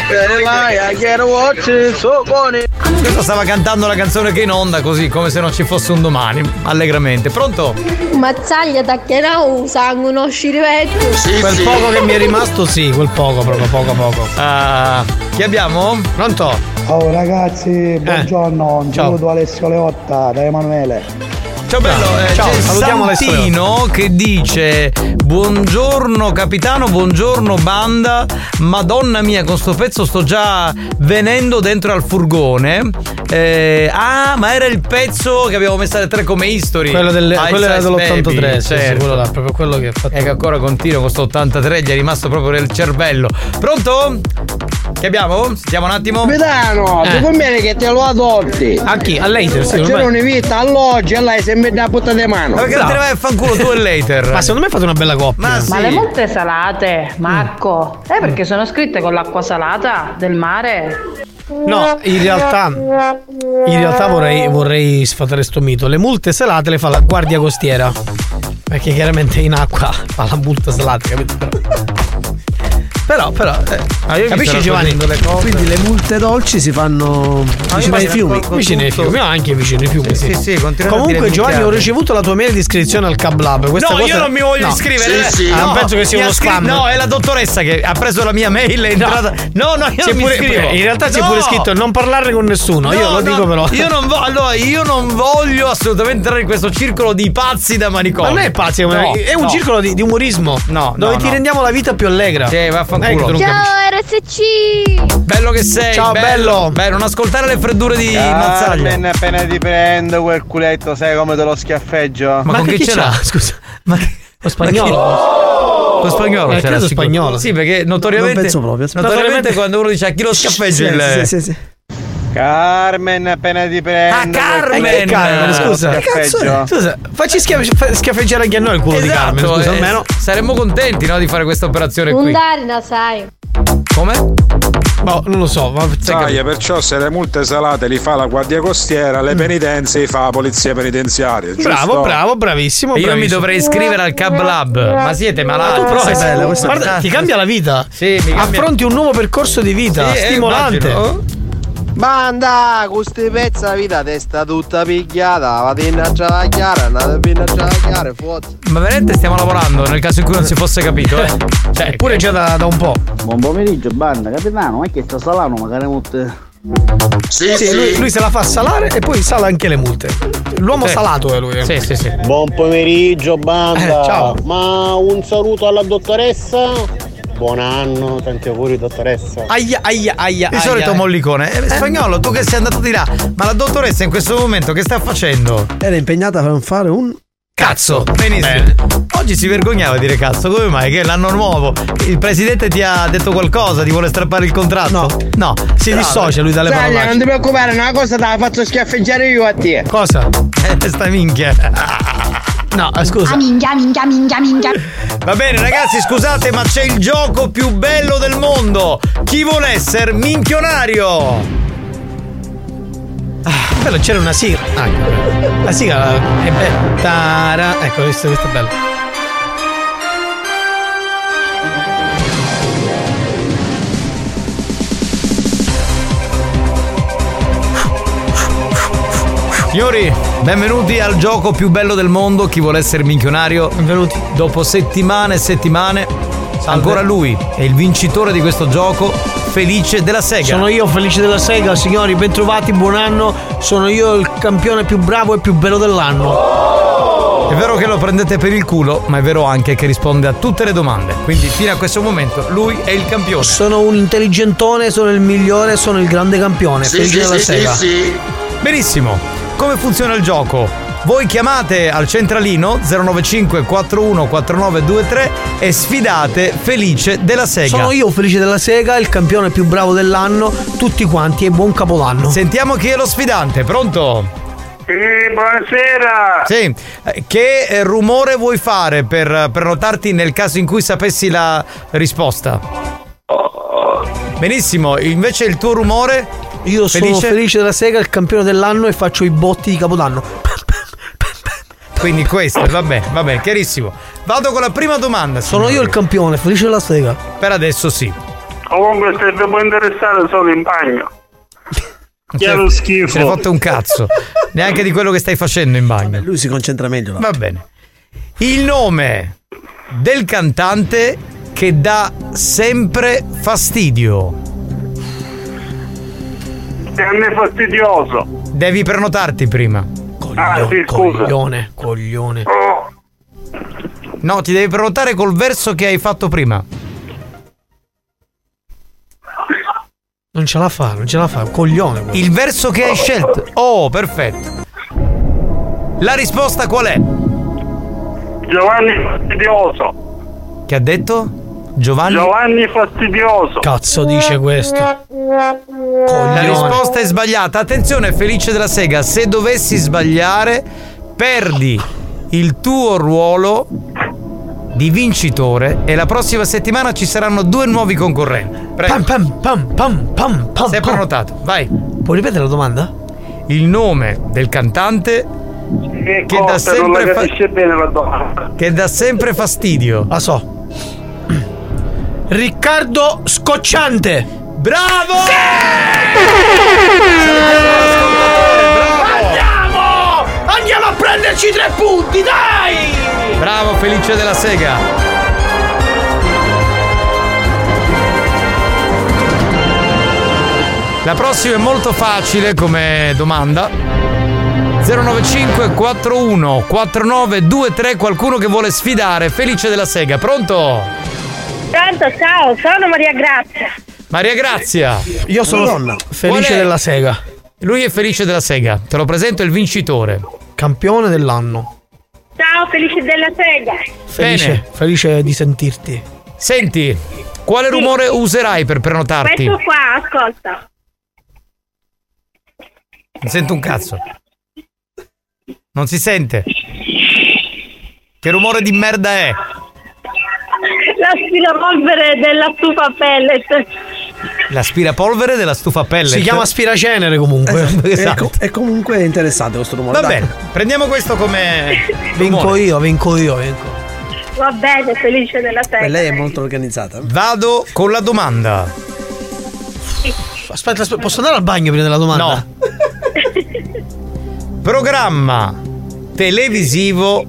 [SPEAKER 1] Questo stava cantando la canzone che è in onda così, come se non ci fosse un domani, allegramente. Pronto?
[SPEAKER 27] Mazzaglia taccherà un sangue, uno scirivetto.
[SPEAKER 10] Quel poco che mi è rimasto, sì, quel poco, proprio poco poco.
[SPEAKER 1] Ah, chi abbiamo? Pronto? Eh.
[SPEAKER 38] Oh ragazzi, buongiorno, un saluto Alessio Leotta da Emanuele.
[SPEAKER 1] Ciao bello, eh,
[SPEAKER 38] Ciao,
[SPEAKER 1] c'è
[SPEAKER 38] salutiamo Alessio
[SPEAKER 1] Santino che dice Buongiorno capitano, buongiorno banda Madonna mia con sto pezzo sto già venendo dentro al furgone Eh, Ah ma era il pezzo che abbiamo messo alle tre come history
[SPEAKER 10] Quello, del-
[SPEAKER 1] Ah, il
[SPEAKER 10] quello era
[SPEAKER 1] Size
[SPEAKER 10] dell'83,
[SPEAKER 1] Baby,
[SPEAKER 10] sì, sì,
[SPEAKER 1] certo.
[SPEAKER 10] quello là, proprio quello che ha fatto.
[SPEAKER 1] E che ancora continua con sto 83 gli è rimasto proprio nel cervello Pronto? Che abbiamo? Sentiamo un attimo
[SPEAKER 6] Capitano,
[SPEAKER 1] Eh.
[SPEAKER 6] ti conviene che te lo adotti.
[SPEAKER 10] A chi? A lei?
[SPEAKER 6] Se
[SPEAKER 10] sì,
[SPEAKER 6] non
[SPEAKER 10] ormai.
[SPEAKER 6] ne vita all'oggi, e lei sempre da buttata di mano.
[SPEAKER 10] Ma perché non te ne vai a
[SPEAKER 1] fanculo tu e later?
[SPEAKER 10] Ma Mm. secondo me fate una bella coppia.
[SPEAKER 14] Ma le monte salate, Marco, eh perché sono scritte con l'acqua salata del mare?
[SPEAKER 10] No, in realtà- In realtà vorrei, vorrei sfatare sto mito. Le multe salate le fa la guardia costiera. Perché chiaramente in acqua fa la multa salata, capito? Però, però. eh, capisci Giovanni?
[SPEAKER 28] Quindi le multe dolci si fanno
[SPEAKER 10] Ah,
[SPEAKER 28] vicino ai fiumi.
[SPEAKER 10] Vicino ai
[SPEAKER 1] ah,
[SPEAKER 10] fiumi, anche vicino ai fiumi.
[SPEAKER 28] Sì, sì, sì, continuano a
[SPEAKER 10] Comunque,
[SPEAKER 28] dire
[SPEAKER 10] Giovanni, ho
[SPEAKER 28] minchiate.
[SPEAKER 10] ricevuto la tua mail di iscrizione al Cab Lab. Questa
[SPEAKER 1] no, io
[SPEAKER 10] cosa-
[SPEAKER 1] non mi voglio
[SPEAKER 10] No.
[SPEAKER 1] iscrivere.
[SPEAKER 10] Ah, Non
[SPEAKER 1] No,
[SPEAKER 10] penso che sia
[SPEAKER 1] mi ha
[SPEAKER 10] uno
[SPEAKER 1] scri-
[SPEAKER 10] spam.
[SPEAKER 1] No, è la dottoressa che ha preso la mia mail e è
[SPEAKER 10] No.
[SPEAKER 1] entrata. No, no, io
[SPEAKER 10] C'è
[SPEAKER 1] non mi
[SPEAKER 10] pure-
[SPEAKER 1] iscrivo.
[SPEAKER 10] In realtà c'è pure
[SPEAKER 1] No.
[SPEAKER 10] scritto non parlarne con nessuno. io
[SPEAKER 1] No, no,
[SPEAKER 10] lo dico però.
[SPEAKER 1] Io non, vo- allora, io non voglio assolutamente entrare in questo circolo di pazzi da manicomio.
[SPEAKER 10] Ma non è pazzi,
[SPEAKER 1] No,
[SPEAKER 10] è un
[SPEAKER 1] no.
[SPEAKER 10] circolo di, di umorismo.
[SPEAKER 1] No,
[SPEAKER 10] Dove
[SPEAKER 1] no,
[SPEAKER 10] ti
[SPEAKER 1] no.
[SPEAKER 10] rendiamo la vita più allegra.
[SPEAKER 1] Sì, vaffanculo.
[SPEAKER 10] Non è che tu non
[SPEAKER 1] Ciao.
[SPEAKER 10] capisci.
[SPEAKER 27] RSC!
[SPEAKER 1] Bello che sei.
[SPEAKER 10] Ecco, Ciao, bello.
[SPEAKER 1] Bello, non ascoltare le freddure di Mazzaglia.
[SPEAKER 2] Carmen, appena ti prendo quel culetto, sai come te lo schiaffeggio?
[SPEAKER 1] Ma, con chi ce l'ha? Scusa. Ma che... Lo
[SPEAKER 2] spagnolo.
[SPEAKER 1] Lo spagnolo,
[SPEAKER 2] Eh,
[SPEAKER 1] c'era
[SPEAKER 2] credo
[SPEAKER 1] sicuro.
[SPEAKER 2] spagnolo.
[SPEAKER 1] Sì, perché notoriamente.
[SPEAKER 2] Non penso proprio.
[SPEAKER 1] Notoriamente quando uno dice a chi lo scaffeggia il.
[SPEAKER 2] Carmen, appena ti prendo. Ah,
[SPEAKER 1] Carmen!
[SPEAKER 10] Carmen, scusa. Che cazzo è? Scusa, facci schiaf- fa- schiaffeggiare anche a noi il culo di
[SPEAKER 1] Esatto,
[SPEAKER 10] Carmen. Scusa,
[SPEAKER 1] eh,
[SPEAKER 10] almeno.
[SPEAKER 1] saremmo contenti no, di fare questa operazione
[SPEAKER 27] Un
[SPEAKER 1] qui.
[SPEAKER 27] darina, sai.
[SPEAKER 1] Come?
[SPEAKER 10] Boh, non lo so. Ma...
[SPEAKER 39] Taglia, perciò se le multe salate li fa la guardia costiera, le penitenze li fa la polizia penitenziaria. giusto?
[SPEAKER 10] Mm. Bravo, bravo, bravissimo.
[SPEAKER 39] E io mi
[SPEAKER 10] bravissimo.
[SPEAKER 39] dovrei iscrivere al Cab Lab.
[SPEAKER 1] Ma siete malati?
[SPEAKER 10] Ma tu
[SPEAKER 1] Questa è
[SPEAKER 10] prova-
[SPEAKER 1] bella, questa è
[SPEAKER 10] Guarda, ti
[SPEAKER 1] fantastica.
[SPEAKER 10] cambia la vita.
[SPEAKER 1] Sì, mi cambia-
[SPEAKER 10] Affronti un nuovo percorso di vita.
[SPEAKER 1] Sì, eh,
[SPEAKER 10] stimolante.
[SPEAKER 1] immagino.
[SPEAKER 2] Banda, con ste pezze la vita testa tutta pigliata, vado in a travagliare, andate in a travagliare, forza.
[SPEAKER 1] Ma veramente stiamo lavorando nel caso in cui non si fosse capito, eh? Cioè,
[SPEAKER 10] Eppure già da, da un po'.
[SPEAKER 6] Buon pomeriggio, banda, capitano, ma è che sta salano, magari molte.
[SPEAKER 10] Sì,
[SPEAKER 28] Eh,
[SPEAKER 10] Lui, lui se la fa salare e poi sala anche le multe. L'uomo
[SPEAKER 6] Sì.
[SPEAKER 10] salato è lui. eh.
[SPEAKER 6] Sì, sì, sì.
[SPEAKER 40] Buon pomeriggio banda.
[SPEAKER 10] Eh, ciao.
[SPEAKER 40] Ma un saluto alla dottoressa. Buon anno, tanti auguri dottoressa.
[SPEAKER 10] Aia, aia, aia.
[SPEAKER 1] Di solito mollicone. Eh, spagnolo, tu che sei andato di là, ma la dottoressa in questo momento che sta facendo?
[SPEAKER 28] Era impegnata a fare un.
[SPEAKER 1] Cazzo, benissimo. Oggi si vergognava a dire cazzo, come mai? Che è l'anno nuovo. Il presidente ti ha detto qualcosa, ti vuole strappare il contratto? No, no. Si dissocia lui dalle
[SPEAKER 6] Saglia,
[SPEAKER 1] parole.
[SPEAKER 6] non ti preoccupare, una cosa te la faccio schiaffeggiare io a te.
[SPEAKER 10] Cosa? Eh, sta minchia. No, eh, scusa.
[SPEAKER 27] Ah, minchia, minchia, minchia, minchia.
[SPEAKER 1] Va bene ragazzi, scusate, ma c'è il gioco più bello del mondo. Chi vuole essere minchionario?
[SPEAKER 10] Bello, c'era una sigla. Ah, la sigla è bella. Tara. Ecco, questa, questa è bella.
[SPEAKER 1] Signori, benvenuti al gioco più bello del mondo. Chi vuole essere minchionario? Benvenuti. Dopo settimane e settimane, ancora lui è il vincitore di questo gioco, Felice della Sega.
[SPEAKER 10] Sono io, Felice della Sega, signori, bentrovati, buon anno. Sono io il campione più bravo e più bello dell'anno. E
[SPEAKER 1] È vero che lo prendete per il culo, ma è vero anche che risponde a tutte le domande. Quindi fino a questo momento lui è il campione.
[SPEAKER 10] Sono un intelligentone, sono il migliore, sono il grande campione.
[SPEAKER 1] Sì,
[SPEAKER 10] Felice
[SPEAKER 1] sì,
[SPEAKER 10] della
[SPEAKER 1] sì,
[SPEAKER 10] sera.
[SPEAKER 1] sì, sì. Benissimo, come funziona il gioco? Voi chiamate al centralino 095 41 4923 e sfidate Felice della Sega.
[SPEAKER 10] Sono io Felice della Sega, il campione più bravo dell'anno, tutti quanti e buon capodanno.
[SPEAKER 1] Sentiamo chi è lo sfidante, pronto?
[SPEAKER 31] Sì, buonasera.
[SPEAKER 1] Sì, eh, che eh, rumore vuoi fare per eh, prenotarti nel caso in cui sapessi la risposta? Benissimo, invece il tuo rumore?
[SPEAKER 10] Io sono Felice della Sega, il campione dell'anno e faccio i botti di capodanno.
[SPEAKER 1] Quindi questo, va bene, va bene, chiarissimo. Vado con la prima domanda.
[SPEAKER 10] Sono io il campione, Felice della Sega.
[SPEAKER 1] Per adesso sì.
[SPEAKER 31] Comunque se vi può interessare sono in bagno. Chiaro schifo.
[SPEAKER 1] Cioè, Ce ne fatto un cazzo. Neanche di quello che stai facendo in bagno.
[SPEAKER 10] Lui si concentra meglio.
[SPEAKER 1] Va bene. Il nome del cantante che dà sempre fastidio.
[SPEAKER 31] Danne fastidioso.
[SPEAKER 1] Devi prenotarti prima.
[SPEAKER 31] ah, sì, scusa.
[SPEAKER 10] Coglione, coglione.
[SPEAKER 1] No, ti devi prenotare col verso che hai fatto prima.
[SPEAKER 10] Non ce la fa, non ce la fa, è un coglione. quello.
[SPEAKER 1] Il verso che hai scelto. Oh, perfetto. La risposta qual è?
[SPEAKER 31] Giovanni fastidioso.
[SPEAKER 1] Che ha detto? Giovanni.
[SPEAKER 31] Giovanni fastidioso.
[SPEAKER 10] Cazzo dice questo.
[SPEAKER 1] La risposta è sbagliata. Attenzione, Felice della Sega, se dovessi sbagliare, perdi il tuo ruolo di vincitore e la prossima settimana ci saranno due nuovi concorrenti. Prego.
[SPEAKER 10] Pam, pam, pam, pam, pam,
[SPEAKER 1] Sei
[SPEAKER 10] pam.
[SPEAKER 1] prenotato, vai.
[SPEAKER 10] Puoi ripetere la domanda?
[SPEAKER 1] Il nome del cantante
[SPEAKER 31] Che,
[SPEAKER 1] che dà
[SPEAKER 31] cosa, non la
[SPEAKER 1] sempre fa-
[SPEAKER 31] capisce bene la domanda.
[SPEAKER 1] che dà sempre fastidio.
[SPEAKER 10] La so. Riccardo Scocciante.
[SPEAKER 1] Bravo!
[SPEAKER 2] Andiamo!
[SPEAKER 41] Andiamo a prenderci tre punti, dai!
[SPEAKER 1] Bravo Felice della Sega. La prossima è molto facile come domanda. 095 41 49 23 qualcuno che vuole sfidare Felice della Sega. Pronto?
[SPEAKER 9] Pronto, ciao, sono Maria Grazia.
[SPEAKER 1] Maria Grazia.
[SPEAKER 10] Io sono
[SPEAKER 1] Madonna.
[SPEAKER 10] Felice della Sega.
[SPEAKER 1] Lui è Felice della Sega. Te lo presento è il vincitore.
[SPEAKER 10] Campione dell'anno.
[SPEAKER 9] Ciao, felice della sega.
[SPEAKER 10] Felice,
[SPEAKER 1] Bene.
[SPEAKER 10] Eh, felice di sentirti.
[SPEAKER 1] Senti, quale rumore userai per prenotarti?
[SPEAKER 9] Questo qua, ascolta.
[SPEAKER 1] Non sento un cazzo. Non si sente. Che rumore di merda è?
[SPEAKER 9] L'aspirapolvere della stufa pellet.
[SPEAKER 1] L'aspirapolvere della stufa pellet.
[SPEAKER 10] Si chiama
[SPEAKER 1] aspiracenere comunque. Esatto.
[SPEAKER 10] E, co- e comunque è interessante questo rumore.
[SPEAKER 1] Va
[SPEAKER 10] dai.
[SPEAKER 1] bene, prendiamo questo come
[SPEAKER 10] Vinco
[SPEAKER 1] rumore.
[SPEAKER 10] io, vinco io, vinco.
[SPEAKER 9] Va bene, felice della sega.
[SPEAKER 10] Beh, lei è molto organizzata. eh.
[SPEAKER 1] Vado con la domanda.
[SPEAKER 10] Aspetta, aspetta, posso andare al bagno prima della domanda?
[SPEAKER 1] No. Programma televisivo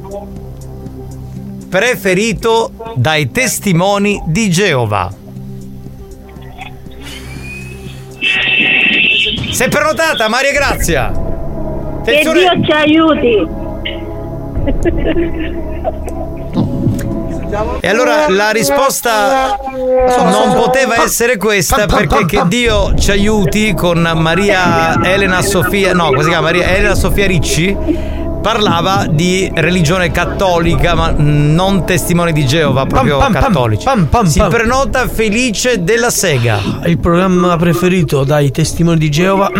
[SPEAKER 1] preferito dai testimoni di Geova. Sei prenotata, Maria Grazia.
[SPEAKER 9] Che
[SPEAKER 1] Attenzione.
[SPEAKER 9] Dio ci aiuti.
[SPEAKER 1] E allora la risposta non poteva essere questa perché che Dio ci aiuti con Maria Elena Sofia, no, come si chiama? Maria Elena Sofia Ricci. Parlava di religione cattolica, ma non testimone di Geova, proprio
[SPEAKER 10] pam, pam,
[SPEAKER 1] cattolici.
[SPEAKER 10] pam, pam,
[SPEAKER 1] si
[SPEAKER 10] pam.
[SPEAKER 1] prenota felice della sega.
[SPEAKER 10] Il programma preferito dai testimoni di Geova.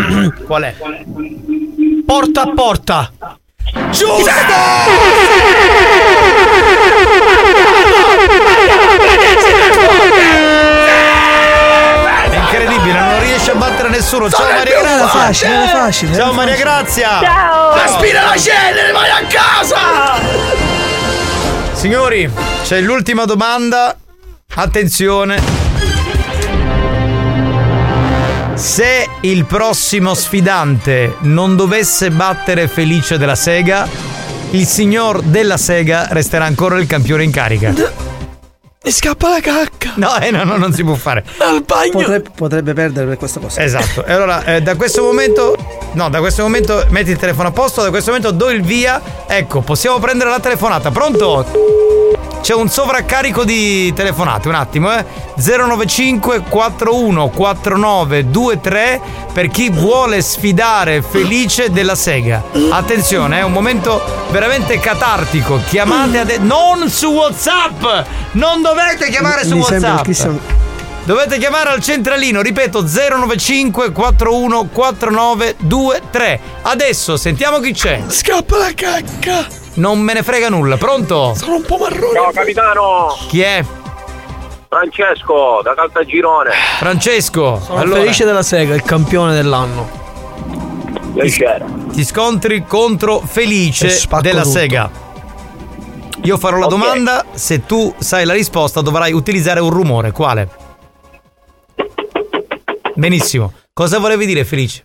[SPEAKER 1] Qual è?
[SPEAKER 10] porta a porta.
[SPEAKER 1] Giusto! È incredibile, non riesce a battere nessuno. Ciao
[SPEAKER 2] Sono il
[SPEAKER 1] Maria
[SPEAKER 2] più
[SPEAKER 1] Grazia.
[SPEAKER 2] forte! Era facile, era facile,
[SPEAKER 1] Ciao
[SPEAKER 2] era
[SPEAKER 1] Maria
[SPEAKER 2] facile.
[SPEAKER 1] Grazia.
[SPEAKER 2] Ciao! Aspira la cenere, vai a casa!
[SPEAKER 1] Signori, c'è l'ultima domanda. Attenzione. Se il prossimo sfidante non dovesse battere Felice della Sega, il signor della Sega resterà ancora il campione in carica. E scappa la cacca. No, eh, no, no, non si può fare. Al bagno.
[SPEAKER 28] Potrebbe, potrebbe perdere per questa cosa.
[SPEAKER 1] Esatto. E allora, eh, da questo momento. No, da questo momento metti il telefono a posto, da questo momento do il via. Ecco, possiamo prendere la telefonata. Pronto? C'è un sovraccarico di telefonate, un attimo, eh. 095 41 49 23 per chi vuole sfidare Felice della Sega. Attenzione, è un momento veramente catartico. Chiamate adesso. Non su WhatsApp! Non dovete chiamare su
[SPEAKER 28] Mi sembra
[SPEAKER 1] WhatsApp!
[SPEAKER 28] il Cristiano-
[SPEAKER 1] Dovete chiamare al centralino, ripeto 095 41 49 23. Adesso sentiamo chi c'è.
[SPEAKER 9] Scappa la cacca!
[SPEAKER 1] Non me ne frega nulla, pronto?
[SPEAKER 9] Sono un po' marrone! Ciao capitano!
[SPEAKER 1] Chi è?
[SPEAKER 26] Francesco da Caltagirone.
[SPEAKER 1] Francesco.
[SPEAKER 28] Sono felice della sega, il campione dell'anno.
[SPEAKER 1] Ti scontri contro
[SPEAKER 28] E
[SPEAKER 1] Felice
[SPEAKER 28] spacco
[SPEAKER 1] della
[SPEAKER 28] tutto.
[SPEAKER 1] Sega. Io farò la domanda, se tu sai la risposta dovrai utilizzare un rumore, quale? Benissimo. Cosa volevi dire Felice?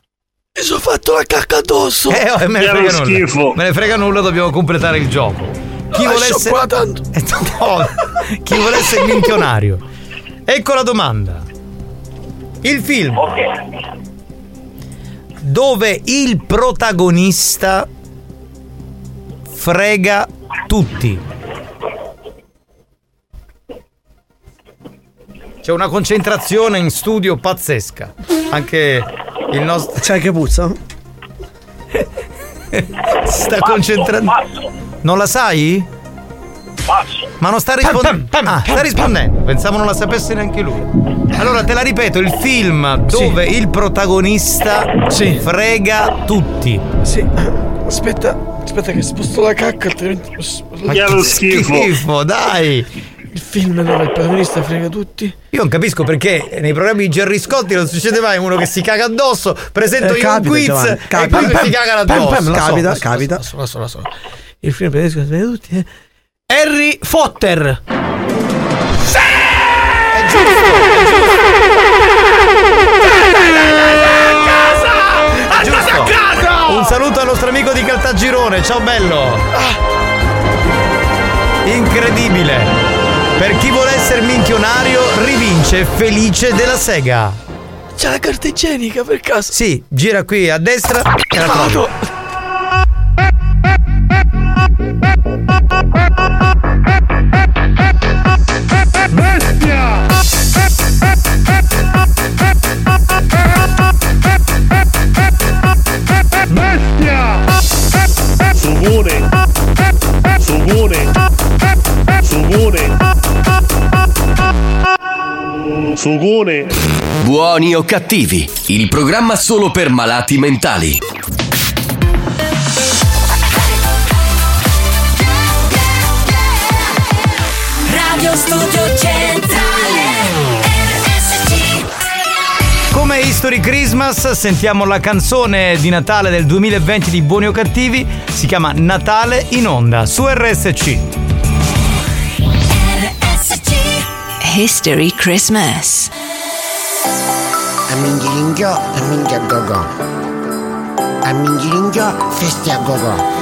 [SPEAKER 9] Mi sono fatto la cacca addosso!
[SPEAKER 1] Eh, oh, me ne
[SPEAKER 9] Era
[SPEAKER 1] frega
[SPEAKER 9] uno
[SPEAKER 1] nulla. Me ne frega nulla, dobbiamo completare il gioco. Chi
[SPEAKER 9] Lascio
[SPEAKER 1] volesse
[SPEAKER 9] qua
[SPEAKER 1] Eh, no, chi volesse il minchionario. Ecco la domanda. Il film dove il protagonista frega tutti. C'è una concentrazione in studio pazzesca. Anche il nostro. C'è che puzza? si sta concentrando. Non la sai? Ma non sta rispondendo. Ah, sta rispondendo. Pensavo non la sapesse neanche lui. Allora te la ripeto, il film dove il protagonista frega tutti.
[SPEAKER 9] Sì. Aspetta, aspetta che sposto la cacca, altrimenti posso...
[SPEAKER 1] Ma che schifo, dai!
[SPEAKER 9] Il film dove il protagonista frega tutti.
[SPEAKER 1] Io non capisco perché nei programmi di Gerry Scotti non succede mai uno che si caga addosso, presento
[SPEAKER 9] Eh,
[SPEAKER 1] io un
[SPEAKER 9] capita,
[SPEAKER 1] quiz
[SPEAKER 9] Giovanni,
[SPEAKER 1] e
[SPEAKER 9] capita.
[SPEAKER 1] poi
[SPEAKER 9] Pam, pam,
[SPEAKER 1] si cagano
[SPEAKER 9] pam,
[SPEAKER 1] addosso.
[SPEAKER 9] pam, lo so,
[SPEAKER 28] capita,
[SPEAKER 9] lo so,
[SPEAKER 28] capita.
[SPEAKER 9] Lo so, lo so, lo so. Il film tedesco frega tutti, eh. Harry Fotter.
[SPEAKER 1] Giusto. Un saluto al nostro amico di Caltagirone, ciao bello! Incredibile! Per chi vuole essere minchionario, rivince Felice della Sega.
[SPEAKER 9] C'è la carta igienica per caso.
[SPEAKER 1] Sì, gira qui a destra e la trovi.
[SPEAKER 9] Bestia! Bestia! Subone! Subone! Subone!
[SPEAKER 15] Sugone. Buoni o cattivi, il programma solo per malati mentali.
[SPEAKER 17] Radio Studio Centrale RSC
[SPEAKER 1] Come History Christmas sentiamo la canzone di Natale del 2020 di Buoni o Cattivi, si chiama Natale in onda su RSC.
[SPEAKER 19] History Christmas.
[SPEAKER 8] Amingiringio, amingia gogo. Amingiringio, feste a gogo.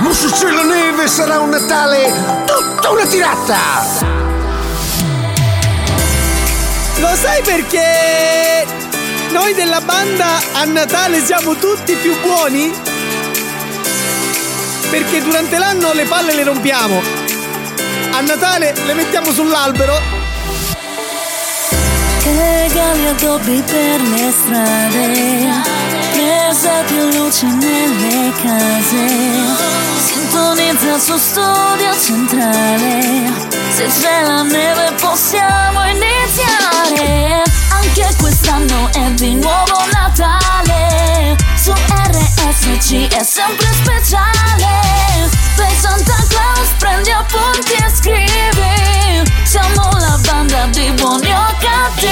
[SPEAKER 8] Musso cielo neve sarà un Natale tutta una tirata!
[SPEAKER 11] Lo sai perché noi della banda a Natale siamo tutti più buoni? Perché durante l'anno le palle le rompiamo. A Natale le mettiamo sull'albero.
[SPEAKER 17] Che regali addobbi per le strade Messa più luce nelle case Sintonizza il suo studio centrale Se c'è la neve possiamo iniziare Anche quest'anno è di nuovo Natale Su RSC è sempre speciale Per Santa Claus prendi appunti e scrivi Siamo la banda di buoni o cattivi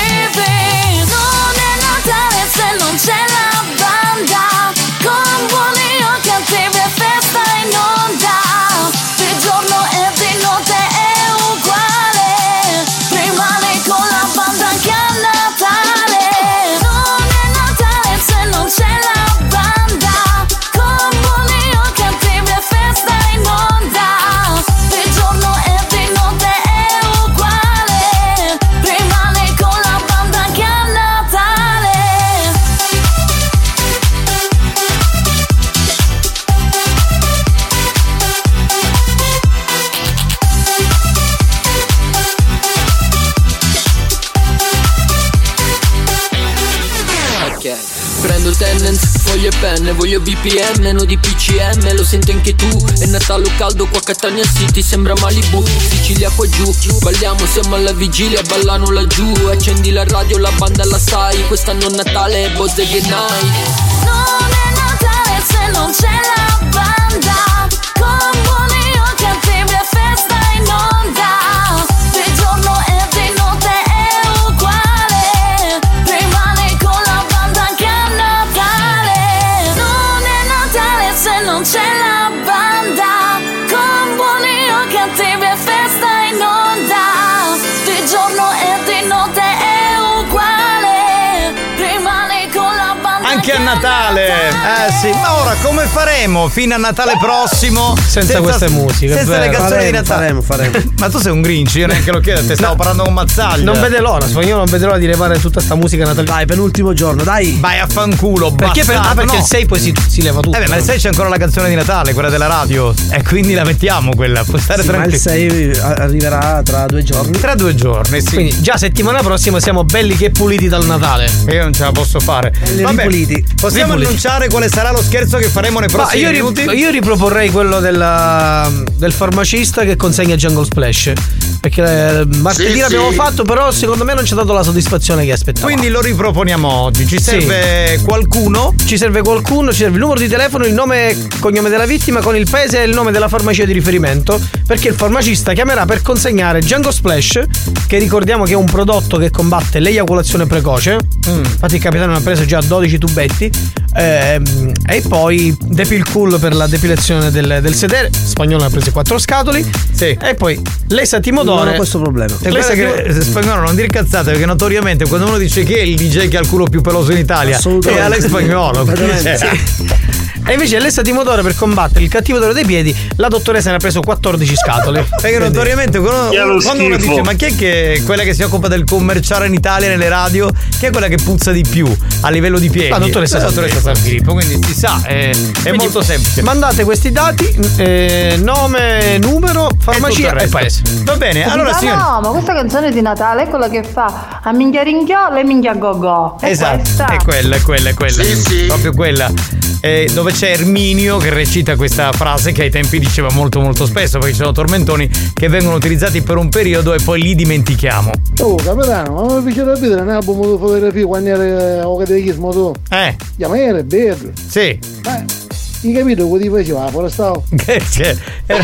[SPEAKER 17] Non è Natale se non c'è la banda Con buoni o cattivi è festa in onda Di giorno e di notte è uguale Rimane con la banda anche a Natale Non è Natale se non c'è la banda Con buoni o cattivi è festa in onda
[SPEAKER 7] e penne Voglio BPM, meno di PCM Lo senti anche tu È Natale o caldo qua a Catania City Sembra Malibu Sicilia qua giù Balliamo, siamo alla vigilia Ballano laggiù Accendi la radio, la banda la sai Quest'anno è Natale è Bozzeg e Nike
[SPEAKER 17] Non è Natale se non c'è la banda Comunio, cantimbri e festa in onda Di giorno e di notte è uguale Rimane con la banda anche a Natale Non è Natale se non c'è la banda Comunio, cantimbri e festa in onda Di giorno e di notte è uguale Rimane con la banda
[SPEAKER 1] Anche a Natale! Eh sì, ma ora come faremo fino a Natale prossimo? Senza,
[SPEAKER 10] queste musiche,
[SPEAKER 1] Senza le
[SPEAKER 10] vero.
[SPEAKER 1] canzoni di
[SPEAKER 10] Faremo,
[SPEAKER 1] Natale.
[SPEAKER 10] faremo,
[SPEAKER 1] ma tu sei un grinci, io neanche lo chiedo, te stavo parlando con Mazzaglia.
[SPEAKER 10] Non vede l'ora, spagnolo non vede l'ora di levare tutta sta musica natalizia. Dai, penultimo giorno, dai.
[SPEAKER 1] Vai a fanculo,
[SPEAKER 10] Perché, per-
[SPEAKER 1] bastardo,
[SPEAKER 10] ah, perché
[SPEAKER 1] no.
[SPEAKER 10] il 6 poi si, si leva tutto.
[SPEAKER 1] Eh beh, ma alle 6 c'è ancora la canzone di Natale, quella della radio. E quindi la mettiamo quella, puoi stare
[SPEAKER 28] Sì, ma
[SPEAKER 1] tranquillo.
[SPEAKER 28] il 6
[SPEAKER 10] eh,
[SPEAKER 28] arriverà tra due giorni.
[SPEAKER 1] Tra due giorni, sì.
[SPEAKER 10] Quindi già settimana prossima siamo belli che puliti dal Natale.
[SPEAKER 1] Io non ce la posso fare. Vabbè, Possiamo annunciare quale sarà lo scherzo che faremo nei
[SPEAKER 10] Ma
[SPEAKER 1] prossimi
[SPEAKER 10] io, ri-
[SPEAKER 1] minuti?
[SPEAKER 10] io riproporrei quello della- del farmacista che consegna Jungle Splash. Perché eh, martedì
[SPEAKER 1] Sì,
[SPEAKER 10] l'abbiamo
[SPEAKER 1] sì.
[SPEAKER 10] fatto, però secondo me non ci ha dato la soddisfazione che aspettavo.
[SPEAKER 1] Quindi lo riproponiamo oggi. Ci
[SPEAKER 10] Sì.
[SPEAKER 1] serve qualcuno?
[SPEAKER 10] Ci serve qualcuno, ci serve il numero di telefono, il nome e cognome della vittima con il paese e il nome della farmacia di riferimento. Perché il farmacista chiamerà per consegnare Django Splash, che ricordiamo che è un prodotto che combatte l'eiaculazione precoce. Infatti il capitano ne ha preso già 12 tubetti. Ehm, e poi Depil Cool per la depilazione del, del sedere. Spagnolo ne ha presi 4 scatoli. E poi Lesa Timodoro.
[SPEAKER 28] Non ho questo problema.
[SPEAKER 1] E guarda che eh, spagnolo non dire cazzate perché notoriamente quando uno dice chi è il DJ che ha il culo più peloso in Italia è
[SPEAKER 10] Assolutamente.
[SPEAKER 1] Alex Spagnolo. quindi
[SPEAKER 10] Veramente,
[SPEAKER 1] cioè-
[SPEAKER 10] E invece Alessa Timodoro per combattere il cattivo odore dei piedi, la dottoressa ne ha preso 14 scatole.
[SPEAKER 1] Perché notoriamente quando, quando uno dice ma chi è che è quella che si occupa del commerciare in Italia nelle radio, chi è quella che puzza di più a livello di piedi?
[SPEAKER 10] La dottoressa
[SPEAKER 1] la
[SPEAKER 10] San
[SPEAKER 1] dottoressa San Filippo, quindi si sa, è, è
[SPEAKER 10] Quindi
[SPEAKER 1] molto semplice.
[SPEAKER 10] Mandate questi dati, eh, nome, numero, farmacia
[SPEAKER 1] tutto
[SPEAKER 10] e
[SPEAKER 1] il
[SPEAKER 10] paese.
[SPEAKER 1] Va bene, allora
[SPEAKER 14] no,
[SPEAKER 1] signori.
[SPEAKER 14] no, ma questa canzone di Natale è quella che fa a minchia ringhiolo e minchia go go. È
[SPEAKER 1] Esatto,
[SPEAKER 14] questa.
[SPEAKER 1] è quella, è quella, è quella. Proprio quella. Eh, dove c'è Erminio che recita questa frase che ai tempi diceva molto molto spesso, perché ci sono tormentoni che vengono utilizzati per un periodo e poi li dimentichiamo.
[SPEAKER 38] Oh, capitano, ma mi piace vedere un album di fotografia quando era o catechismo tu.
[SPEAKER 1] Eh.
[SPEAKER 38] Chiamare, bello.
[SPEAKER 1] Sì.
[SPEAKER 38] Hai capito cosa ti faceva? Forestavo.
[SPEAKER 1] Che c'è? Era-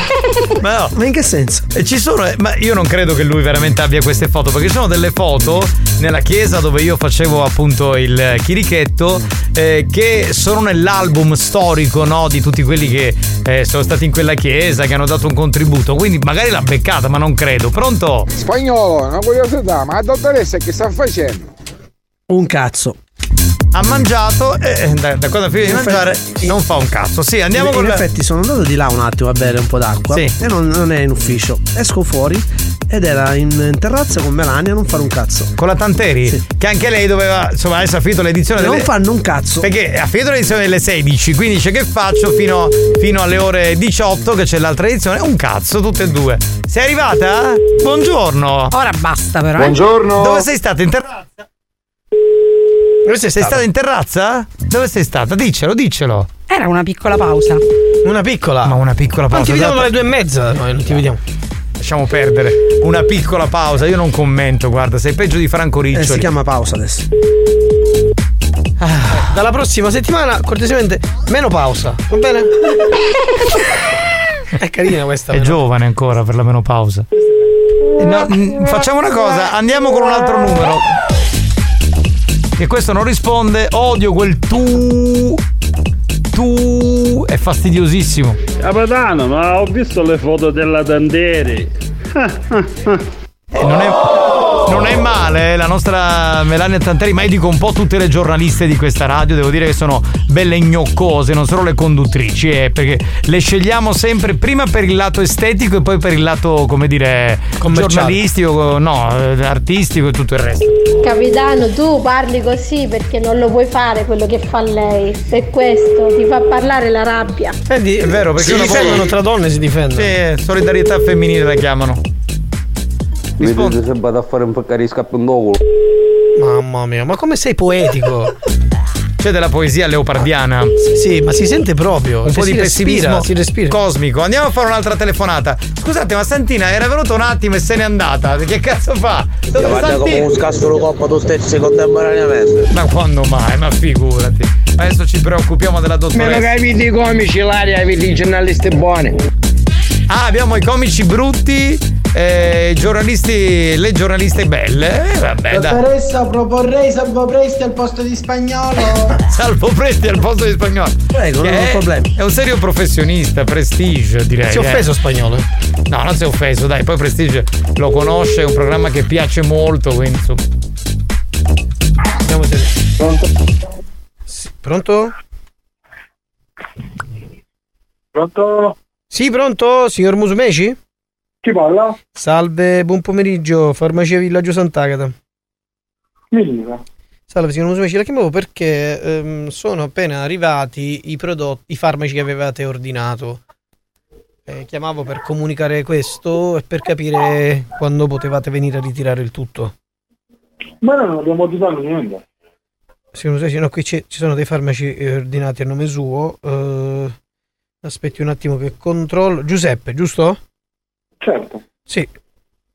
[SPEAKER 1] ma, no.
[SPEAKER 28] ma in che senso?
[SPEAKER 1] Ci sono, eh, ma io non credo che lui veramente abbia queste foto, perché ci sono delle foto nella chiesa dove io facevo appunto il eh, chirichetto, eh, che sono nell'album storico no, di tutti quelli che eh, sono stati in quella chiesa, che hanno dato un contributo. Quindi magari l'ha beccata, ma non credo. Pronto?
[SPEAKER 29] Spagnolo, una curiosità, ma la dottoressa che sta facendo?
[SPEAKER 28] Un cazzo.
[SPEAKER 1] Ha mangiato e eh, da, da quando ha finito di
[SPEAKER 28] In
[SPEAKER 1] mangiare non fa un cazzo. Sì, andiamo
[SPEAKER 28] in,
[SPEAKER 1] con
[SPEAKER 28] in
[SPEAKER 1] la-
[SPEAKER 28] effetti sono andato di là un attimo a bere un po' d'acqua
[SPEAKER 1] Sì.
[SPEAKER 28] e non, non era in ufficio. Esco fuori ed era in, in terrazza con Melania a non fare un cazzo.
[SPEAKER 1] Con la Tanteri, che anche lei doveva, insomma, adesso ha finito l'edizione
[SPEAKER 28] Non
[SPEAKER 1] delle...
[SPEAKER 28] fanno un cazzo.
[SPEAKER 1] Perché ha finito l'edizione delle 16, quindi dice che faccio fino, fino alle ore 18 che c'è l'altra edizione. Un cazzo, tutte e due. Sei arrivata? Buongiorno.
[SPEAKER 14] Ora basta però.
[SPEAKER 1] eh. Dove sei stata? In terrazza? Dove sei, stata in terrazza? Dove sei stata? Dicelo, dicelo.
[SPEAKER 14] Era una piccola pausa.
[SPEAKER 1] Una piccola. Ma una piccola pausa. esatto.
[SPEAKER 10] Non ti vediamo
[SPEAKER 1] dalle due e mezza. Noi non ti vediamo. Lasciamo perdere. Una piccola pausa. Io non commento, guarda, sei peggio di Franco Riccioli.
[SPEAKER 28] Eh, si chiama pausa adesso.
[SPEAKER 10] Dalla prossima settimana, cortesemente, meno pausa. Va bene? È carina questa.
[SPEAKER 1] È giovane ancora per la menopausa. Eh, no, mm, facciamo una cosa, andiamo con un altro numero. Che questo non risponde, odio quel tu. Tu è fastidiosissimo.
[SPEAKER 31] Capitano, ma ho visto le foto della Tanderi.
[SPEAKER 1] non, è, non è male eh, la nostra Melania Tanteri, ma io dico un po' tutte le giornaliste di questa radio, devo dire che sono belle gnoccose, non solo le conduttrici, eh, perché le scegliamo sempre prima per il lato estetico e poi per il lato, come dire,
[SPEAKER 10] Commerciale.
[SPEAKER 1] giornalistico, no, eh, artistico e tutto il resto.
[SPEAKER 27] Capitano, tu parli così perché non lo puoi fare quello che fa lei. Per questo ti fa parlare la rabbia.
[SPEAKER 10] Senti, è vero, perché
[SPEAKER 1] Si
[SPEAKER 10] si difendono
[SPEAKER 1] difendono
[SPEAKER 10] tra donne, si difendono.
[SPEAKER 1] Sì, solidarietà femminile la chiamano.
[SPEAKER 3] Vedete se vado a fare un paccare di scappo in culo.
[SPEAKER 10] Mamma mia, ma come sei poetico?
[SPEAKER 1] C'è della poesia leopardiana.
[SPEAKER 10] Sì, ma si sente proprio.
[SPEAKER 1] Un po'
[SPEAKER 10] Si
[SPEAKER 1] di
[SPEAKER 10] respira,
[SPEAKER 1] pessimismo
[SPEAKER 10] Si respira.
[SPEAKER 1] cosmico. Andiamo a fare un'altra telefonata. Scusate, ma Santina era venuta un attimo e se n'è andata. Che cazzo fa? Dove è
[SPEAKER 6] guarda come
[SPEAKER 1] Santina?
[SPEAKER 6] un scassolo coppa tu stessi contemporaneamente.
[SPEAKER 1] Ma quando mai? Ma figurati. Adesso ci preoccupiamo della
[SPEAKER 6] Meno che
[SPEAKER 1] dottoressa.
[SPEAKER 6] hai vinto i comici, l'aria hai vinto i giornalisti buoni.
[SPEAKER 1] Ah, abbiamo i comici brutti, eh, i giornalisti, le giornaliste belle. Eh, vabbè, dai.
[SPEAKER 30] Dottoressa, proporrei salvopresti al posto di spagnolo.
[SPEAKER 1] Salvo Presti al posto di spagnolo.
[SPEAKER 30] Prego,
[SPEAKER 1] Che
[SPEAKER 30] non ho
[SPEAKER 1] è-
[SPEAKER 30] problemi.
[SPEAKER 1] È un serio professionista, prestige direi.
[SPEAKER 10] Si è offeso
[SPEAKER 1] spagnolo? No, non si è offeso, dai, poi prestige lo conosce, è un programma che piace molto, quindi insomma. Andiamo a vedere.
[SPEAKER 10] Pronto? Pronto? Pronto? Sì, pronto, signor Musumeci? Chi parla? Salve, buon pomeriggio, farmacia Villaggio Sant'Agata. Mi dica. Salve, signor Musumeci, la chiamavo perché ehm, sono appena arrivati i prodotti, i farmaci che avevate ordinato. Eh, chiamavo per comunicare questo e per capire quando potevate venire a ritirare il tutto.
[SPEAKER 30] Ma noi non abbiamo ordinato niente.
[SPEAKER 10] Signor Musumeci, no, qui c'è- ci sono dei farmaci eh, ordinati a nome suo. eh, aspetti un attimo che controllo. Giuseppe, giusto?
[SPEAKER 30] Certo.
[SPEAKER 10] Sì,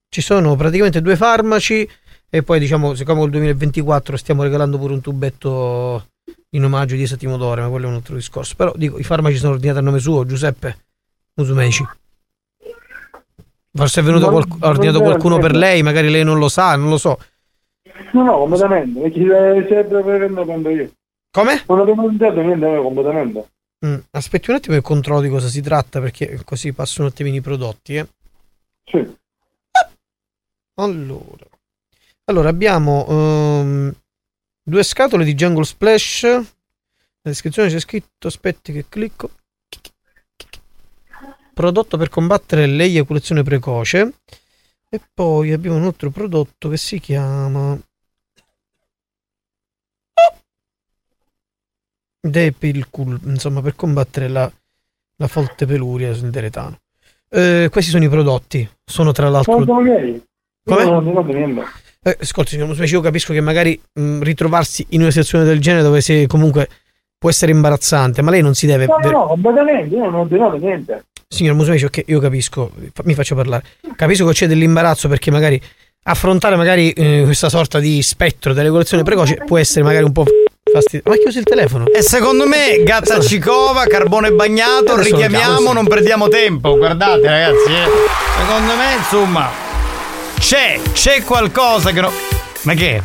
[SPEAKER 10] ci sono praticamente due farmaci e poi diciamo, siccome il 2024 stiamo regalando pure un tubetto in omaggio di settimo d'ore, ma quello è un altro discorso. Però dico, i farmaci sono ordinati a nome suo, Giuseppe Musumeci. Forse è venuto
[SPEAKER 30] Ma-
[SPEAKER 10] qualc- ha ordinato
[SPEAKER 30] non è-
[SPEAKER 10] qualcuno per lei, magari lei non lo sa, non lo so.
[SPEAKER 30] No, no, completamente. Perché se- se prendo prendo io.
[SPEAKER 10] Come?
[SPEAKER 30] Non abbiamo ordinato niente
[SPEAKER 31] eh,
[SPEAKER 30] noi completamente.
[SPEAKER 10] Mm, aspetti un attimo e controllo di cosa si tratta perché così passo un attimino i prodotti. Eh.
[SPEAKER 30] Sì.
[SPEAKER 10] Allora. Allora, abbiamo ehm, due scatole di Jungle Splash. Nella descrizione c'è scritto, aspetti che clicco. Prodotto per combattere l'eiaculazione precoce. E poi abbiamo un altro prodotto che si chiama Depilcul, insomma, per combattere la, la folte peluria sul deretano. Eh, questi sono i prodotti. Sono tra l'altro.
[SPEAKER 30] Quanto magari?
[SPEAKER 10] Come?
[SPEAKER 30] Non ho ordinato niente.
[SPEAKER 10] Eh, ascolti, signor Musumeci, io capisco che magari mh, ritrovarsi in una situazione del genere dove si comunque può essere imbarazzante, ma lei non si deve.
[SPEAKER 30] No, no,
[SPEAKER 10] ver-
[SPEAKER 30] no, completamente. Io non ho ordinato niente.
[SPEAKER 10] Signor Musumeci, ok, io capisco, fa- mi faccio parlare. Capisco che c'è dell'imbarazzo perché magari affrontare magari eh, questa sorta di spettro dell'evoluzione precoce può essere magari un po' fastidioso. Ma ha chiuso il telefono.
[SPEAKER 1] E secondo me gatta cicova, carbone bagnato,
[SPEAKER 10] Adesso Eh, lo
[SPEAKER 1] richiamiamo,
[SPEAKER 10] chiamo.
[SPEAKER 1] non perdiamo tempo. Guardate ragazzi, eh. secondo me insomma c'è, c'è qualcosa che no... Ma che? è?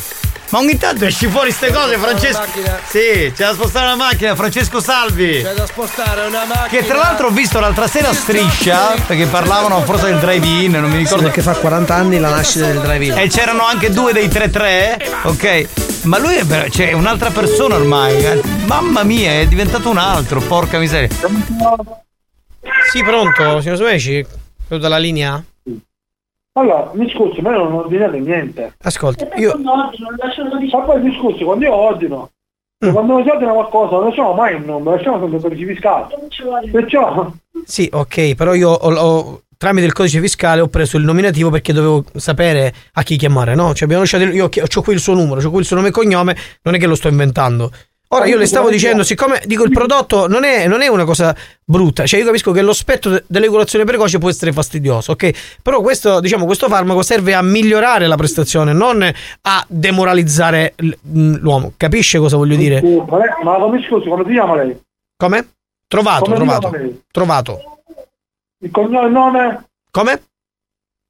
[SPEAKER 1] Ma ogni tanto esci fuori ste cose, Francesco. Sì, c'è da spostare la macchina, Francesco Salvi.
[SPEAKER 8] da spostare una macchina.
[SPEAKER 1] Che tra l'altro ho visto l'altra sera striscia, perché parlavano forse del drive-in, non mi ricordo.
[SPEAKER 28] Perché fa 40 anni la nascita del drive-in.
[SPEAKER 1] E c'erano anche due dei 3-3, ok? Ma lui è ver- cioè, è un'altra persona ormai. eh. Mamma mia, è diventato un altro, porca miseria.
[SPEAKER 10] Sì, pronto, signor Musumeci? Vedo dalla linea?
[SPEAKER 30] Allora, mi scusi, ma io non ho ordinato niente.
[SPEAKER 10] Ascolta, io.
[SPEAKER 30] Ma poi mi scusi, quando io ordino,
[SPEAKER 10] Mm.
[SPEAKER 30] cioè, quando si ordina qualcosa, non lasciamo mai un nome, lasciamo sempre il codice fiscale. Perciò,
[SPEAKER 10] Sì, ok, però io ho- ho- tramite il codice fiscale ho preso il nominativo perché dovevo sapere a chi chiamare, no? Cioè abbiamo lasciato il- io ho qui il suo numero, ho qui il suo nome e cognome, non è che lo sto inventando. Ora io le stavo dicendo, siccome dico il prodotto non è, non è una cosa brutta, cioè io capisco che lo spettro de- dell'eiaculazione precoce può essere fastidioso, ok? Però questo, diciamo, questo farmaco serve a migliorare la prestazione, non a demoralizzare l- l'uomo, capisce cosa voglio dire?
[SPEAKER 30] ma lei- eh, ma come scusi, come ti chiama lei?
[SPEAKER 10] Come? Trovato,
[SPEAKER 30] Come
[SPEAKER 10] trovato,
[SPEAKER 30] chiama lei?
[SPEAKER 10] trovato.
[SPEAKER 30] Il cognome, il nome?
[SPEAKER 10] Come?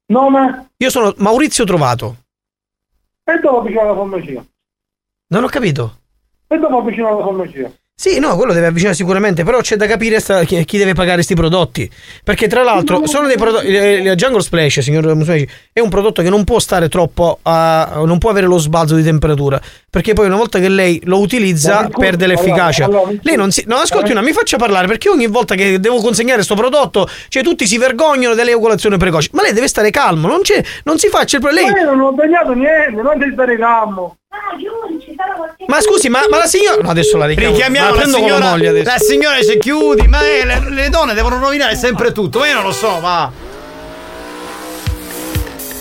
[SPEAKER 30] Nome?
[SPEAKER 10] Io sono Maurizio Trovato.
[SPEAKER 30] E dopo avvicinare la farmacia.
[SPEAKER 10] Non ho capito.
[SPEAKER 30] E dopo avvicinare la farmacia.
[SPEAKER 10] Sì, no, quello deve avvicinare sicuramente, però c'è da capire sta- chi, chi deve pagare questi prodotti. Perché tra l'altro sono dei prodotti... La Jungle Splash, signor Musumeci, è un prodotto che non può stare troppo a... non può avere lo sbalzo di temperatura, perché poi una volta che lei lo utilizza
[SPEAKER 30] Ma mi scusi,
[SPEAKER 10] perde l'efficacia.
[SPEAKER 30] allora, eh. allora, mi
[SPEAKER 10] lei non si... No, ascolti una, mi faccia parlare, perché ogni volta che devo consegnare questo prodotto, cioè tutti si vergognano dell'eiaculazione precoce. Ma lei deve stare calmo, non, c'è... non si faccia il problema.
[SPEAKER 30] Ma io non ho ordinato niente, non devi stare calmo.
[SPEAKER 10] Ma scusi, ma, ma la signora. No, adesso la richiamo.
[SPEAKER 1] Richiamiamo
[SPEAKER 10] Ma
[SPEAKER 1] la,
[SPEAKER 10] prendo con
[SPEAKER 1] signora.
[SPEAKER 10] la moglie adesso.
[SPEAKER 1] La signora ci chiudi, ma eh, le, le donne devono rovinare sempre tutto. Ma io non lo so, ma.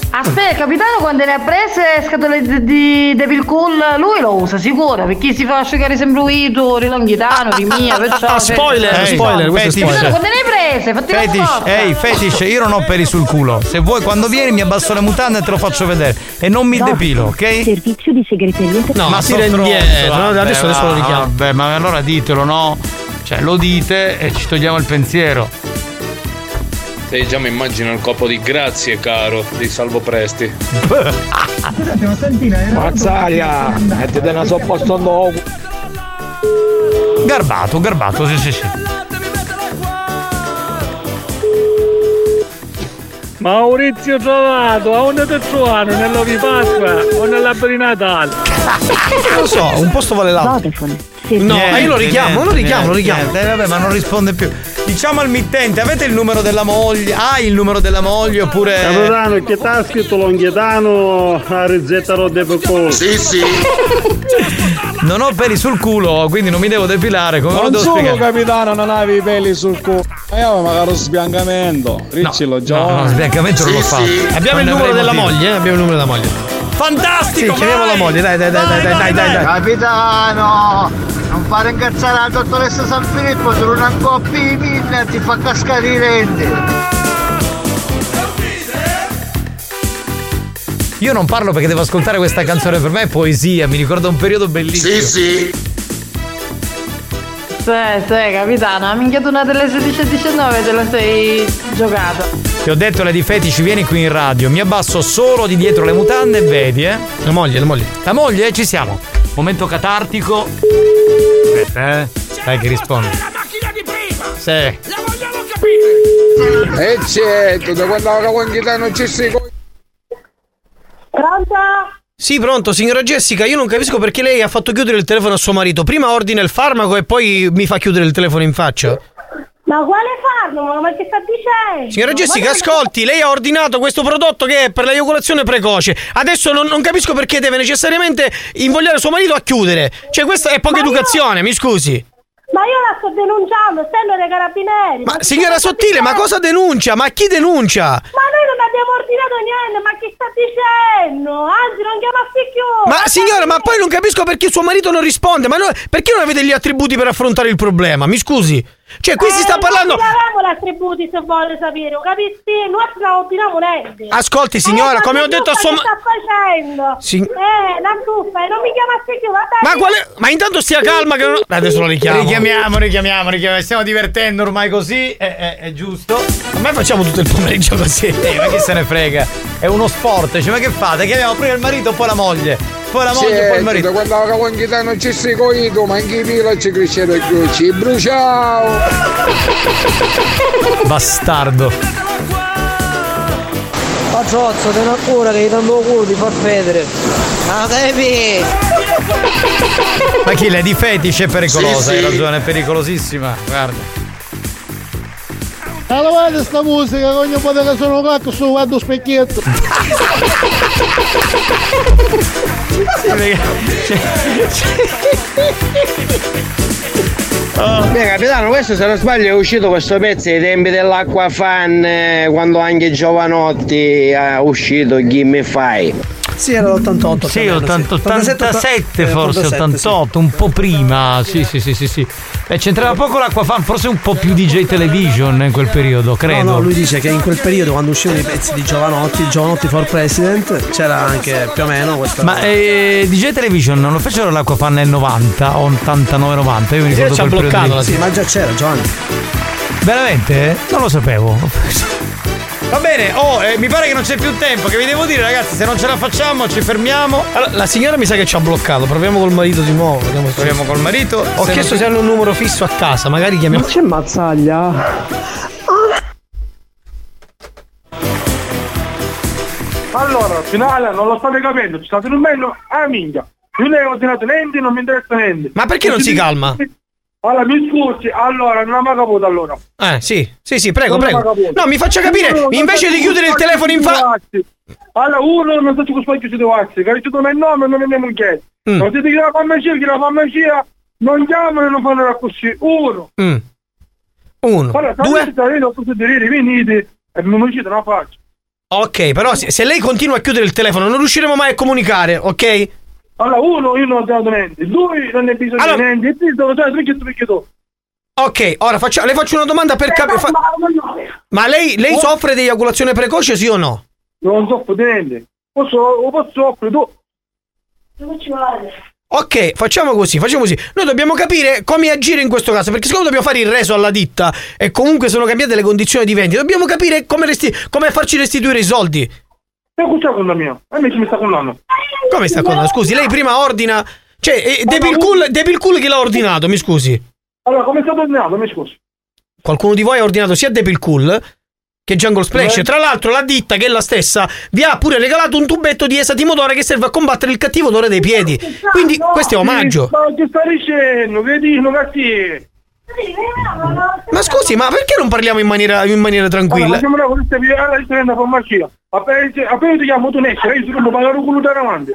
[SPEAKER 14] Aspetta, il capitano quando ne ha prese scatole di, di Devil Cool, lui lo usa sicuro, perché si fa asciugare sempre lui, tu, rilonghitano, di mia, perciò...
[SPEAKER 1] ah, spoiler,
[SPEAKER 14] Ehi,
[SPEAKER 1] spoiler, questo è
[SPEAKER 14] capitano,
[SPEAKER 1] spoiler.
[SPEAKER 14] Quando ne hai prese? Fatti la
[SPEAKER 1] Fetish, eh.
[SPEAKER 14] forza.
[SPEAKER 1] ehi, fetish, io non ho peli sul culo. Se vuoi, quando vieni, mi abbasso le mutande e te lo faccio vedere. E non mi depilo, ok?
[SPEAKER 2] Servizio di segreteria.
[SPEAKER 1] ma eh,
[SPEAKER 10] si
[SPEAKER 1] sto
[SPEAKER 10] rende
[SPEAKER 1] stronzo,
[SPEAKER 10] indietro, no?
[SPEAKER 1] vabbè,
[SPEAKER 10] Adesso- adesso lo
[SPEAKER 1] va,
[SPEAKER 10] richiamo.
[SPEAKER 1] Vabbè, ma allora ditelo, no? Cioè, lo dite e ci togliamo il pensiero.
[SPEAKER 18] Sei già mi immagino il colpo di grazie, caro, di Salvo Presti.
[SPEAKER 26] Mazzaria, mettete una soppa sto nuovo.
[SPEAKER 1] Garbato, garbato, sì, sì, sì.
[SPEAKER 31] Maurizio Trovato, a onde del trovato, nella di Pasqua o nella di Natale?
[SPEAKER 10] Non lo so, un posto vale l'altro. No, ma io lo richiamo, lo richiamo, lo richiamo.
[SPEAKER 1] Eh, vabbè, ma non risponde più. Diciamo al mittente, avete il numero della moglie? Hai il numero della moglie oppure.
[SPEAKER 31] Capitano, che t'ha scritto l'onghietano a Rizzetta Rodde Pocolo? Sì, sì.
[SPEAKER 1] Non ho peli sul culo, quindi non mi devo depilare. Come lo
[SPEAKER 29] Non
[SPEAKER 1] devo
[SPEAKER 29] solo
[SPEAKER 1] spiegare?
[SPEAKER 29] capitano non avevi i peli sul culo, ma io magari sbiancamento. Riccilo già.
[SPEAKER 1] No, no, sbiancamento non lo fa.
[SPEAKER 10] Abbiamo il
[SPEAKER 1] Non
[SPEAKER 10] numero
[SPEAKER 1] avrei
[SPEAKER 10] della
[SPEAKER 1] motivo.
[SPEAKER 10] moglie, eh, abbiamo il numero della moglie.
[SPEAKER 1] Fantastico!
[SPEAKER 10] Sì, chiamiamo la moglie, dai, dai, dai, dai, dai, dai, dai.
[SPEAKER 6] Capitano, non fare incazzare la dottoressa San Filippo su una coppia di pinna ti fa cascare i denti.
[SPEAKER 1] Io non parlo perché devo ascoltare questa canzone, per me è poesia, mi ricorda un periodo bellissimo. Esatto. Sì, sì.
[SPEAKER 14] Sì, sì, capitano, ha minchiato una delle 16.19, te la sei giocata.
[SPEAKER 1] Ti ho detto Lady Fetici, vieni qui in radio, mi abbasso solo di dietro le mutande e vedi, eh. La moglie, la moglie. La moglie, ci siamo. Momento catartico. Aspetta, eh. Dai che risponde. Sì.
[SPEAKER 29] E certo, da quando avevo un chitarra ci si co-
[SPEAKER 10] Sì, pronto, signora Jessica, io non capisco perché lei ha fatto chiudere il telefono a suo marito. Prima ordina il farmaco e poi mi fa chiudere il telefono in faccia.
[SPEAKER 12] Ma quale farlo? Ma che sta dicendo?
[SPEAKER 10] Signora Jessica, ascolti, lei ha ordinato questo prodotto che è per l'eiaculazione precoce. Adesso non, non capisco perché deve necessariamente invogliare suo marito a chiudere. Cioè, questa è poca educazione, mi scusi.
[SPEAKER 12] Ma io la sto denunciando, essendo dei carabinieri.
[SPEAKER 10] Ma signora Sottile, ma cosa denuncia? Ma chi denuncia?
[SPEAKER 12] Ma noi non abbiamo ordinato niente, ma che sta dicendo? Anzi, non chiama a picchiore.
[SPEAKER 9] Oh,
[SPEAKER 10] Ma signora, ma poi non capisco perché suo marito non risponde. Ma no- perché non avete gli attributi per affrontare il problema? Mi scusi. Cioè, qui si
[SPEAKER 9] Eh,
[SPEAKER 10] sta parlando.
[SPEAKER 12] Eh, Non avevamo l'attributi se vuole sapere, capisci? Noi non ordiniamo niente.
[SPEAKER 10] Ascolti, signora, come ho detto a suo
[SPEAKER 12] ma...
[SPEAKER 10] marito.
[SPEAKER 12] sta facendo?
[SPEAKER 10] Sì.
[SPEAKER 12] Eh, la truffa, e non mi chiama a picchiore, va bene.
[SPEAKER 10] Ma quale. Ma intanto stia calma che non. Adesso lo richiamo.
[SPEAKER 1] Richiamiamo, richiamiamo, richiamiamo. Stiamo divertendo ormai così, è, è- è giusto.
[SPEAKER 10] Ma noi facciamo tutto il pomeriggio così.
[SPEAKER 1] Eh, ma chi se ne frega? È uno sport, cioè, ma che fate? Chiamiamo prima il marito, poi la moglie. Poi la moglie, poi il
[SPEAKER 29] Certo,
[SPEAKER 1] marito.
[SPEAKER 29] da quando avevo un chitarra ci si coito, ma anche i pila ci cresceva più, ci bruciavo.
[SPEAKER 1] Bastardo.
[SPEAKER 6] Patrozzo, te una cura che gli tanto culo ti fa federe. Ma devi!
[SPEAKER 1] Ma chi l'è di fetice è pericolosa,
[SPEAKER 6] Sì,
[SPEAKER 1] hai
[SPEAKER 6] sì.
[SPEAKER 1] ragione, è pericolosissima. Guarda.
[SPEAKER 38] Allora guarda sta musica, che ogni volta che sono cacco sono guardo specchietto.
[SPEAKER 6] Beh, capitano, questo se non sbaglio è uscito questo pezzo ai tempi dell'acqua fan, eh, quando anche Giovanotti ha uscito Gimme Fai.
[SPEAKER 28] Sì, era l'88.
[SPEAKER 1] Sì, 80,
[SPEAKER 28] eh,
[SPEAKER 1] 87 forse, 88, un po' prima. Sì, sì, sì, sì, sì. Eh, c'entrava poco l'acquafan, forse un po' più DJ Television in quel periodo, credo.
[SPEAKER 28] No, no, lui dice che in quel periodo quando uscivano i pezzi di Giovanotti, Giovanotti for President, c'era anche più o meno questa
[SPEAKER 1] Ma eh, DJ Television non lo fecero l'acquafan nel 90 o 89-90? Io mi ricordo
[SPEAKER 28] Sì,
[SPEAKER 1] quel periodo lì.
[SPEAKER 28] Sì, ma già c'era Giovanni.
[SPEAKER 1] Veramente? Eh? Non lo sapevo. Va bene, oh, eh, mi pare che non c'è più tempo, che vi devo dire ragazzi, se non ce la facciamo ci fermiamo.
[SPEAKER 10] Allora, la signora mi sa che ci ha bloccato. Proviamo col marito di nuovo. Vediamo se-
[SPEAKER 1] Proviamo col marito.
[SPEAKER 10] Ho
[SPEAKER 1] Se
[SPEAKER 10] chiesto
[SPEAKER 1] non-
[SPEAKER 10] se hanno un numero fisso a casa, magari chiamiamo. Ma c'è Mazzaglia?
[SPEAKER 31] Allora, finale non lo state capendo, ci state dormendo, ah minchia. Io ne ho ordinato niente, non mi interessa niente.
[SPEAKER 10] Ma perché non si calma?
[SPEAKER 31] Allora, mi scusi, allora, non avevo capito allora.
[SPEAKER 10] Eh, sì, sì, sì, prego,
[SPEAKER 31] Non
[SPEAKER 10] prego.
[SPEAKER 31] avevo capito.
[SPEAKER 10] No, mi faccia
[SPEAKER 31] Uno,
[SPEAKER 10] capire,
[SPEAKER 31] non
[SPEAKER 10] invece
[SPEAKER 31] so
[SPEAKER 10] di
[SPEAKER 31] chi
[SPEAKER 10] chiudere il
[SPEAKER 31] sbagli
[SPEAKER 10] telefono in
[SPEAKER 31] sui
[SPEAKER 10] faccia.
[SPEAKER 31] dazi. Allora, uno non so ci sbagli sui dazi, che ha ricevuto il nome non è nemmeno chiesto.
[SPEAKER 10] Mm.
[SPEAKER 31] Non siete chi la farmacia, chi la farmacia, non chiamano e non fanno la così. Uno.
[SPEAKER 10] Mm. Uno.
[SPEAKER 31] Allora, due. Allora, se avete la cosa di dire, venite e mi uscite una faccia.
[SPEAKER 10] Ok, però se, se lei continua a chiudere il telefono non riusciremo mai a comunicare, ok?
[SPEAKER 31] Allora, uno, io non ho dato niente, due, non ne bisogna di niente, e tre, devo dare tre che tu Eh, perché tu.
[SPEAKER 10] Ok, ora faccia- le faccio una domanda per capire. Ma lei, lei soffre di eiaculazione precoce, sì o no?
[SPEAKER 31] Oh. Non soffro di niente. Posso, lo posso soffrire tu.
[SPEAKER 12] Dove ci vuole?
[SPEAKER 10] Ok, facciamo così, facciamo così. Noi dobbiamo capire come agire in questo caso, perché secondo dobbiamo fare il reso alla ditta e comunque sono cambiate le condizioni di vendita, dobbiamo capire come, resti- come farci restituire i soldi.
[SPEAKER 31] Ma cosa con la mia? A me ci sta con l'anno.
[SPEAKER 10] Come sta con la? Scusi, lei prima ordina... Cioè, eh, Debil Cool, Debil Cool chi l'ha ordinato, mi scusi?
[SPEAKER 31] Allora, come è stato ordinato? Mi scusi.
[SPEAKER 10] Qualcuno di voi ha ordinato sia Debil Cool che Jungle Splash.
[SPEAKER 31] Eh.
[SPEAKER 10] Tra l'altro la ditta, che è la stessa, vi ha pure regalato un tubetto di esatimotore che serve a combattere il cattivo odore dei piedi. Quindi questo è omaggio.
[SPEAKER 31] Ma che sta dicendo? Che dicono cattivi?
[SPEAKER 10] Ma scusi, ma perché non parliamo in maniera, in maniera
[SPEAKER 31] Allora,
[SPEAKER 10] tranquilla?
[SPEAKER 31] facciamo una cosa, se vi alla lista della farmacia. Appena appena ti chiamo tu ne esci, io ti devo pagare un culo da davanti.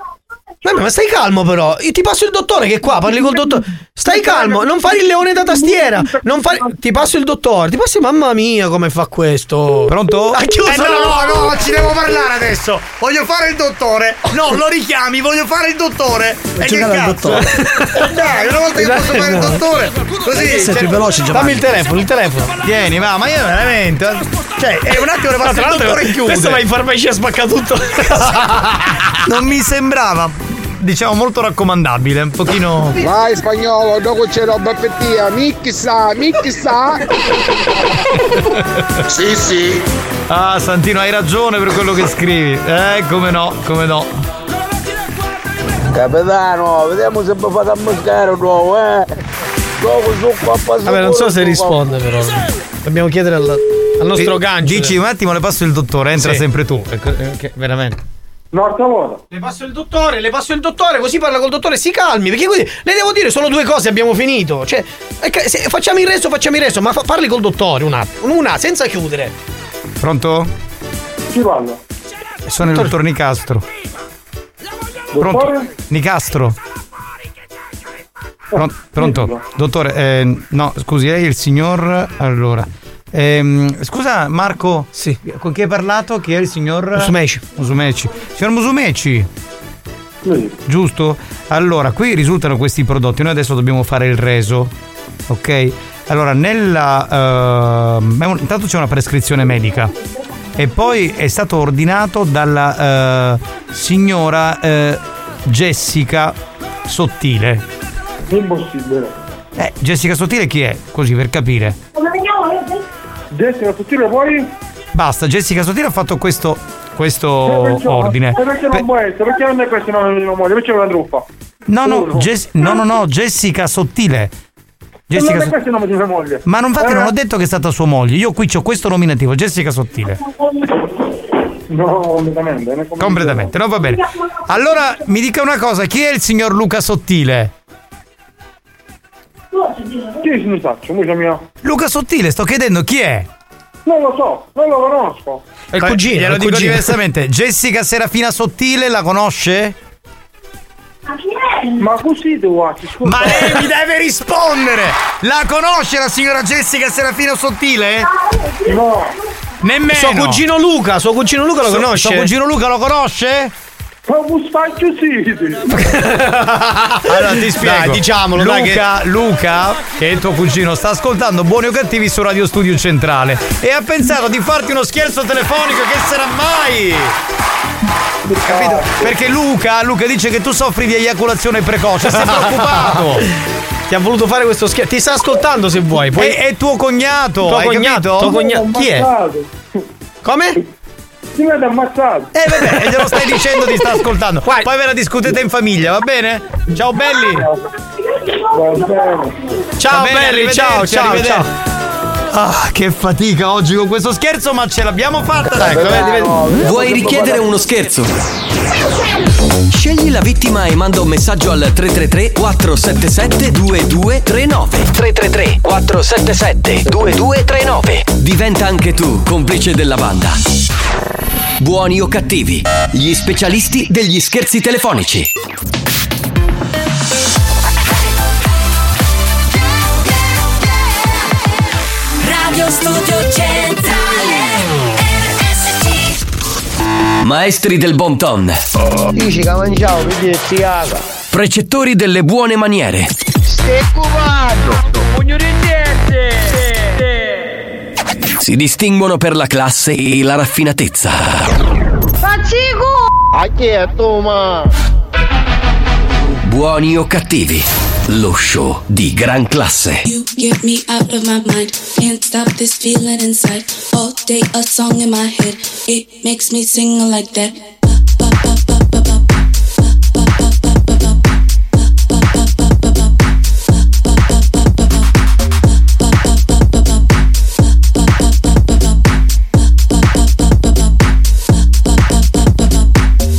[SPEAKER 10] Vabbè, ma stai calmo però. Io ti passo il dottore che è qua, parli col dottore. Stai calmo, non fare il leone da tastiera. Non fare... Ti passo il dottore, ti passo... Mamma mia, come fa questo? Pronto? Ha chiuso
[SPEAKER 2] Eh, no, no, no, ci devo parlare adesso. Voglio fare il dottore. No, lo richiami, voglio fare il dottore. E che
[SPEAKER 28] giocare al
[SPEAKER 2] cazzo?
[SPEAKER 10] Esatto.
[SPEAKER 2] Dai, una volta che posso fare il
[SPEAKER 28] No.
[SPEAKER 2] dottore.
[SPEAKER 28] Perché
[SPEAKER 2] Così.
[SPEAKER 28] sei
[SPEAKER 2] cioè-
[SPEAKER 28] più veloce, Giovanni?
[SPEAKER 2] Dammi il telefono,
[SPEAKER 10] il telefono.
[SPEAKER 2] Tieni, va, ma io veramente. Cioè, è un attimo le
[SPEAKER 10] No,
[SPEAKER 2] passo
[SPEAKER 10] tra
[SPEAKER 2] il
[SPEAKER 10] l'altro,
[SPEAKER 2] dottore e chiude.
[SPEAKER 10] questo va in farmacia e spacca tutto.
[SPEAKER 2] non mi sembrava, diciamo, molto raccomandabile. Un pochino.
[SPEAKER 26] Vai spagnolo, dopo c'è roba pettia, mixa, mixa.
[SPEAKER 2] Sì, sì.
[SPEAKER 1] Ah, Santino, hai ragione per quello che scrivi. Eh, come no, come no.
[SPEAKER 26] Capitano, vediamo se mi fate ammascare nuovo, eh. Dopo su qua passo.
[SPEAKER 10] Vabbè, non so se risponde però. Dobbiamo chiedere al, al nostro
[SPEAKER 2] Eh,
[SPEAKER 1] Di-
[SPEAKER 10] gancio.
[SPEAKER 1] Dici un attimo, le passo il dottore, entra
[SPEAKER 10] Sì. Eh,
[SPEAKER 1] sempre tu. veramente.
[SPEAKER 31] No, stavolta.
[SPEAKER 10] Le passo il dottore, le passo il dottore, così parla col dottore, si calmi, perché così le devo dire solo due cose, abbiamo finito. Cioè, è che se facciamo il resto, facciamo il resto, ma fa- parli col dottore un attimo, una, senza chiudere.
[SPEAKER 1] Pronto?
[SPEAKER 31] Chi parla?
[SPEAKER 1] Sono il dottor Nicastro. Pronto? Nicastro. Pron- pronto? Dottore, eh, no, scusi, lei è il signor. Allora. ehm, scusa Marco, con chi hai parlato? Chi è il signor
[SPEAKER 10] Musumeci.
[SPEAKER 1] Musumeci. Signor Musumeci. Giusto? Allora, qui risultano questi prodotti. Noi adesso dobbiamo fare il reso. Ok? Allora, nella. ehm, è un- intanto c'è una prescrizione medica. E poi è stato ordinato dalla eh, signora eh, Jessica Sottile.
[SPEAKER 31] Impossibile.
[SPEAKER 1] Eh, Jessica Sottile chi è? Così per capire.
[SPEAKER 12] Come vediamo? io-
[SPEAKER 31] Jessica, sottile poi?
[SPEAKER 1] Basta, Jessica Sottile ha fatto questo, questo
[SPEAKER 10] Oh,
[SPEAKER 31] Eh,
[SPEAKER 1] ordine.
[SPEAKER 31] E perché non può essere? Perché non è questo non non muore? Perché è una truffa?
[SPEAKER 1] No, no,
[SPEAKER 31] Uno.
[SPEAKER 1] Jess- no, no, no, Jessica Sottile.
[SPEAKER 31] Jessica...
[SPEAKER 1] Jessica
[SPEAKER 31] Eh, Non è
[SPEAKER 1] Sottile.
[SPEAKER 31] questo il nome di mia moglie. Eh,
[SPEAKER 1] Ma non, infatti non ho detto che è stata sua moglie. Io qui ho questo nominativo, Jessica Sottile.
[SPEAKER 31] No, completamente. non è
[SPEAKER 1] Completamente, no va bene. Allora mi dica una cosa, chi è il signor Luca Sottile?
[SPEAKER 31] Chi è il faccio? Musa mia.
[SPEAKER 1] Luca Sottile, sto chiedendo chi è? Eh,
[SPEAKER 31] Non lo so, non lo conosco.
[SPEAKER 1] È il
[SPEAKER 10] cugino, è
[SPEAKER 1] Glielo
[SPEAKER 10] il
[SPEAKER 1] dico
[SPEAKER 10] cugino.
[SPEAKER 1] diversamente. Jessica Serafina Sottile la conosce?
[SPEAKER 31] Ma così tu guardi, scusa.
[SPEAKER 2] Ma
[SPEAKER 10] Eh,
[SPEAKER 2] lei mi deve rispondere! La conosce la signora Jessica Serafino Sottile?
[SPEAKER 31] No.
[SPEAKER 2] Nemmeno.
[SPEAKER 10] Suo cugino Luca, suo cugino Luca lo
[SPEAKER 2] Suo-
[SPEAKER 10] conosce?
[SPEAKER 2] suo cugino
[SPEAKER 1] Luca lo conosce?
[SPEAKER 31] Ma un spacchio sì.
[SPEAKER 1] Ah, Allora ti spiego.
[SPEAKER 10] Dai, diciamolo,
[SPEAKER 1] Luca,
[SPEAKER 10] dai, che-
[SPEAKER 1] Luca, che è il tuo cugino, sta ascoltando Buoni o Cattivi su Radio Studio Centrale e ha pensato di farti uno scherzo telefonico che sarà mai. Capito? Perché Luca, Luca dice che tu soffri di eiaculazione precoce, sei preoccupato.
[SPEAKER 10] Ti ha voluto fare questo scherzo. Ti sta ascoltando se vuoi. Poi...
[SPEAKER 1] È- è tuo cognato.
[SPEAKER 10] Tuo
[SPEAKER 1] hai capito?
[SPEAKER 10] cognato. Tuo cognato. Chi è?
[SPEAKER 1] Come?
[SPEAKER 31] Ti vado ammazzato.
[SPEAKER 1] Eh vabbè, e glielo stai dicendo ti sta ascoltando. Poi ve la discutete in famiglia, va bene? Ciao belli.
[SPEAKER 10] Ciao
[SPEAKER 1] Va bene,
[SPEAKER 10] belli, ciao,
[SPEAKER 1] arrivederci,
[SPEAKER 10] ciao, ciao.
[SPEAKER 1] arrivederci. Ah, che fatica oggi con questo scherzo, ma ce l'abbiamo fatta. Ecco, vedi, vedi.
[SPEAKER 15] Vuoi richiedere uno scherzo? Scegli la vittima e manda un messaggio al 333 477 2239 333 477 2239 Diventa anche tu complice della banda. Buoni o cattivi, gli specialisti degli scherzi telefonici.
[SPEAKER 17] Radio Studio Centrale RSC
[SPEAKER 15] Maestri del bon ton.
[SPEAKER 2] Dici che mangiavo, perché si caga.
[SPEAKER 15] Precettori delle buone maniere.
[SPEAKER 2] Stai cubando! Pugno di niente!
[SPEAKER 15] Si distinguono per la classe e la raffinatezza.
[SPEAKER 2] Facci cu! A chi è tu, ma?
[SPEAKER 15] Buoni o cattivi. Lo show di gran classe.
[SPEAKER 17] You get me out of my mind. Can't stop this feeling inside. All day a song in my head. It makes me sing like that.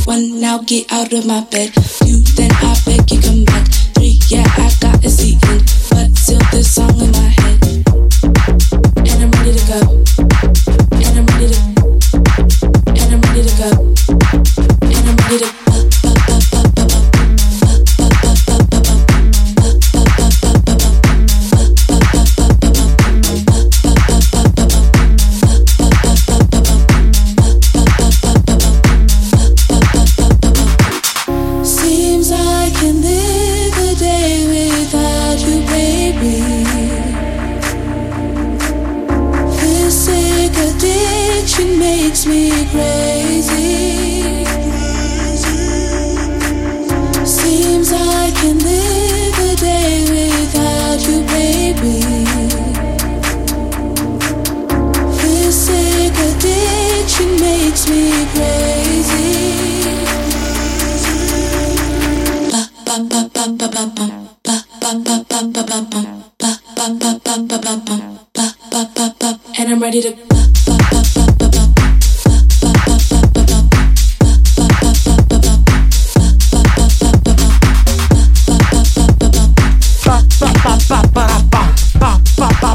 [SPEAKER 17] One now get out of my bed. Two then I beg you come back. Three yeah I got is the end, but still this song in my head. And I'm ready to go. And I'm ready to. And I'm ready to go. And I'm ready to. Seems I can live a day without you, baby. This sick addiction makes me crazy. Seems I can live a day without you, baby. This sick addiction makes me crazy. And I'm ready to.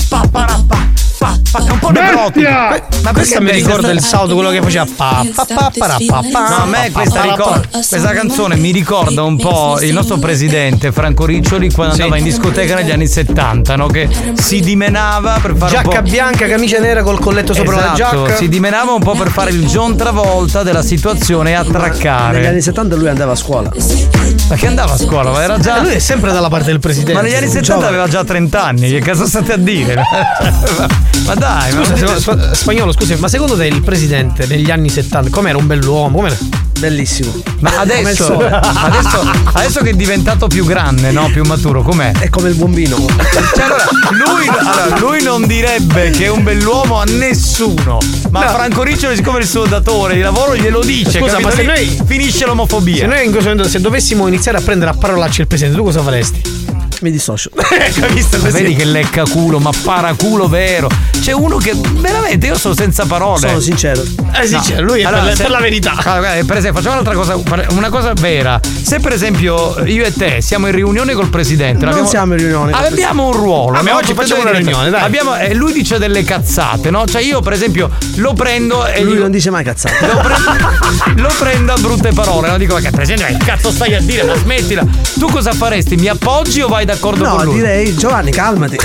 [SPEAKER 10] Fa- È un po' nevrotico. Que- Ma
[SPEAKER 1] Perché
[SPEAKER 10] questo mi
[SPEAKER 1] devi
[SPEAKER 10] ricorda
[SPEAKER 1] stare-
[SPEAKER 10] il salto, quello che faceva. Pa, pa, pa, pa, ra, pa, pa,
[SPEAKER 1] No, a me
[SPEAKER 10] pa, pa,
[SPEAKER 1] questa,
[SPEAKER 10] pa,
[SPEAKER 1] ricor-
[SPEAKER 10] pa.
[SPEAKER 1] questa canzone mi ricorda un po' il nostro presidente Franco Riccioli quando
[SPEAKER 10] Sì.
[SPEAKER 1] andava in discoteca negli anni 70, no? Che si dimenava per fare un
[SPEAKER 10] Giacca
[SPEAKER 1] po'...
[SPEAKER 10] bianca, camicia nera col colletto sopra la
[SPEAKER 1] Esatto,
[SPEAKER 10] giacca.
[SPEAKER 1] Si dimenava un po' per fare il John Travolta della situazione e attraccare.
[SPEAKER 42] Negli anni 70 lui andava a scuola.
[SPEAKER 1] Ma che andava a scuola? Ma era già.
[SPEAKER 10] E Eh, lui è sempre dalla parte del presidente.
[SPEAKER 1] Ma negli anni 70
[SPEAKER 10] Giovane.
[SPEAKER 1] aveva già 30 anni, che cosa state a dire? ma dai, Ah, ma
[SPEAKER 10] Scusa, secondo- spa- spagnolo, scusi, ma secondo te il presidente negli anni 70 com'era un bell'uomo? Com'era?
[SPEAKER 42] Bellissimo.
[SPEAKER 1] Ma adesso, adesso, adesso che è diventato più grande, no? Più maturo, com'è?
[SPEAKER 42] È come il bombino.
[SPEAKER 1] Cioè, allora, lui,
[SPEAKER 10] Ah,
[SPEAKER 1] allora, lui non direbbe che è un bell'uomo a nessuno. Ma Franco Riccioli, siccome è il suo datore di lavoro, glielo dice.
[SPEAKER 10] Scusa,
[SPEAKER 1] capito?
[SPEAKER 10] ma se
[SPEAKER 1] Lì
[SPEAKER 10] noi-
[SPEAKER 1] finisce l'omofobia.
[SPEAKER 10] Se noi in questo momento, se dovessimo iniziare a prendere a parolacce il presidente, tu cosa faresti?
[SPEAKER 42] Mi dissocio.
[SPEAKER 10] Ecco, Hai visto
[SPEAKER 1] Ma
[SPEAKER 10] così?
[SPEAKER 1] Vedi che lecca culo, ma paraculo vero. C'è uno che veramente io sono senza parole.
[SPEAKER 42] Sono sincero.
[SPEAKER 10] Eh, sincero, lui è per la- per la verità.
[SPEAKER 1] Allora, Ah, guarda, per esempio, facciamo un'altra cosa, una cosa vera. Se per esempio io e te siamo in riunione col presidente,
[SPEAKER 42] Non
[SPEAKER 1] l'abbiamo-
[SPEAKER 42] siamo in riunione col
[SPEAKER 1] Abbiamo un ruolo.
[SPEAKER 10] Vabbè,
[SPEAKER 1] abbiamo
[SPEAKER 10] Ah, oggi facciamo
[SPEAKER 1] tutto
[SPEAKER 10] una
[SPEAKER 1] diritto.
[SPEAKER 10] riunione, dai.
[SPEAKER 1] Abbiamo- eh, lui dice delle cazzate, no? Cioè io per esempio lo prendo e
[SPEAKER 42] Lui
[SPEAKER 1] gli-
[SPEAKER 42] non dice mai cazzate.
[SPEAKER 1] lo, pre- lo prendo a brutte parole, no? Dico, ma che presidente, che cazzo stai a dire? Ma smettila. Tu cosa faresti? Mi appoggi o vai d'accordo
[SPEAKER 42] No,
[SPEAKER 1] con lui?
[SPEAKER 42] direi Giovanni, calmati.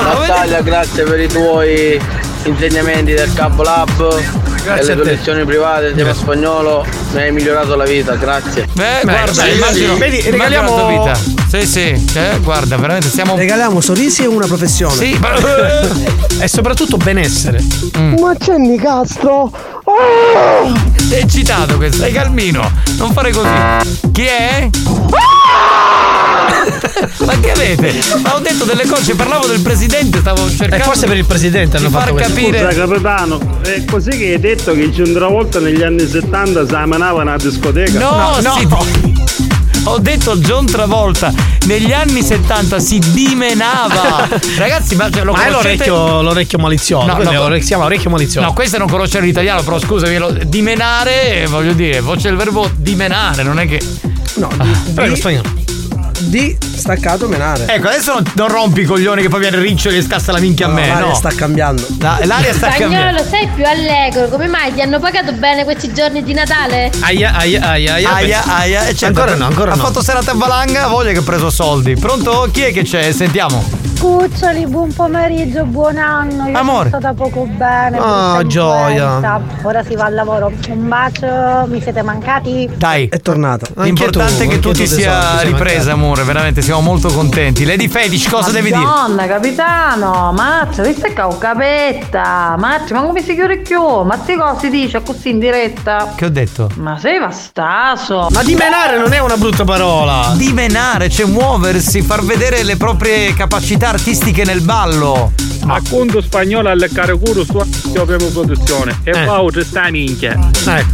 [SPEAKER 2] Natalia, grazie per i tuoi insegnamenti del Cab Lab e
[SPEAKER 1] Grazie
[SPEAKER 2] le
[SPEAKER 1] a
[SPEAKER 2] tue
[SPEAKER 1] te.
[SPEAKER 2] lezioni private insieme a spagnolo. Mi hai migliorato la vita, grazie.
[SPEAKER 1] Eh, guarda, immagino, immagino la tua vita. Sì, sì, eh, guarda, veramente siamo.
[SPEAKER 42] Regaliamo sorrisi e una professione.
[SPEAKER 1] Sì, ma- mm.
[SPEAKER 10] e soprattutto benessere.
[SPEAKER 43] Ma c'è Nicastro!
[SPEAKER 1] È eccitato questo, sei calmino, non fare così. Chi è? ma che avete? Ma ho detto delle cose, parlavo del presidente, stavo cercando.
[SPEAKER 10] E forse per il presidente
[SPEAKER 1] di
[SPEAKER 10] hanno
[SPEAKER 1] far
[SPEAKER 10] fatto questo.
[SPEAKER 1] capire.
[SPEAKER 32] Scusa capitano, è così che hai detto che c'è una volta negli anni 70 si amanava una discoteca?
[SPEAKER 1] No, no, Ho detto John Travolta, negli anni 70 si dimenava. Ragazzi, ma cioè, lo
[SPEAKER 10] Ma è
[SPEAKER 1] conoscete?
[SPEAKER 10] l'orecchio, l'orecchio malizioso.
[SPEAKER 1] No,
[SPEAKER 10] quello
[SPEAKER 1] no.
[SPEAKER 10] è ore- si chiama orecchio malizioso.
[SPEAKER 1] No, questo è non conoscere l'italiano, però scusami, lo- dimenare, eh, voglio dire, voce del verbo dimenare, non è che. Ah.
[SPEAKER 42] No,
[SPEAKER 1] prego,
[SPEAKER 42] di- Di staccato menare.
[SPEAKER 1] Ecco, adesso non, non rompi i coglioni che poi viene Riccioli e scassa la minchia a me.
[SPEAKER 42] l'aria
[SPEAKER 1] no.
[SPEAKER 42] sta cambiando.
[SPEAKER 1] La- l'aria sta cambiando.
[SPEAKER 9] Spagnolo, sei più allegro, come mai? Ti hanno pagato bene questi giorni di Natale?
[SPEAKER 10] Aia, aia, aia, aia.
[SPEAKER 1] Aia, aia, e certo,
[SPEAKER 10] ancora no, ancora
[SPEAKER 1] ha
[SPEAKER 10] no.
[SPEAKER 1] fatto serata a valanga, voglia che ha preso soldi. Pronto? Chi è che c'è? Sentiamo.
[SPEAKER 11] cuccioli, buon pomeriggio, buon anno. Io
[SPEAKER 10] Amore.
[SPEAKER 11] sono stata poco bene.
[SPEAKER 10] Ah,
[SPEAKER 11] brutta
[SPEAKER 10] gioia.
[SPEAKER 11] influenza. Ora si va al lavoro. Un bacio, mi siete mancati.
[SPEAKER 1] Dai.
[SPEAKER 28] È tornata.
[SPEAKER 1] L'importante è che tu ti sia ripresa, amore. Veramente siamo molto contenti. Lady Fetish, cosa devi dire?
[SPEAKER 14] Madonna, capitano, mazza, questa è caucapetta, mazza, ma come si chiude più? Ma ti cosa si dice così in diretta?
[SPEAKER 1] Che ho detto?
[SPEAKER 14] Ma sei vastaso!
[SPEAKER 10] Ma dimenare non è una brutta parola.
[SPEAKER 1] Dimenare, cioè muoversi, far vedere le proprie capacità artistiche nel ballo.
[SPEAKER 3] A conto spagnolo al caricuro su propria produzione. E va oltre sta minchia.
[SPEAKER 10] Eh.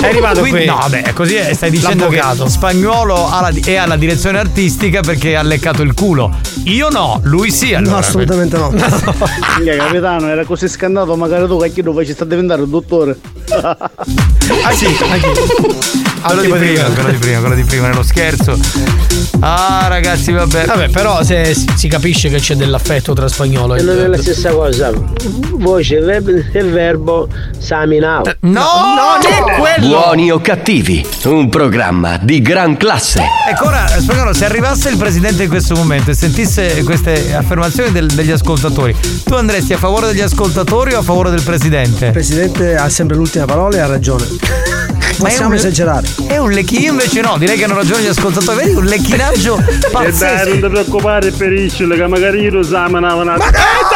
[SPEAKER 10] È arrivato
[SPEAKER 1] Quindi-
[SPEAKER 10] qui.
[SPEAKER 1] No, beh, così è- stai dicendo
[SPEAKER 10] L'avvocato.
[SPEAKER 1] che Spagnuolo ha la- è alla direzione artistica perché ha leccato il culo. Io no, lui sì allora.
[SPEAKER 28] No, assolutamente no.
[SPEAKER 7] Minchia, capitano, era così scandato, magari tu cacchino ci sta diventare un dottore.
[SPEAKER 10] Ah sì,
[SPEAKER 1] Quello di prima, quello di prima, quello di prima, nello scherzo. Ah, ragazzi, vabbè.
[SPEAKER 10] Vabbè, però se si si capisce che c'è dell'affetto tra spagnolo
[SPEAKER 6] E non è
[SPEAKER 10] e
[SPEAKER 6] la stessa cosa. Voce e il verbo saminavo.
[SPEAKER 1] Eh, No,
[SPEAKER 10] non è
[SPEAKER 15] Buoni o cattivi, un programma di gran classe.
[SPEAKER 1] Ecco ora, spagnolo, se arrivasse il presidente in questo momento e sentisse queste affermazioni del- degli ascoltatori, tu andresti a favore degli ascoltatori o a favore del presidente?
[SPEAKER 28] Il presidente ha sempre l'ultima parola e ha ragione. Possiamo
[SPEAKER 1] un-
[SPEAKER 28] esagerare.
[SPEAKER 1] È un lecchino, io invece no, direi che hanno ragione gli ascoltatori. Vedi un
[SPEAKER 32] Eh
[SPEAKER 1] lecchinaggio
[SPEAKER 9] E dai,
[SPEAKER 1] pazzesco.
[SPEAKER 9] non ti preoccupare per Iscile, che magari io lo samanavo una... Ma
[SPEAKER 32] Eh,
[SPEAKER 10] calmo!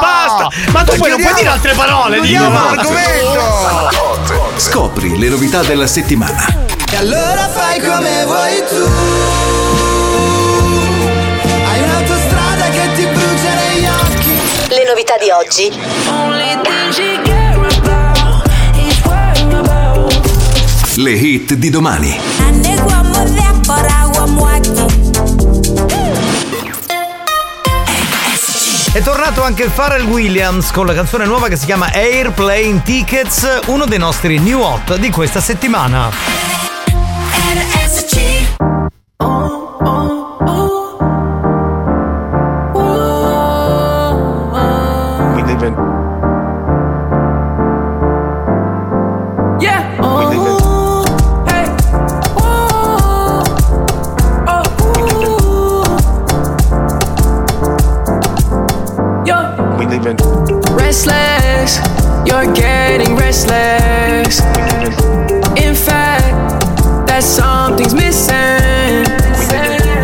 [SPEAKER 10] Basta! Ma tu poi non puoi dire altre parole,
[SPEAKER 9] Chiudiamo
[SPEAKER 10] dillo.
[SPEAKER 32] Scopri le novità della settimana.
[SPEAKER 8] E allora fai come vuoi tu. Hai un'autostrada che ti brucia negli occhi.
[SPEAKER 13] Le novità di oggi.
[SPEAKER 32] Le hit di domani.
[SPEAKER 1] È tornato anche Pharrell Williams con la canzone nuova che si chiama Airplane Tickets, uno dei nostri new hot di questa settimana.
[SPEAKER 8] We live in.
[SPEAKER 17] Yeah. Hey.
[SPEAKER 8] We live in.
[SPEAKER 17] Restless, you're getting restless. In fact, that something's missing.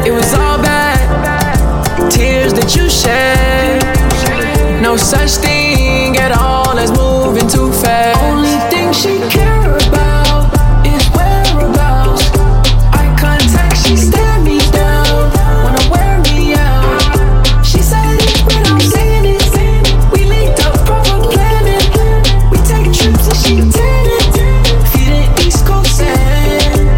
[SPEAKER 17] It was all bad, tears that you shed. No such thing at all as moving too fast. Only thing she care about is whereabouts. Eye contact, she stare me down, wanna wear me out. She said it without saying it. We linked up proper planning. We take trips and she tenant. Feeding East Coast sand.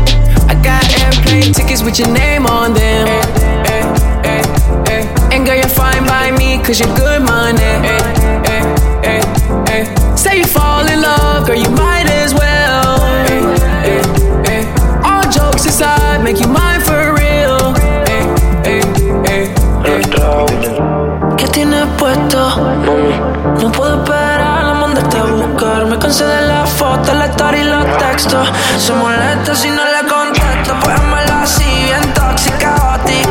[SPEAKER 17] I got airplane tickets with your name on them. Eh, eh, eh, eh. And girl, you're fine by me, cause you're good money. Eh, eh, eh, eh. Say you fall in love, girl, you might as well. Eh, eh, eh. All jokes aside, make you mine for real. Eh, eh, eh, eh. ¿Qué tienes puesto? No puedo esperar a mandarte a buscar. Me cansé de la foto, la story y los textos. Se molesta si no le contesto. Pues amala así, bien tóxica, ti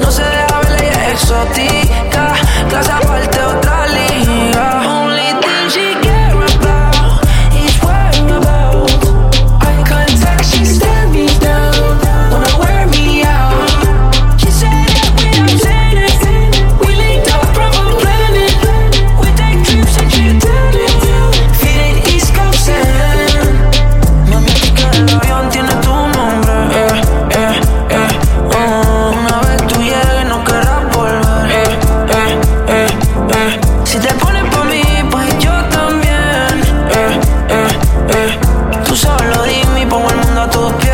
[SPEAKER 17] No se deja ver, ella es exótica. Clase aparte, otra liga. Only thing she care about is whereabouts. Eye contact, she stare me down. Wanna wear me out. She said it without saying it. We linked up from a planet. We take trips and she did it. Feeling East Coast sand. Mami, que el avión tiene tu nombre. Eh, eh, eh. oh. Una vez tú llegues, no querrás volver. Eh, eh, eh, eh. Si te pones pa' mí, pues yo también. Eh, eh, eh. Tú solo dime y pongo el mundo a tus pies.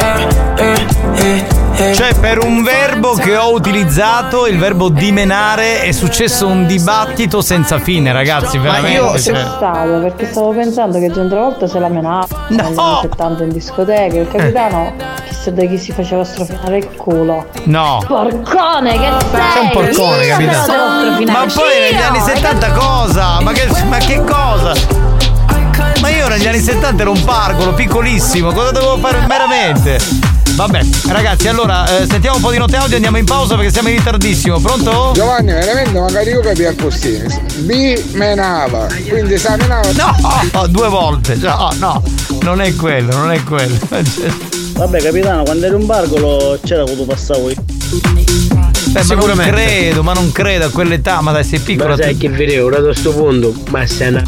[SPEAKER 17] Eh, eh, eh.
[SPEAKER 1] Cioè, per un verbo che ho utilizzato, il verbo dimenare, è successo un dibattito senza fine, ragazzi, veramente.
[SPEAKER 14] Ma io
[SPEAKER 1] cioè.
[SPEAKER 14] stressato perché stavo pensando che John Travolta se la menava negli anni 70 in discoteca. Il
[SPEAKER 1] Eh.
[SPEAKER 14] capitano, chissà da chi si faceva strofinare il culo.
[SPEAKER 1] No.
[SPEAKER 14] Porcone, che sei?
[SPEAKER 17] Eh,
[SPEAKER 1] un porcone,
[SPEAKER 14] Io
[SPEAKER 1] capitano.
[SPEAKER 14] me lo devo strofinare.
[SPEAKER 1] Ma poi negli
[SPEAKER 14] Io,
[SPEAKER 1] anni 70 cosa? Ma che, ma che cosa? Ma io negli anni 70 ero un pargolo, piccolissimo, cosa dovevo fare veramente? Vabbè, ragazzi, allora eh, sentiamo un po' di note audio e andiamo in pausa perché siamo in ritardissimo. Pronto?
[SPEAKER 6] Giovanni, veramente magari io capisco così. B menava, quindi sa menava.
[SPEAKER 1] No! Oh, due volte. No, no, non è quello, non è quello. Cioè,
[SPEAKER 44] Vabbè capitano, quando eri un barcolo c'era quando passavo io.
[SPEAKER 1] Eh, ma non credo, ma non credo a quell'età, ma dai, sei piccolo.
[SPEAKER 45] Ma sai che vedevo ora da sto punto, ma se ne.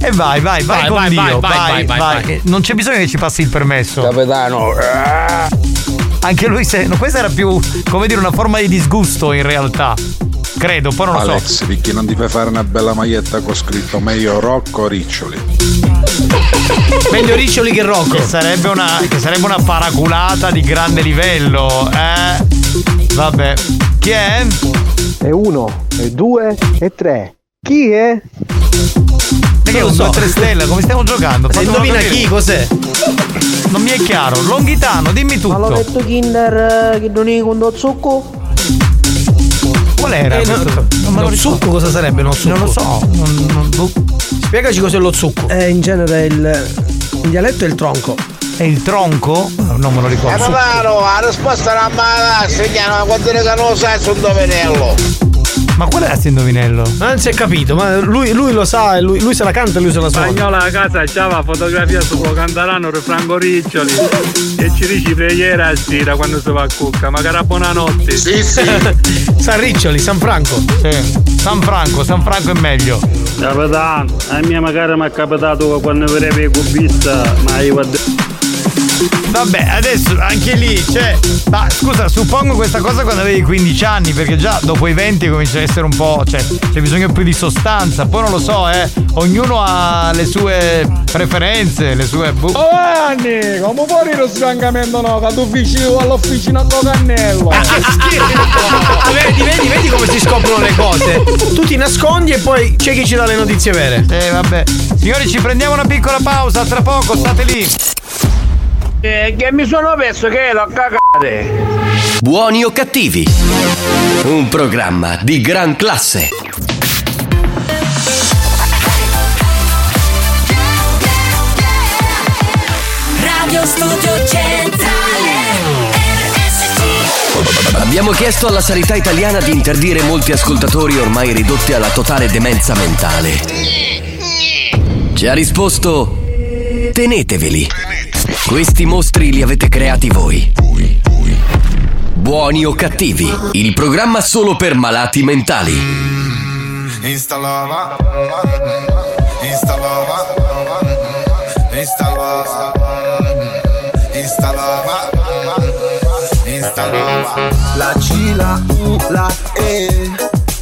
[SPEAKER 1] E Eh, vai, vai, vai,
[SPEAKER 45] Vai,
[SPEAKER 1] con
[SPEAKER 45] vai, vai,
[SPEAKER 1] Dio, vai,
[SPEAKER 45] vai, vai,
[SPEAKER 1] vai.
[SPEAKER 45] vai.
[SPEAKER 1] Eh, Non c'è bisogno che ci passi il permesso. Capitano. Anche lui se. no, questa era più, come dire, una forma di disgusto in realtà. Credo, poi non lo so.
[SPEAKER 46] Alex, perché non ti fai fare una bella maglietta con scritto meglio Rocco Riccioli?
[SPEAKER 1] Meglio Riccioli che Rocco. Che sarebbe una, che sarebbe una paraculata di grande livello, eh. Vabbè. Chi è?
[SPEAKER 2] E uno, e due, e tre. Chi è?
[SPEAKER 1] Perché
[SPEAKER 2] Non
[SPEAKER 1] un
[SPEAKER 2] lo so.
[SPEAKER 1] 2 3 stella, come stiamo giocando?
[SPEAKER 2] E
[SPEAKER 1] Fatemelo
[SPEAKER 2] indovina
[SPEAKER 1] capire.
[SPEAKER 2] chi, cos'è?
[SPEAKER 1] Non mi è chiaro. Longhitano, dimmi tutto.
[SPEAKER 2] L'ho detto Kinder eh, che non è con lo zucco?
[SPEAKER 1] Qual era?
[SPEAKER 10] Eh, no,
[SPEAKER 1] questo? non me lo
[SPEAKER 10] lo
[SPEAKER 1] ricordo.
[SPEAKER 10] zucco cosa sarebbe? Non,
[SPEAKER 1] Non lo so. Non- non- boh.
[SPEAKER 10] Spiegaci cos'è lo zucco.
[SPEAKER 47] Eh, in genere il. In dialetto è il tronco.
[SPEAKER 1] È il tronco? Non me lo
[SPEAKER 6] Eh
[SPEAKER 1] ricordo.
[SPEAKER 6] papà, no, la risposta era mala, segnano, quando ne che non lo sai sono dovenello.
[SPEAKER 1] Ma qual era indovinello?
[SPEAKER 10] Non si è capito, ma lui, lui lo sa, lui, lui se la canta e lui se la suona.
[SPEAKER 3] Spagnola a casa c'ha la fotografia su quello cantarano per Franco Riccioli e ci dici preghiera a sera quando si va a cucca, magari a buonanotte. Sì, sì.
[SPEAKER 10] San Riccioli, San Franco.
[SPEAKER 1] Sì. San Franco, San Franco è meglio.
[SPEAKER 32] Capitano, a mia magari mi è capitato quando vedevo il cubista, ma io vado.
[SPEAKER 1] Vabbè, adesso anche lì, cioè. Ma scusa, suppongo questa cosa quando avevi 15 anni, perché già dopo i 20 comincia a essere un po'. cioè, c'è bisogno più di sostanza. Poi non lo so, eh. Ognuno ha le sue preferenze, le sue. bu-
[SPEAKER 6] Giovanni, come fuori lo svancamento no, che tu vicino all'officina a tuo cannello.
[SPEAKER 10] Vedi, vedi, vedi come si scoprono le cose. Tu ti nascondi e poi c'è chi ci dà le notizie vere.
[SPEAKER 1] Eh, vabbè. Signori, ci prendiamo una piccola pausa, tra poco, state lì.
[SPEAKER 6] Eh, che mi sono perso che ero a cagare.
[SPEAKER 15] Buoni o cattivi? Un programma di gran classe.
[SPEAKER 17] Radio Studio Centrale
[SPEAKER 15] Abbiamo chiesto alla sanità italiana di interdire molti ascoltatori ormai ridotti alla totale demenza mentale. Ci ha risposto: teneteveli. Questi mostri li avete creati voi. Buoni o cattivi, il programma solo per malati mentali.
[SPEAKER 8] Installava, installava, installava, installava, installava.
[SPEAKER 22] La G, la U, la E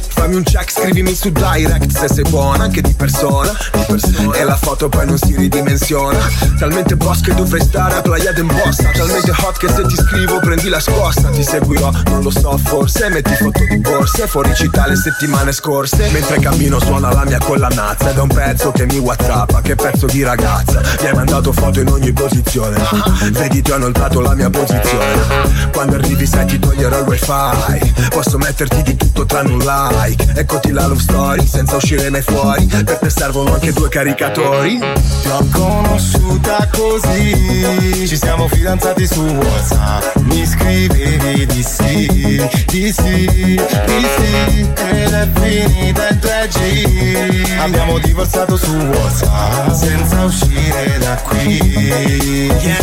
[SPEAKER 22] Fammi un check, scrivimi su direct se sei buona, anche di persona, di persona. E la foto poi non si ridimensiona Talmente boss che dovrei stare a Playa d'Embossa Talmente hot che se ti scrivo prendi la scossa Ti seguirò, non lo so forse Metti foto di borse, fuori città le settimane scorse Mentre cammino suona la mia collanazza Ed è un pezzo che mi whatsappa, che pezzo di ragazza Mi hai mandato foto in ogni posizione Vedi ti ho notato la mia posizione Quando arrivi sai ti toglierò il wifi Posso metterti di tutto tranne un like Eccoti la love story senza uscire mai fuori Per te servono anche due caricatori
[SPEAKER 8] Ti ho conosciuta così, ci siamo fidanzati su WhatsApp. Mi scrivevi di sì, di sì, di sì, ed è finita in 3G. Abbiamo divorziato su WhatsApp, senza uscire da qui. Yeah.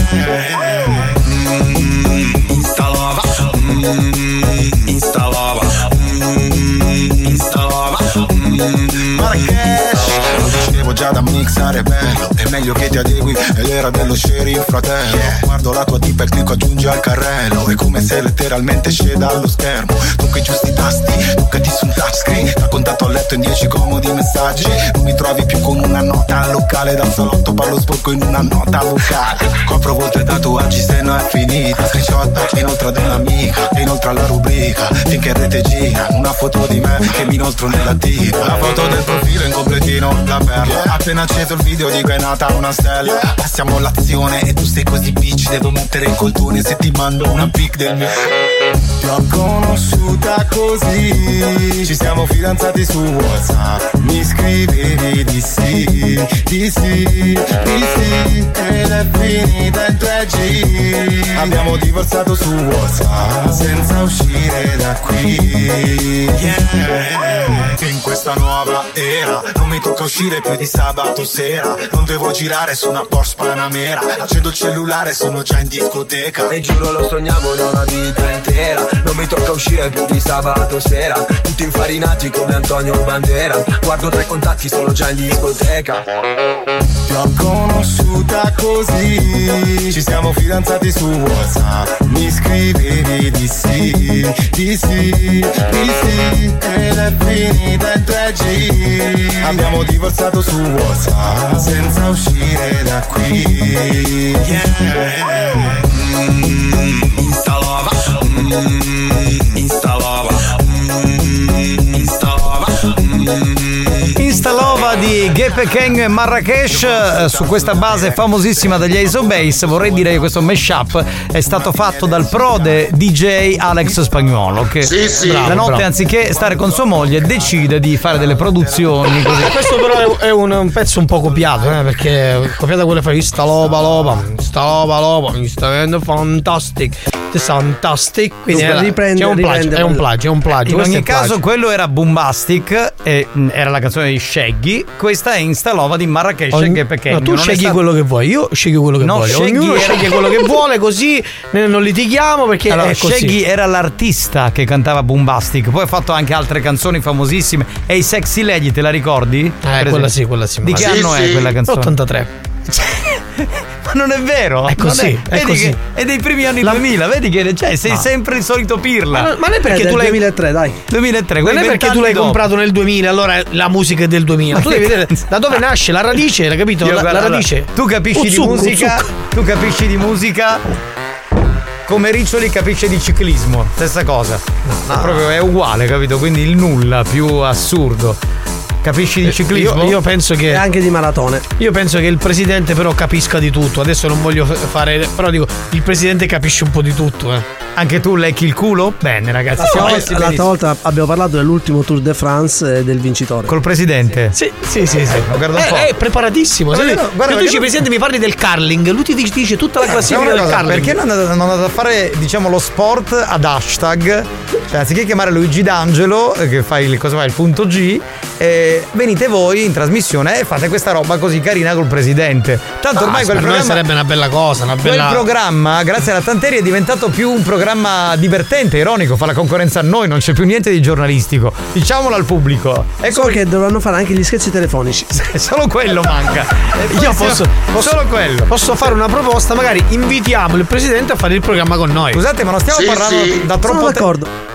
[SPEAKER 8] Mm, installava, mm, installava, mm, installava. mm, Marrakesh, lo dicevo già da mixare bello È meglio che ti adegui e l'era dello sheriff fratello Guardo la tua tipa e clicco aggiungi al carrello È come se letteralmente sceda allo schermo Tocca i giusti tasti, toccati sul touchscreen Da contatto a letto in 10 comodi messaggi Non mi trovi più con una nota locale Dal salotto parlo sporco in una nota vocale Copro volte tatuaggi se non è finita Screenshot inoltre ad un'amica e Inoltre alla rubrica finché rete gira Una foto di me che mi inoltro nella tina La foto del profilo in completino, la perla Appena acceso il video dico è nata una stella Passiamo l'azione e tu sei così bitch Devo mettere il coltone se ti mando una pic del mio Ti ho conosciuta così Ci siamo fidanzati su Whatsapp Mi scrivevi di sì, DC, DC ed è finita in 3G. Abbiamo divorziato su WhatsApp senza uscire da qui. Yeah. In questa nuova era non mi tocca uscire più di sabato sera. Non devo girare su una Porsche Panamera. Accendo il cellulare, sono già in discoteca.
[SPEAKER 13] E giuro lo sognavo da una vita intera Non mi tocca uscire più di sabato sera Tutti infarinati come Antonio Bandera Guardo tra i contatti, sono già in discoteca
[SPEAKER 8] Ti ho conosciuta così Ci siamo fidanzati su WhatsApp Mi scrivevi di sì, di sì, di sì Ed è finita in 3G Abbiamo divorziato su WhatsApp Senza uscire da qui Yeah. Mm, Instalava mm, Instalava mm, Instalava
[SPEAKER 13] Mm.
[SPEAKER 1] Instalova di Ghepe Keng e Marrakesh eh, su questa base famosissima degli Ace Base vorrei dire che questo mashup è stato fatto dal prode DJ Alex Spagnuolo che
[SPEAKER 10] Sì, sì.
[SPEAKER 1] la notte
[SPEAKER 10] Bravo.
[SPEAKER 1] anziché stare con sua moglie decide di fare delle produzioni così.
[SPEAKER 10] Eh, Questo però è- è un, un pezzo un po' copiato, eh, perché copiato quello fa sta loba loba, sta loba loba, mi sta venendo fantastic, this fantastic. Quindi
[SPEAKER 28] Dunque,
[SPEAKER 10] era-
[SPEAKER 28] riprende-
[SPEAKER 10] c'è un plagio,
[SPEAKER 28] riprende
[SPEAKER 10] è un
[SPEAKER 28] quello.
[SPEAKER 10] plagio, è un plagio.
[SPEAKER 1] In
[SPEAKER 10] questo è
[SPEAKER 1] ogni
[SPEAKER 10] un plagio.
[SPEAKER 1] caso, quello era Bombastic, e, mh, era la canzone di Shaggy. Questa è Instalova di Marrakesh
[SPEAKER 10] Ogni-
[SPEAKER 1] e Ghepe Keng.
[SPEAKER 10] No, tu
[SPEAKER 1] Non è
[SPEAKER 10] scegli
[SPEAKER 1] stato-
[SPEAKER 10] quello che vuoi, io scelgo quello che
[SPEAKER 1] No,
[SPEAKER 10] voglio.
[SPEAKER 1] scegli
[SPEAKER 10] Ognuno
[SPEAKER 1] era-
[SPEAKER 10] sceglie quello che vuole, così ne- non litighiamo perché eh,
[SPEAKER 1] Allora,
[SPEAKER 10] è così.
[SPEAKER 1] eh, Shaggy era l'artista che cantava Bombastic, poi ha fatto anche altre canzoni famosissime. E i Sexy Lady, te la ricordi? Eh,
[SPEAKER 10] quella sì, quella sì.
[SPEAKER 1] Di
[SPEAKER 10] ma-
[SPEAKER 1] che
[SPEAKER 10] Sì,
[SPEAKER 1] anno è
[SPEAKER 10] sì.
[SPEAKER 1] quella canzone?
[SPEAKER 10] 83.
[SPEAKER 1] Ma non è vero?
[SPEAKER 10] È così,
[SPEAKER 1] Non
[SPEAKER 10] è
[SPEAKER 1] vedi
[SPEAKER 10] così.
[SPEAKER 1] che- è dei primi anni 2000, vedi che cioè, sei
[SPEAKER 10] No.
[SPEAKER 1] sempre il solito pirla.
[SPEAKER 10] Ma non- ma non è perché tu l'hai
[SPEAKER 1] 2003, Eh, dai. 2003,
[SPEAKER 10] Non
[SPEAKER 1] quei
[SPEAKER 10] è perché tu
[SPEAKER 1] vent'anni
[SPEAKER 10] l'hai
[SPEAKER 1] dopo.
[SPEAKER 10] comprato nel 2000, allora la musica è del 2000. Tu devi vedere da dove nasce la radice, l'hai capito?
[SPEAKER 1] Io,
[SPEAKER 10] La,
[SPEAKER 1] guarda,
[SPEAKER 10] la
[SPEAKER 1] allora,
[SPEAKER 10] radice.
[SPEAKER 1] Tu capisci di
[SPEAKER 10] Uzzuk,
[SPEAKER 1] musica.
[SPEAKER 10] uzzuk.
[SPEAKER 1] Tu capisci di musica. Come Riccioli capisce di ciclismo, stessa cosa. È Proprio è uguale, capito? Quindi il nulla più assurdo. Capisci di
[SPEAKER 10] Eh,
[SPEAKER 1] ciclismo?
[SPEAKER 10] Io, io penso che. anche di maratone. Io penso che il presidente, però, capisca di tutto. Adesso non voglio f-
[SPEAKER 1] Eh,
[SPEAKER 10] fare. Però dico, il presidente capisce un po' di tutto. Eh.
[SPEAKER 1] Anche tu lecchi il culo? Bene, ragazzi.
[SPEAKER 28] La
[SPEAKER 1] siamo
[SPEAKER 28] volta-
[SPEAKER 1] messi
[SPEAKER 28] l'altra
[SPEAKER 1] benissimo.
[SPEAKER 28] volta abbiamo parlato dell'ultimo Tour de France e del vincitore.
[SPEAKER 1] Col presidente?
[SPEAKER 10] Sì, sì, sì. sì.
[SPEAKER 1] Ecco, guarda un po'.
[SPEAKER 10] Eh, è preparatissimo.
[SPEAKER 1] Guarda
[SPEAKER 10] Se
[SPEAKER 1] che no,
[SPEAKER 10] tu-
[SPEAKER 1] guarda
[SPEAKER 10] se tu
[SPEAKER 1] che
[SPEAKER 10] dici,
[SPEAKER 1] no.
[SPEAKER 10] presidente, mi parli del curling. Lui ti dice, dice tutta la
[SPEAKER 1] Facciamo
[SPEAKER 10] classifica
[SPEAKER 1] una
[SPEAKER 10] del
[SPEAKER 1] cosa,
[SPEAKER 10] curling.
[SPEAKER 1] perché non andate, non andate a fare diciamo lo sport ad hashtag? Cioè, anziché chiamare Luigi D'Angelo, eh, che fa il, cosa fa, il punto G, eh, venite voi in trasmissione e fate questa roba così carina col presidente. Tanto
[SPEAKER 10] Ah,
[SPEAKER 1] ormai quel
[SPEAKER 10] per noi
[SPEAKER 1] programma.
[SPEAKER 10] sarebbe una bella cosa, una
[SPEAKER 1] Quel
[SPEAKER 10] bella.
[SPEAKER 1] programma, grazie alla Tanteri, è diventato più un programma divertente, ironico, fa la concorrenza a noi, non c'è più niente di giornalistico. Diciamolo al pubblico.
[SPEAKER 28] Ecco che dovranno fare anche gli scherzi telefonici.
[SPEAKER 1] Solo quello manca.
[SPEAKER 10] Io posso, posso-
[SPEAKER 1] solo quello.
[SPEAKER 10] Posso fare una proposta, magari invitiamo il presidente a fare il programma con noi.
[SPEAKER 1] Scusate, ma non stiamo parlando da troppo
[SPEAKER 10] tempo.
[SPEAKER 1] d'accordo.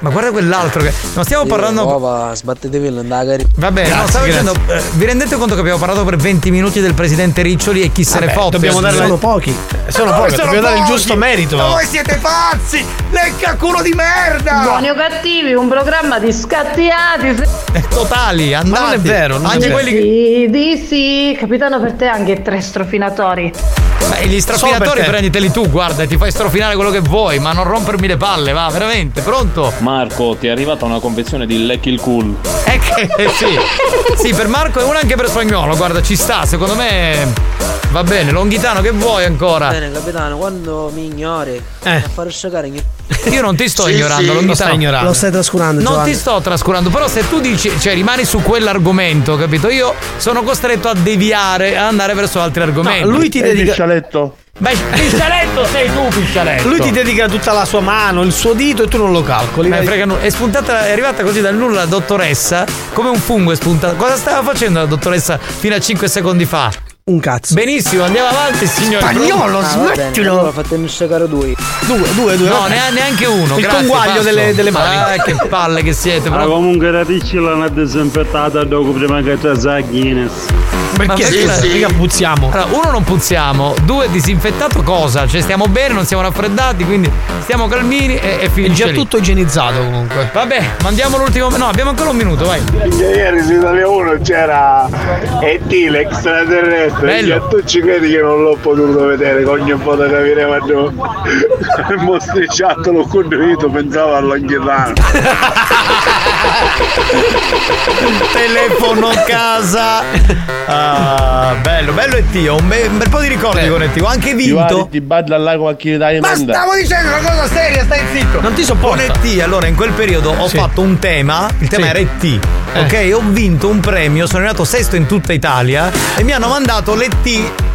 [SPEAKER 1] Ma guarda quell'altro che. Non stiamo parlando.
[SPEAKER 26] Nuova, sbattetevi l'indagare.
[SPEAKER 1] Va bene, no, stavo dicendo, eh, vi rendete conto che abbiamo parlato per 20 minuti del presidente Riccioli e chi se ne
[SPEAKER 10] Vabbè,
[SPEAKER 1] fotte?
[SPEAKER 10] dobbiamo darle- Sono
[SPEAKER 1] pochi.
[SPEAKER 10] Sono pochi, dobbiamo dare il giusto merito.
[SPEAKER 1] Ma voi
[SPEAKER 10] siete
[SPEAKER 1] pazzi! Lecca culo di merda!
[SPEAKER 14] Buoni o cattivi, un programma di scattiati.
[SPEAKER 1] Eh, Totali, andate.
[SPEAKER 10] non è vero, non è
[SPEAKER 1] Anche
[SPEAKER 10] vero.
[SPEAKER 1] quelli che.
[SPEAKER 14] Sì, di sì, capitano per te anche tre strofinatori.
[SPEAKER 1] Beh, gli
[SPEAKER 10] Solo
[SPEAKER 1] strofinatori
[SPEAKER 10] per te.
[SPEAKER 1] prenditeli tu, guarda, ti fai strofinare quello che vuoi, ma non rompermi le palle, va, veramente, pronto?
[SPEAKER 31] Marco, ti è arrivata una confezione di Leck il Cool.
[SPEAKER 1] Eh, che- eh, sì. Sì, per Marco e una anche per spagnolo, guarda, ci sta, secondo me. Va bene, longhitano che vuoi ancora?
[SPEAKER 26] Bene, capitano, quando mi ignori,
[SPEAKER 1] Eh.
[SPEAKER 26] a far sciocare
[SPEAKER 1] Io non ti sto
[SPEAKER 26] Sì,
[SPEAKER 1] ignorando,
[SPEAKER 26] sì.
[SPEAKER 1] non
[SPEAKER 26] Lo
[SPEAKER 1] ti
[SPEAKER 26] stai
[SPEAKER 1] sto
[SPEAKER 26] ignorando. Lo stai trascurando,
[SPEAKER 1] Non
[SPEAKER 26] Giovanni.
[SPEAKER 1] ti sto trascurando, però se tu dici, cioè rimani su quell'argomento, capito? Io sono costretto a deviare, a andare verso altri argomenti.
[SPEAKER 10] lui ti dedica-
[SPEAKER 1] Beh, piscialetto sei tu, piscialetto.
[SPEAKER 10] Lui ti dedica tutta la sua mano, il suo dito e tu non lo calcoli.
[SPEAKER 1] Ma
[SPEAKER 10] Vai.
[SPEAKER 1] frega nulla. È spuntata, è arrivata così dal nulla la dottoressa, come un fungo è spuntata. Cosa stava facendo la dottoressa fino a 5 secondi fa?
[SPEAKER 28] Un cazzo.
[SPEAKER 1] Benissimo, andiamo avanti, signore.
[SPEAKER 2] Ah,
[SPEAKER 1] Pronto?
[SPEAKER 26] Ah, Allora, fatemi sciocare due.
[SPEAKER 10] Due, due,
[SPEAKER 1] No, nea- neanche uno.
[SPEAKER 9] Il
[SPEAKER 1] grazie,
[SPEAKER 9] conguaglio
[SPEAKER 1] passo.
[SPEAKER 9] delle- delle mani.
[SPEAKER 1] Ah, che palle che siete,
[SPEAKER 9] Ma
[SPEAKER 1] proprio.
[SPEAKER 9] comunque la radici l'hanno disinfettata dopo prima che trasà Guinness.
[SPEAKER 1] Ma
[SPEAKER 9] la-
[SPEAKER 10] mica puzziamo?
[SPEAKER 1] Allora, uno non puzziamo, due disinfettato cosa? Cioè stiamo bene, non siamo raffreddati, quindi stiamo calmini e, e
[SPEAKER 10] È
[SPEAKER 1] finisce
[SPEAKER 10] già
[SPEAKER 1] lì.
[SPEAKER 10] tutto igienizzato comunque.
[SPEAKER 1] Vabbè, mandiamo l'ultimo. No, abbiamo ancora un minuto, vai.
[SPEAKER 12] Ieri su Italia 1 c'era E.T. l'extraterrestre
[SPEAKER 1] Bello.
[SPEAKER 12] e tu ci credi che non l'ho potuto vedere ogni volta che veniva il mostriciattolo condiviso pensavo all'anghellano
[SPEAKER 1] Telefono casa. Ah, bello, bello e Tio. Un be- un bel po' di ricordi con Ettio. Anche vinto.
[SPEAKER 31] Ti balla al lago a chi dai
[SPEAKER 1] Ma
[SPEAKER 31] manda.
[SPEAKER 1] stavo dicendo una cosa seria, stai zitto. Non ti sopporto. Con ET, allora in quel periodo ho fatto un tema, il tema
[SPEAKER 10] Sì.
[SPEAKER 1] era ET. Ok, ho vinto un premio, sono arrivato sesto in tutta Italia e mi hanno mandato l'ET,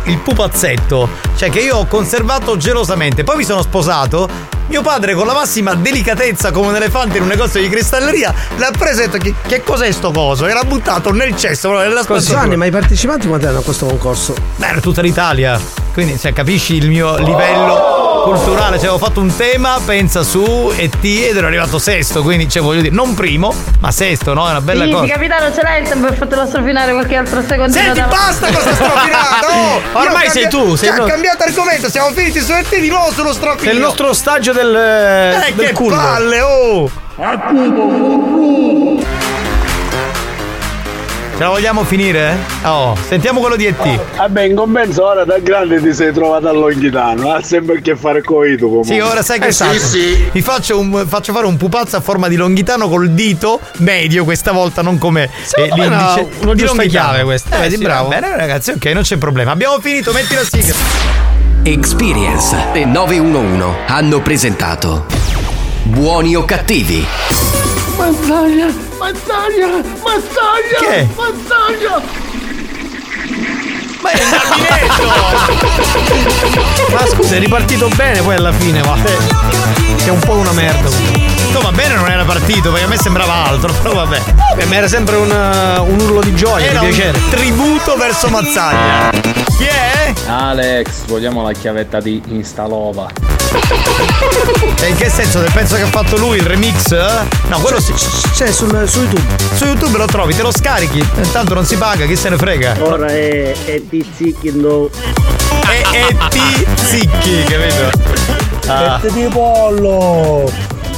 [SPEAKER 1] il pupazzetto, cioè che io ho conservato gelosamente. Poi mi sono sposato. Mio padre con la massima delicatezza come un elefante in un negozio di cristalleria l'ha preso e ha detto "Che- che cos'è sto coso? E l'ha buttato nel cesso, proprio nella spazzatura.
[SPEAKER 28] Giovanni, ma i partecipanti quanti erano a questo concorso?
[SPEAKER 1] Beh, era tutta l'Italia. Quindi, cioè, capisci il mio livello culturale? Cioè, ho fatto un tema, pensa su ET ed ero arrivato sesto. Quindi, cioè, voglio dire, non primo, ma sesto, no? È una bella
[SPEAKER 14] sì,
[SPEAKER 1] cosa.
[SPEAKER 14] sì, capitano, ce l'hai il tempo per fartela strofinare qualche altro secondo.
[SPEAKER 1] Senti, basta con sta strofinata, oh! Io
[SPEAKER 10] Ormai
[SPEAKER 1] ho
[SPEAKER 10] sei
[SPEAKER 1] cambiato-
[SPEAKER 10] tu, sei
[SPEAKER 1] cioè,
[SPEAKER 10] no-
[SPEAKER 1] ho cambiato argomento, siamo finiti su ET di nuovo sullo strofino.
[SPEAKER 10] È il nostro ostaggio del. Eh,
[SPEAKER 1] Eh,
[SPEAKER 10] del
[SPEAKER 1] che
[SPEAKER 10] culo.
[SPEAKER 1] palle, oh! Ce la vogliamo finire? Oh, sentiamo quello di ET.
[SPEAKER 12] Vabbè, Ah, in compenso ora da grande ti sei trovato a Longhitano, ha sempre a che fare con Ito comunque.
[SPEAKER 1] Eh Sì, ora
[SPEAKER 6] Eh
[SPEAKER 1] sai che salto. Vi faccio, un- faccio fare un pupazzo a forma di longhitano col dito medio, questa volta non come eh,
[SPEAKER 10] me era
[SPEAKER 1] l'indice.
[SPEAKER 10] una
[SPEAKER 1] Di
[SPEAKER 10] giusta
[SPEAKER 1] Longhitano.
[SPEAKER 10] chiave questa.
[SPEAKER 1] Eh,
[SPEAKER 10] Vedi,
[SPEAKER 1] sì,
[SPEAKER 10] bravo.
[SPEAKER 1] va Bene, ragazzi, ok, non c'è problema. Abbiamo finito, metti la sigla.
[SPEAKER 15] Experience e 911 hanno presentato Buoni o cattivi?
[SPEAKER 17] Mazzaglia, mazzaglia, mazzaglia,
[SPEAKER 15] Che?
[SPEAKER 17] mazzaglia.
[SPEAKER 1] Ma è un
[SPEAKER 17] gabinetto!
[SPEAKER 10] Ma scusa, è ripartito bene poi alla fine, va. Che è un po' una merda.
[SPEAKER 1] No, va bene, non era partito perché a me sembrava altro, però vabbè.
[SPEAKER 10] eh, Ma era sempre un, uh, un urlo di gioia,
[SPEAKER 1] Era
[SPEAKER 10] di
[SPEAKER 1] un
[SPEAKER 10] piacere.
[SPEAKER 1] tributo verso Mazzaglia. Chi è?
[SPEAKER 31] Alex, vogliamo la chiavetta di Instalova.
[SPEAKER 1] E in che senso? Del pezzo che ha fatto lui, il remix? eh? No, quello sì.
[SPEAKER 28] C'è Cioè, sul, su YouTube.
[SPEAKER 1] Su YouTube lo trovi, te lo scarichi. Intanto non si paga, chi se ne
[SPEAKER 10] Eh.
[SPEAKER 1] frega.
[SPEAKER 7] Ora è, è di zicchino.
[SPEAKER 1] E, e ti zicchi, capito? Ah.
[SPEAKER 18] Pezzi di pollo!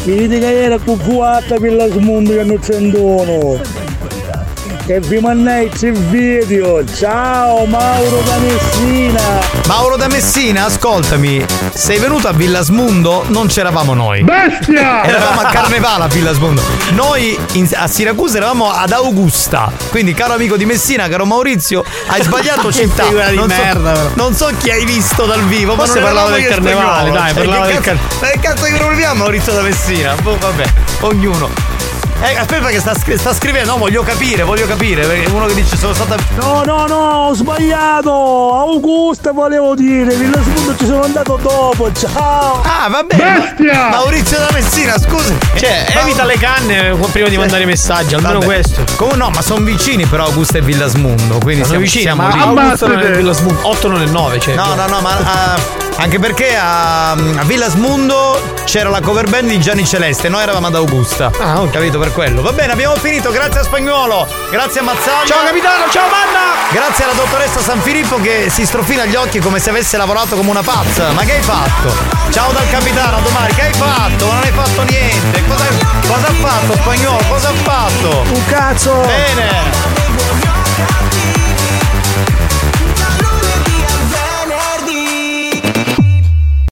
[SPEAKER 18] Mi dite che era cuccuata per la smondo che non c'endono! E vi mannai il video! Ciao Mauro da Messina!
[SPEAKER 1] Mauro da Messina, ascoltami, sei venuto a Villasmundo? Non c'eravamo noi.
[SPEAKER 18] Bestia!
[SPEAKER 1] Eravamo a Carnevale a Villasmundo. Noi in- a Siracusa eravamo ad Augusta. Quindi, caro amico di Messina, caro Maurizio, hai sbagliato
[SPEAKER 10] Che
[SPEAKER 1] città.
[SPEAKER 10] figura di
[SPEAKER 1] non
[SPEAKER 10] merda,
[SPEAKER 1] so,
[SPEAKER 10] però.
[SPEAKER 1] non so chi hai visto dal vivo. Ma
[SPEAKER 10] Forse
[SPEAKER 1] non
[SPEAKER 10] parlava
[SPEAKER 1] eravamo
[SPEAKER 10] del
[SPEAKER 1] io e
[SPEAKER 10] Carnevale,
[SPEAKER 1] spagnolo.
[SPEAKER 10] dai,
[SPEAKER 1] Cioè,
[SPEAKER 10] parlava
[SPEAKER 1] che
[SPEAKER 10] del
[SPEAKER 1] cazzo- Ma che cazzo di problemi ha Maurizio da Messina? Boh, vabbè, ognuno. Eh, aspetta che sta, scri- sta scrivendo, no, voglio capire, voglio capire. perché Uno che dice sono stata
[SPEAKER 18] No, no, no, ho sbagliato! Augusta volevo dire, per la smondo ci sono andato dopo, ciao!
[SPEAKER 1] Ah, vabbè!
[SPEAKER 18] Bestia!
[SPEAKER 1] Maurizio da Messina, scusa.
[SPEAKER 10] Cioè, evita le canne eh, prima di mandare i messaggi, almeno
[SPEAKER 1] Eh, Vabbè.
[SPEAKER 10] questo.
[SPEAKER 1] Come no, ma sono vicini però Augusta e Villasmundo, quindi
[SPEAKER 10] Sono
[SPEAKER 1] siamo
[SPEAKER 10] vicini,
[SPEAKER 1] siamo
[SPEAKER 10] ma
[SPEAKER 1] lì.
[SPEAKER 10] Augusta non è Villa Smu- 8 non è 9, cioè.
[SPEAKER 1] No, no, no, ma ah, anche perché a, a Villasmundo c'era la cover band di Gianni Celeste, noi eravamo ad Augusta. Ah, ho capito per quello. Va bene, abbiamo finito, grazie a Spagnolo, grazie a Mazzaglia.
[SPEAKER 10] Ciao, capitano, ciao,
[SPEAKER 1] Manna! Grazie alla dottoressa San Filippo che si strofina gli occhi come se avesse lavorato come una pazza. Ma che hai fatto?
[SPEAKER 10] Ecco.
[SPEAKER 1] Ciao dal capitano, a domani, che hai fatto? Ma Non hai fatto niente. Cosa, cosa ha fatto Spagnolo? Cosa ha fatto?
[SPEAKER 28] Un cazzo!
[SPEAKER 1] Bene!